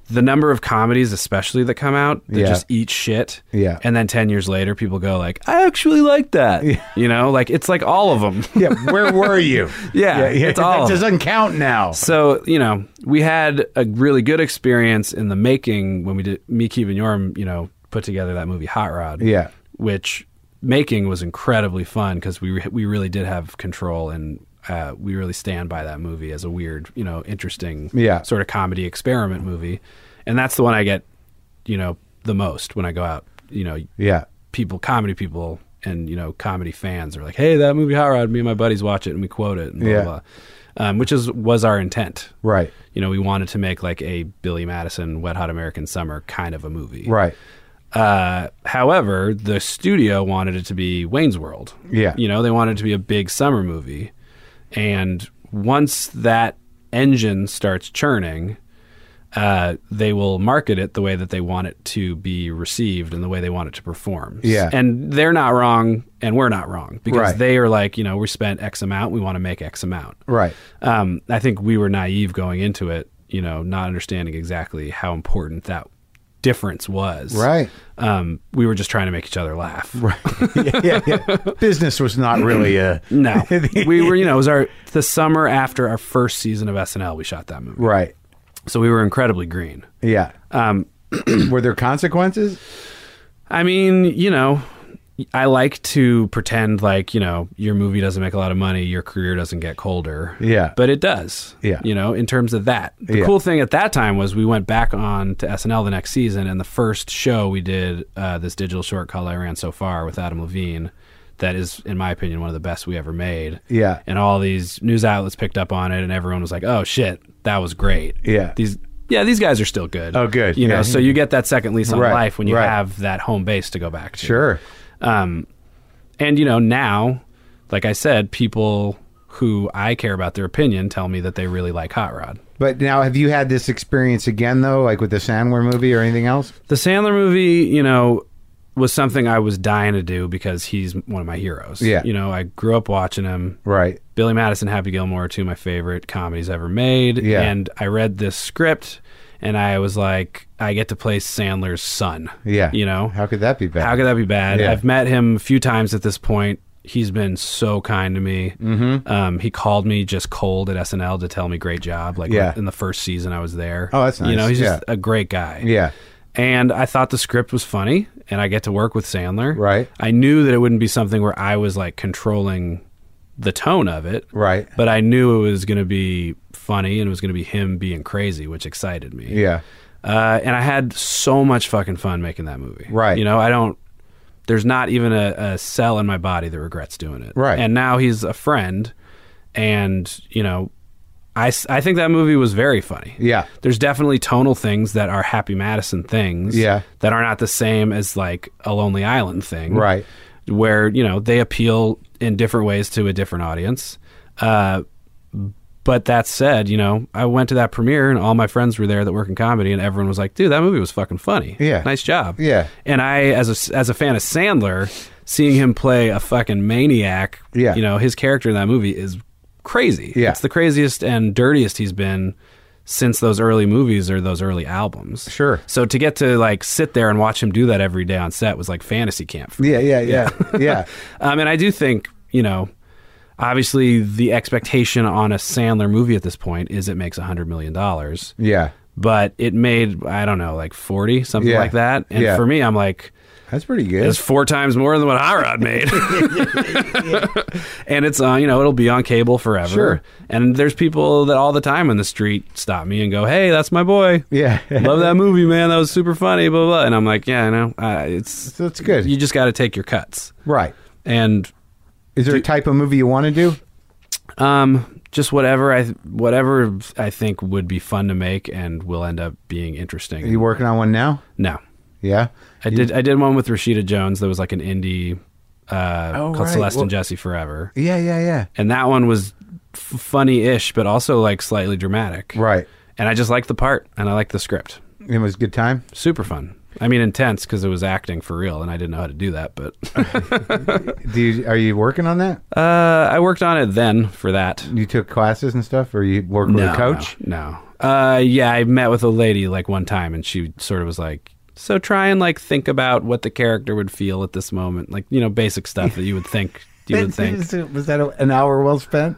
[SPEAKER 4] the number of comedies, especially that come out, that
[SPEAKER 2] Yeah.
[SPEAKER 4] just eat shit.
[SPEAKER 2] Yeah.
[SPEAKER 4] And then ten years later, people go like, "I actually like that." You know, like it's like all of them.
[SPEAKER 2] Yeah. Where were you?
[SPEAKER 4] Yeah, it's all-
[SPEAKER 2] That doesn't count now.
[SPEAKER 4] So you know, we had a really good experience in the making when we did me, Keith, and Yorm. You know, put together that movie Hot Rod.
[SPEAKER 2] Yeah.
[SPEAKER 4] which making was incredibly fun because we re- we really did have control and uh, we really stand by that movie as a weird, you know, interesting
[SPEAKER 2] Yeah.
[SPEAKER 4] sort of comedy experiment movie, and that's the one I get, you know, the most when I go out. You know,
[SPEAKER 2] Yeah.
[SPEAKER 4] people, comedy people, and you know, comedy fans are like, "Hey, that movie Hot Rod." Me and my buddies watch it and we quote it, and blah
[SPEAKER 2] Yeah.
[SPEAKER 4] blah, blah. Um, which is was our intent,
[SPEAKER 2] Right.
[SPEAKER 4] You know, we wanted to make like a Billy Madison Wet Hot American Summer kind of a movie,
[SPEAKER 2] Right.
[SPEAKER 4] uh, however, the studio wanted it to be Wayne's World.
[SPEAKER 2] Yeah.
[SPEAKER 4] You know, they wanted it to be a big summer movie. And once that engine starts churning, uh, they will market it the way that they want it to be received and the way they want it to perform.
[SPEAKER 2] Yeah.
[SPEAKER 4] And they're not wrong and we're not wrong because
[SPEAKER 2] Right.
[SPEAKER 4] they are like, you know, we spent X amount, we want to make X amount.
[SPEAKER 2] Right.
[SPEAKER 4] Um, I think we were naive going into it, you know, not understanding exactly how important that difference was.
[SPEAKER 2] Right.
[SPEAKER 4] Um, we were just trying to make each other laugh. Right.
[SPEAKER 2] Yeah, yeah, yeah. Business was not really a
[SPEAKER 4] No, we were, you know, it was our the summer after our first season of SNL. We shot that movie,
[SPEAKER 2] right.
[SPEAKER 4] so we were incredibly green.
[SPEAKER 2] Yeah.
[SPEAKER 4] Um,
[SPEAKER 2] were there consequences?
[SPEAKER 4] I mean, you know, I like to pretend like, you know, your movie doesn't make a lot of money, your career doesn't get colder.
[SPEAKER 2] Yeah.
[SPEAKER 4] But it does.
[SPEAKER 2] Yeah.
[SPEAKER 4] You know, in terms of that. The
[SPEAKER 2] Yeah.
[SPEAKER 4] cool thing at that time was we went back on to SNL the next season, and the first show we did, uh, this digital short called I Ran So Far with Adam Levine, that is, in my opinion, one of the best we ever made.
[SPEAKER 2] Yeah.
[SPEAKER 4] And all these news outlets picked up on it, and everyone was like, oh, shit, that was great.
[SPEAKER 2] Yeah.
[SPEAKER 4] These. Yeah, these guys are still good.
[SPEAKER 2] Oh, good.
[SPEAKER 4] You know,
[SPEAKER 2] Yeah.
[SPEAKER 4] so you get that second lease on
[SPEAKER 2] Right,
[SPEAKER 4] life when you
[SPEAKER 2] right.
[SPEAKER 4] have that home base to go back to.
[SPEAKER 2] Sure.
[SPEAKER 4] Um, and you know now, like I said, people who I care about their opinion tell me that they really like Hot Rod.
[SPEAKER 2] But now, have you had this experience again though, like with the Sandler movie or anything else?
[SPEAKER 4] The Sandler movie, you know, was something I was dying to do because he's one of my heroes.
[SPEAKER 2] Yeah.
[SPEAKER 4] You know, I grew up watching him.
[SPEAKER 2] Right.
[SPEAKER 4] Billy Madison, Happy Gilmore, are two of my favorite comedies ever made.
[SPEAKER 2] Yeah.
[SPEAKER 4] And I read this script and I was like, I get to play Sandler's son.
[SPEAKER 2] Yeah.
[SPEAKER 4] You know?
[SPEAKER 2] How could that be bad?
[SPEAKER 4] How could that be bad?
[SPEAKER 2] Yeah.
[SPEAKER 4] I've met him a few times at this point. He's been so kind to me. Mm-hmm. Um, he called me just cold at SNL to tell me great job. Like
[SPEAKER 2] Yeah.
[SPEAKER 4] in the first season I was there.
[SPEAKER 2] Oh, that's
[SPEAKER 4] You know,
[SPEAKER 2] nice.
[SPEAKER 4] he's just
[SPEAKER 2] Yeah.
[SPEAKER 4] a great guy.
[SPEAKER 2] yeah.
[SPEAKER 4] And I thought the script was funny and I get to work with Sandler.
[SPEAKER 2] Right.
[SPEAKER 4] I knew that it wouldn't be something where I was like controlling the tone of it.
[SPEAKER 2] Right.
[SPEAKER 4] But I knew it was going to be funny and it was going to be him being crazy, which excited me.
[SPEAKER 2] Yeah.
[SPEAKER 4] Uh, and I had so much fucking fun making that movie.
[SPEAKER 2] Right.
[SPEAKER 4] You know, I don't. There's not even a, a cell in my body that regrets doing it.
[SPEAKER 2] Right.
[SPEAKER 4] And now he's a friend, and you know, I s- I think that movie was very funny.
[SPEAKER 2] Yeah.
[SPEAKER 4] There's definitely tonal things that are Happy Madison things.
[SPEAKER 2] Yeah.
[SPEAKER 4] That are not the same as like a Lonely Island thing.
[SPEAKER 2] Right.
[SPEAKER 4] Where you know they appeal in different ways to a different audience. Uh, but that said, you know, I went to that premiere and all my friends were there that work in comedy, and everyone was like, "Dude, that movie was fucking funny.
[SPEAKER 2] Yeah.
[SPEAKER 4] nice job.
[SPEAKER 2] Yeah.
[SPEAKER 4] And I, as a as a fan of Sandler, seeing him play a fucking maniac,
[SPEAKER 2] Yeah.
[SPEAKER 4] you know, his character in that movie is crazy.
[SPEAKER 2] Yeah.
[SPEAKER 4] it's the craziest and dirtiest he's been since those early movies or those early albums.
[SPEAKER 2] Sure.
[SPEAKER 4] So to get to like sit there and watch him do that every day on set was like fantasy camp. For me.
[SPEAKER 2] Yeah. Yeah. Yeah. Yeah.
[SPEAKER 4] Um, and I do think, you know, obviously the expectation on a Sandler movie at this point is it makes a hundred million dollars,
[SPEAKER 2] yeah.
[SPEAKER 4] but it made I don't know like forty something
[SPEAKER 2] Yeah.
[SPEAKER 4] like that. And
[SPEAKER 2] Yeah.
[SPEAKER 4] for me, I'm like,
[SPEAKER 2] That's pretty good.
[SPEAKER 4] it's four times more than what Hot Rod made. and it's on, you know, it'll be on cable forever.
[SPEAKER 2] Sure.
[SPEAKER 4] And there's people that all the time on the street stop me and go, "Hey, that's my boy."
[SPEAKER 2] yeah.
[SPEAKER 4] Love that movie, man. That was super funny, blah, blah. And I'm like, yeah, I know. Uh, it's,
[SPEAKER 2] So it's good.
[SPEAKER 4] You just got to take your cuts.
[SPEAKER 2] right.
[SPEAKER 4] And
[SPEAKER 2] Is there a type of movie you want to do?
[SPEAKER 4] Um, just whatever I whatever I think would be fun to make and will end up being
[SPEAKER 2] Are you
[SPEAKER 4] interesting.
[SPEAKER 2] working on one now?
[SPEAKER 4] No,
[SPEAKER 2] Yeah.
[SPEAKER 4] I did I did one with Rashida Jones that was like an indie uh,
[SPEAKER 2] Oh,
[SPEAKER 4] called
[SPEAKER 2] right.
[SPEAKER 4] Celeste
[SPEAKER 2] Well-
[SPEAKER 4] and Jesse Forever,
[SPEAKER 2] Yeah. Yeah. Yeah.
[SPEAKER 4] and that one was f- funny-ish but also like slightly dramatic.
[SPEAKER 2] Right.
[SPEAKER 4] And I just liked the part and I liked the script.
[SPEAKER 2] It was a good time.
[SPEAKER 4] Super fun. I mean, intense because it was acting for real, and I didn't know how to do that. But
[SPEAKER 2] Do you, are you working on that?
[SPEAKER 4] uh, I worked on it then for that.
[SPEAKER 2] You took classes and stuff, or you work with a coach?
[SPEAKER 4] No. no. Uh, yeah, I met with a lady like one time, and she sort of was like, "So try and like think about what the character would feel at this moment, like you know, basic stuff that you would think." You would think.
[SPEAKER 2] Was that a, an hour well spent?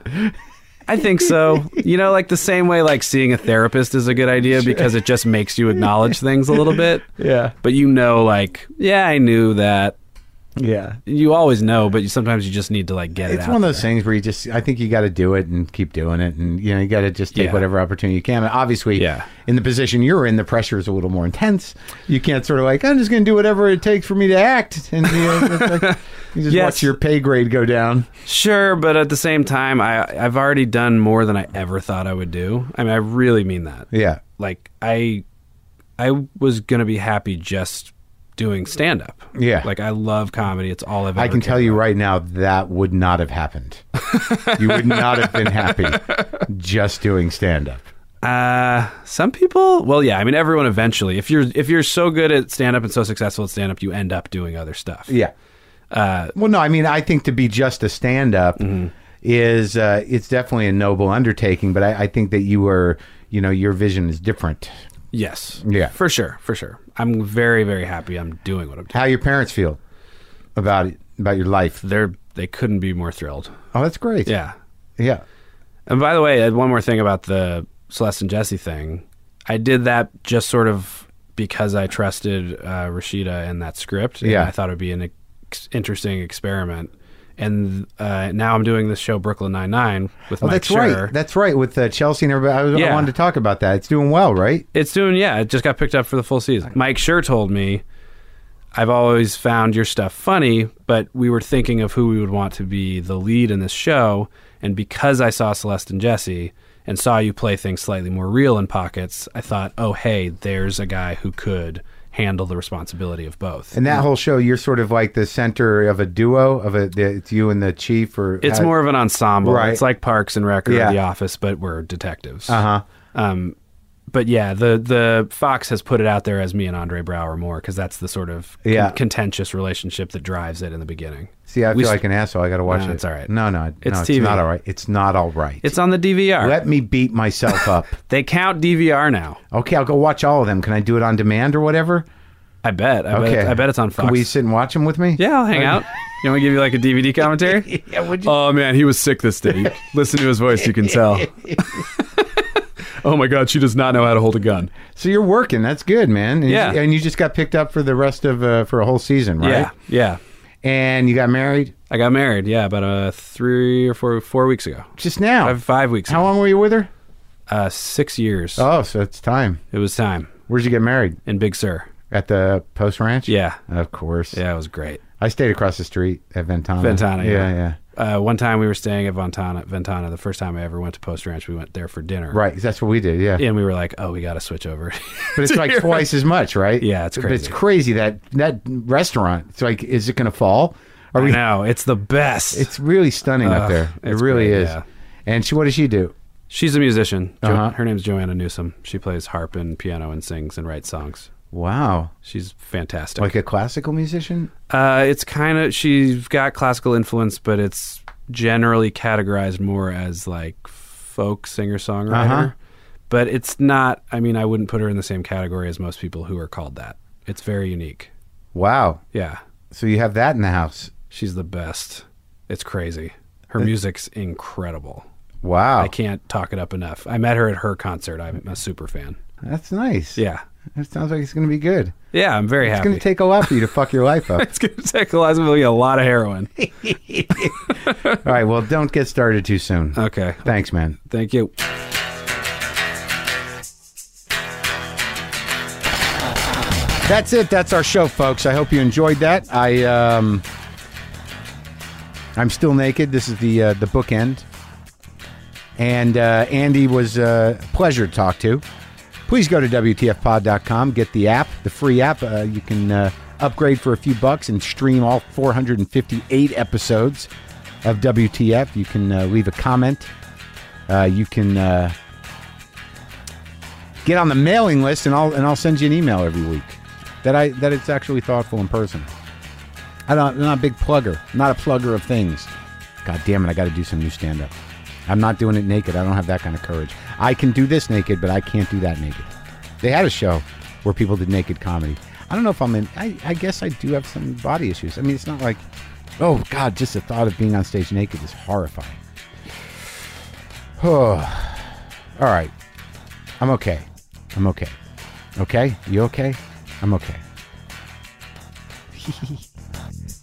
[SPEAKER 4] I think so. You know, like the same way, like seeing a therapist is a good idea because it just makes you acknowledge things a little bit.
[SPEAKER 2] Yeah.
[SPEAKER 4] But you know, like, yeah, I knew that.
[SPEAKER 2] Yeah.
[SPEAKER 4] You always know, but you, sometimes you just need to like get it
[SPEAKER 2] It's
[SPEAKER 4] out.
[SPEAKER 2] one of those things where you just, I think you got to do it and keep doing it. And, you know, you got to just take
[SPEAKER 4] Yeah.
[SPEAKER 2] whatever opportunity you can. And obviously,
[SPEAKER 4] Yeah.
[SPEAKER 2] in the position you're in, the pressure is a little more intense. You can't sort of like, I'm just going to do whatever it takes for me to act. And you, know, it's like, you just
[SPEAKER 4] Yes.
[SPEAKER 2] watch your pay grade go down.
[SPEAKER 4] Sure, but at the same time, I I've already done more than I ever thought I would do. I mean, I really mean that.
[SPEAKER 2] Yeah.
[SPEAKER 4] Like I I was gonna be happy just doing stand up.
[SPEAKER 2] Yeah.
[SPEAKER 4] Like I love comedy. It's all I've.
[SPEAKER 2] I
[SPEAKER 4] ever
[SPEAKER 2] can tell
[SPEAKER 4] cared
[SPEAKER 2] you
[SPEAKER 4] about.
[SPEAKER 2] right now that would not have happened. you would not have been happy just doing stand up.
[SPEAKER 4] Uh, some people. Well, yeah. I mean, everyone eventually. If you're if you're so good at stand up and so successful at stand up, you end up doing other stuff.
[SPEAKER 2] Yeah.
[SPEAKER 4] Uh,
[SPEAKER 2] well, no, I mean, I think to be just a stand up
[SPEAKER 4] Mm-hmm.
[SPEAKER 2] is uh, it's definitely a noble undertaking, but I, I think that you were, you know, your vision is different.
[SPEAKER 4] Yes.
[SPEAKER 2] Yeah.
[SPEAKER 4] For sure. For sure. I'm very very happy. I'm doing what I'm doing.
[SPEAKER 2] How your parents feel about it, about your life?
[SPEAKER 4] They're they couldn't be more thrilled.
[SPEAKER 2] Oh, that's great.
[SPEAKER 4] Yeah.
[SPEAKER 2] yeah,
[SPEAKER 4] And by the way, uh, one more thing about the Celeste and Jesse thing. I did that just sort of because I trusted uh, Rashida and that script. and
[SPEAKER 2] Yeah.
[SPEAKER 4] I thought it would be an ex- interesting experiment. And uh, now I'm doing this show, Brooklyn Nine-Nine, with
[SPEAKER 2] Oh,
[SPEAKER 4] Mike
[SPEAKER 2] that's
[SPEAKER 4] Schur.
[SPEAKER 2] right. That's right. With uh, Chelsea and everybody, I, was- I
[SPEAKER 4] Yeah.
[SPEAKER 2] wanted to talk about that. It's doing well, right?
[SPEAKER 4] It's doing, yeah, it just got picked up for the full season. Mike Schur told me, I've always found your stuff funny, but we were thinking of who we would want to be the lead in this show. And because I saw Celeste and Jesse and saw you play things slightly more real in pockets, I thought, oh, hey, there's a guy who could handle the responsibility of both.
[SPEAKER 2] And that whole show, you're sort of like the center of a duo of a. The, it's you and the chief, or uh,
[SPEAKER 4] it's more of an ensemble.
[SPEAKER 2] Right.
[SPEAKER 4] It's like Parks and Rec or
[SPEAKER 2] Yeah. uh-huh.
[SPEAKER 4] The Office, but we're detectives.
[SPEAKER 2] Uh huh.
[SPEAKER 4] Um, but yeah, the the Fox has put it out there as me and Andre Brower more because that's the sort of con-
[SPEAKER 2] Yeah.
[SPEAKER 4] contentious relationship that drives it in the beginning.
[SPEAKER 2] See, I
[SPEAKER 4] We
[SPEAKER 2] feel
[SPEAKER 4] s-
[SPEAKER 2] like an asshole. I got to watch
[SPEAKER 4] No,
[SPEAKER 2] it.
[SPEAKER 4] it's all right.
[SPEAKER 2] No, no, no,
[SPEAKER 4] It's
[SPEAKER 2] it's
[SPEAKER 4] TV.
[SPEAKER 2] not all right. It's not all right.
[SPEAKER 4] It's on the DVR.
[SPEAKER 2] Let me beat myself up.
[SPEAKER 4] They count DVR now.
[SPEAKER 2] okay, I'll go watch all of them. Can I do it on demand or whatever?
[SPEAKER 4] I bet. I,
[SPEAKER 2] Okay,
[SPEAKER 4] bet, I bet it's on Fox.
[SPEAKER 2] Can we sit and watch them with me?
[SPEAKER 4] yeah, I'll hang out. You want me to give you like a DVD commentary?
[SPEAKER 2] Yeah, would you?
[SPEAKER 4] Oh man, he was sick this day. You- Listen to his voice, you can tell. oh my god, she does not know how to hold a gun.
[SPEAKER 2] So you're working. That's good, man. And
[SPEAKER 4] Yeah.
[SPEAKER 2] You, and you just got picked up for the rest of uh, for a whole season, right?
[SPEAKER 4] Yeah, yeah.
[SPEAKER 2] And you got married
[SPEAKER 4] I got married. Yeah, about uh, three or four four weeks ago.
[SPEAKER 2] just now.
[SPEAKER 4] Five, five weeks.
[SPEAKER 2] How long were you with her?
[SPEAKER 4] ago. Uh, six years.
[SPEAKER 2] Oh, so it's time.
[SPEAKER 4] It was time
[SPEAKER 2] Where'd you get married?
[SPEAKER 4] in Big Sur.
[SPEAKER 2] At the post ranch?
[SPEAKER 4] Yeah,
[SPEAKER 2] Of course.
[SPEAKER 4] yeah. It was great.
[SPEAKER 2] I stayed across the street at Ventana.
[SPEAKER 4] Ventana,
[SPEAKER 2] Yeah,
[SPEAKER 4] yeah.
[SPEAKER 2] yeah.
[SPEAKER 4] Uh, one time we were staying at Ventana. Ventana. The first time I ever went to Post Ranch, we went there for dinner.
[SPEAKER 2] Right. That's what we did. Yeah.
[SPEAKER 4] And we were like, oh, we got to switch over.
[SPEAKER 2] But it's like twice as much, right?
[SPEAKER 4] Yeah, it's
[SPEAKER 2] But it's
[SPEAKER 4] crazy.
[SPEAKER 2] crazy that that restaurant. It's like, is it going to fall? Are
[SPEAKER 4] I
[SPEAKER 2] we?
[SPEAKER 4] know it's the best.
[SPEAKER 2] It's really stunning up
[SPEAKER 4] Ugh,
[SPEAKER 2] there. It
[SPEAKER 4] it's
[SPEAKER 2] really
[SPEAKER 4] great,
[SPEAKER 2] is.
[SPEAKER 4] yeah.
[SPEAKER 2] And she, what does she do?
[SPEAKER 4] She's a musician. Jo-
[SPEAKER 2] Uh-huh.
[SPEAKER 4] Her name's Joanna Newsom. She plays harp and piano and sings and writes songs.
[SPEAKER 2] Wow.
[SPEAKER 4] She's fantastic.
[SPEAKER 2] Like a classical musician?
[SPEAKER 4] uh, it's kind of she's got classical influence, but it's generally categorized more as like folk singer songwriter.
[SPEAKER 2] Uh-huh.
[SPEAKER 4] But it's not. I mean, I wouldn't put her in the same category as most people who are called that. It's very unique.
[SPEAKER 2] Wow.
[SPEAKER 4] Yeah,
[SPEAKER 2] So you have that in the house.
[SPEAKER 4] she's the best. It's crazy. Her music's incredible.
[SPEAKER 2] Wow.
[SPEAKER 4] I can't talk it up enough. I met her at her concert. I'm a super fan.
[SPEAKER 2] That's nice.
[SPEAKER 4] Yeah.
[SPEAKER 2] That sounds like it's going to be good.
[SPEAKER 4] Yeah, I'm very
[SPEAKER 2] It's
[SPEAKER 4] happy.
[SPEAKER 2] going to take a lot for you to fuck your life up.
[SPEAKER 4] It's going to take a lot of a lot of heroin.
[SPEAKER 2] All right. Well, don't get started too soon.
[SPEAKER 4] Okay.
[SPEAKER 2] Thanks, man.
[SPEAKER 4] Thank you.
[SPEAKER 2] That's it. That's our show, folks. I hope you enjoyed that. I um, I'm still naked. This is the uh, the bookend, and uh, Andy was uh, a pleasure to talk to. Please go to WTFpod.com, get the app, the free app. Uh, you can uh, upgrade for a few bucks and stream all 458 episodes of WTF. You can uh, leave a comment. Uh, you can uh, get on the mailing list and I'll and I'll send you an email every week that I that it's actually thoughtful in person. I don't, I'm not a big plugger, not a plugger of things. God damn it, I got to do some new stand up. I'm not doing it naked. I don't have that kind of courage. I can do this naked, but I can't do that naked. They had a show where people did naked comedy. I don't know if I'm in. I, I guess I do have some body issues. I mean, it's not like, oh God, just the thought of being on stage naked is horrifying. All right. I'm okay. I'm okay. Okay? You okay? I'm okay.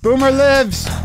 [SPEAKER 2] Boomer lives!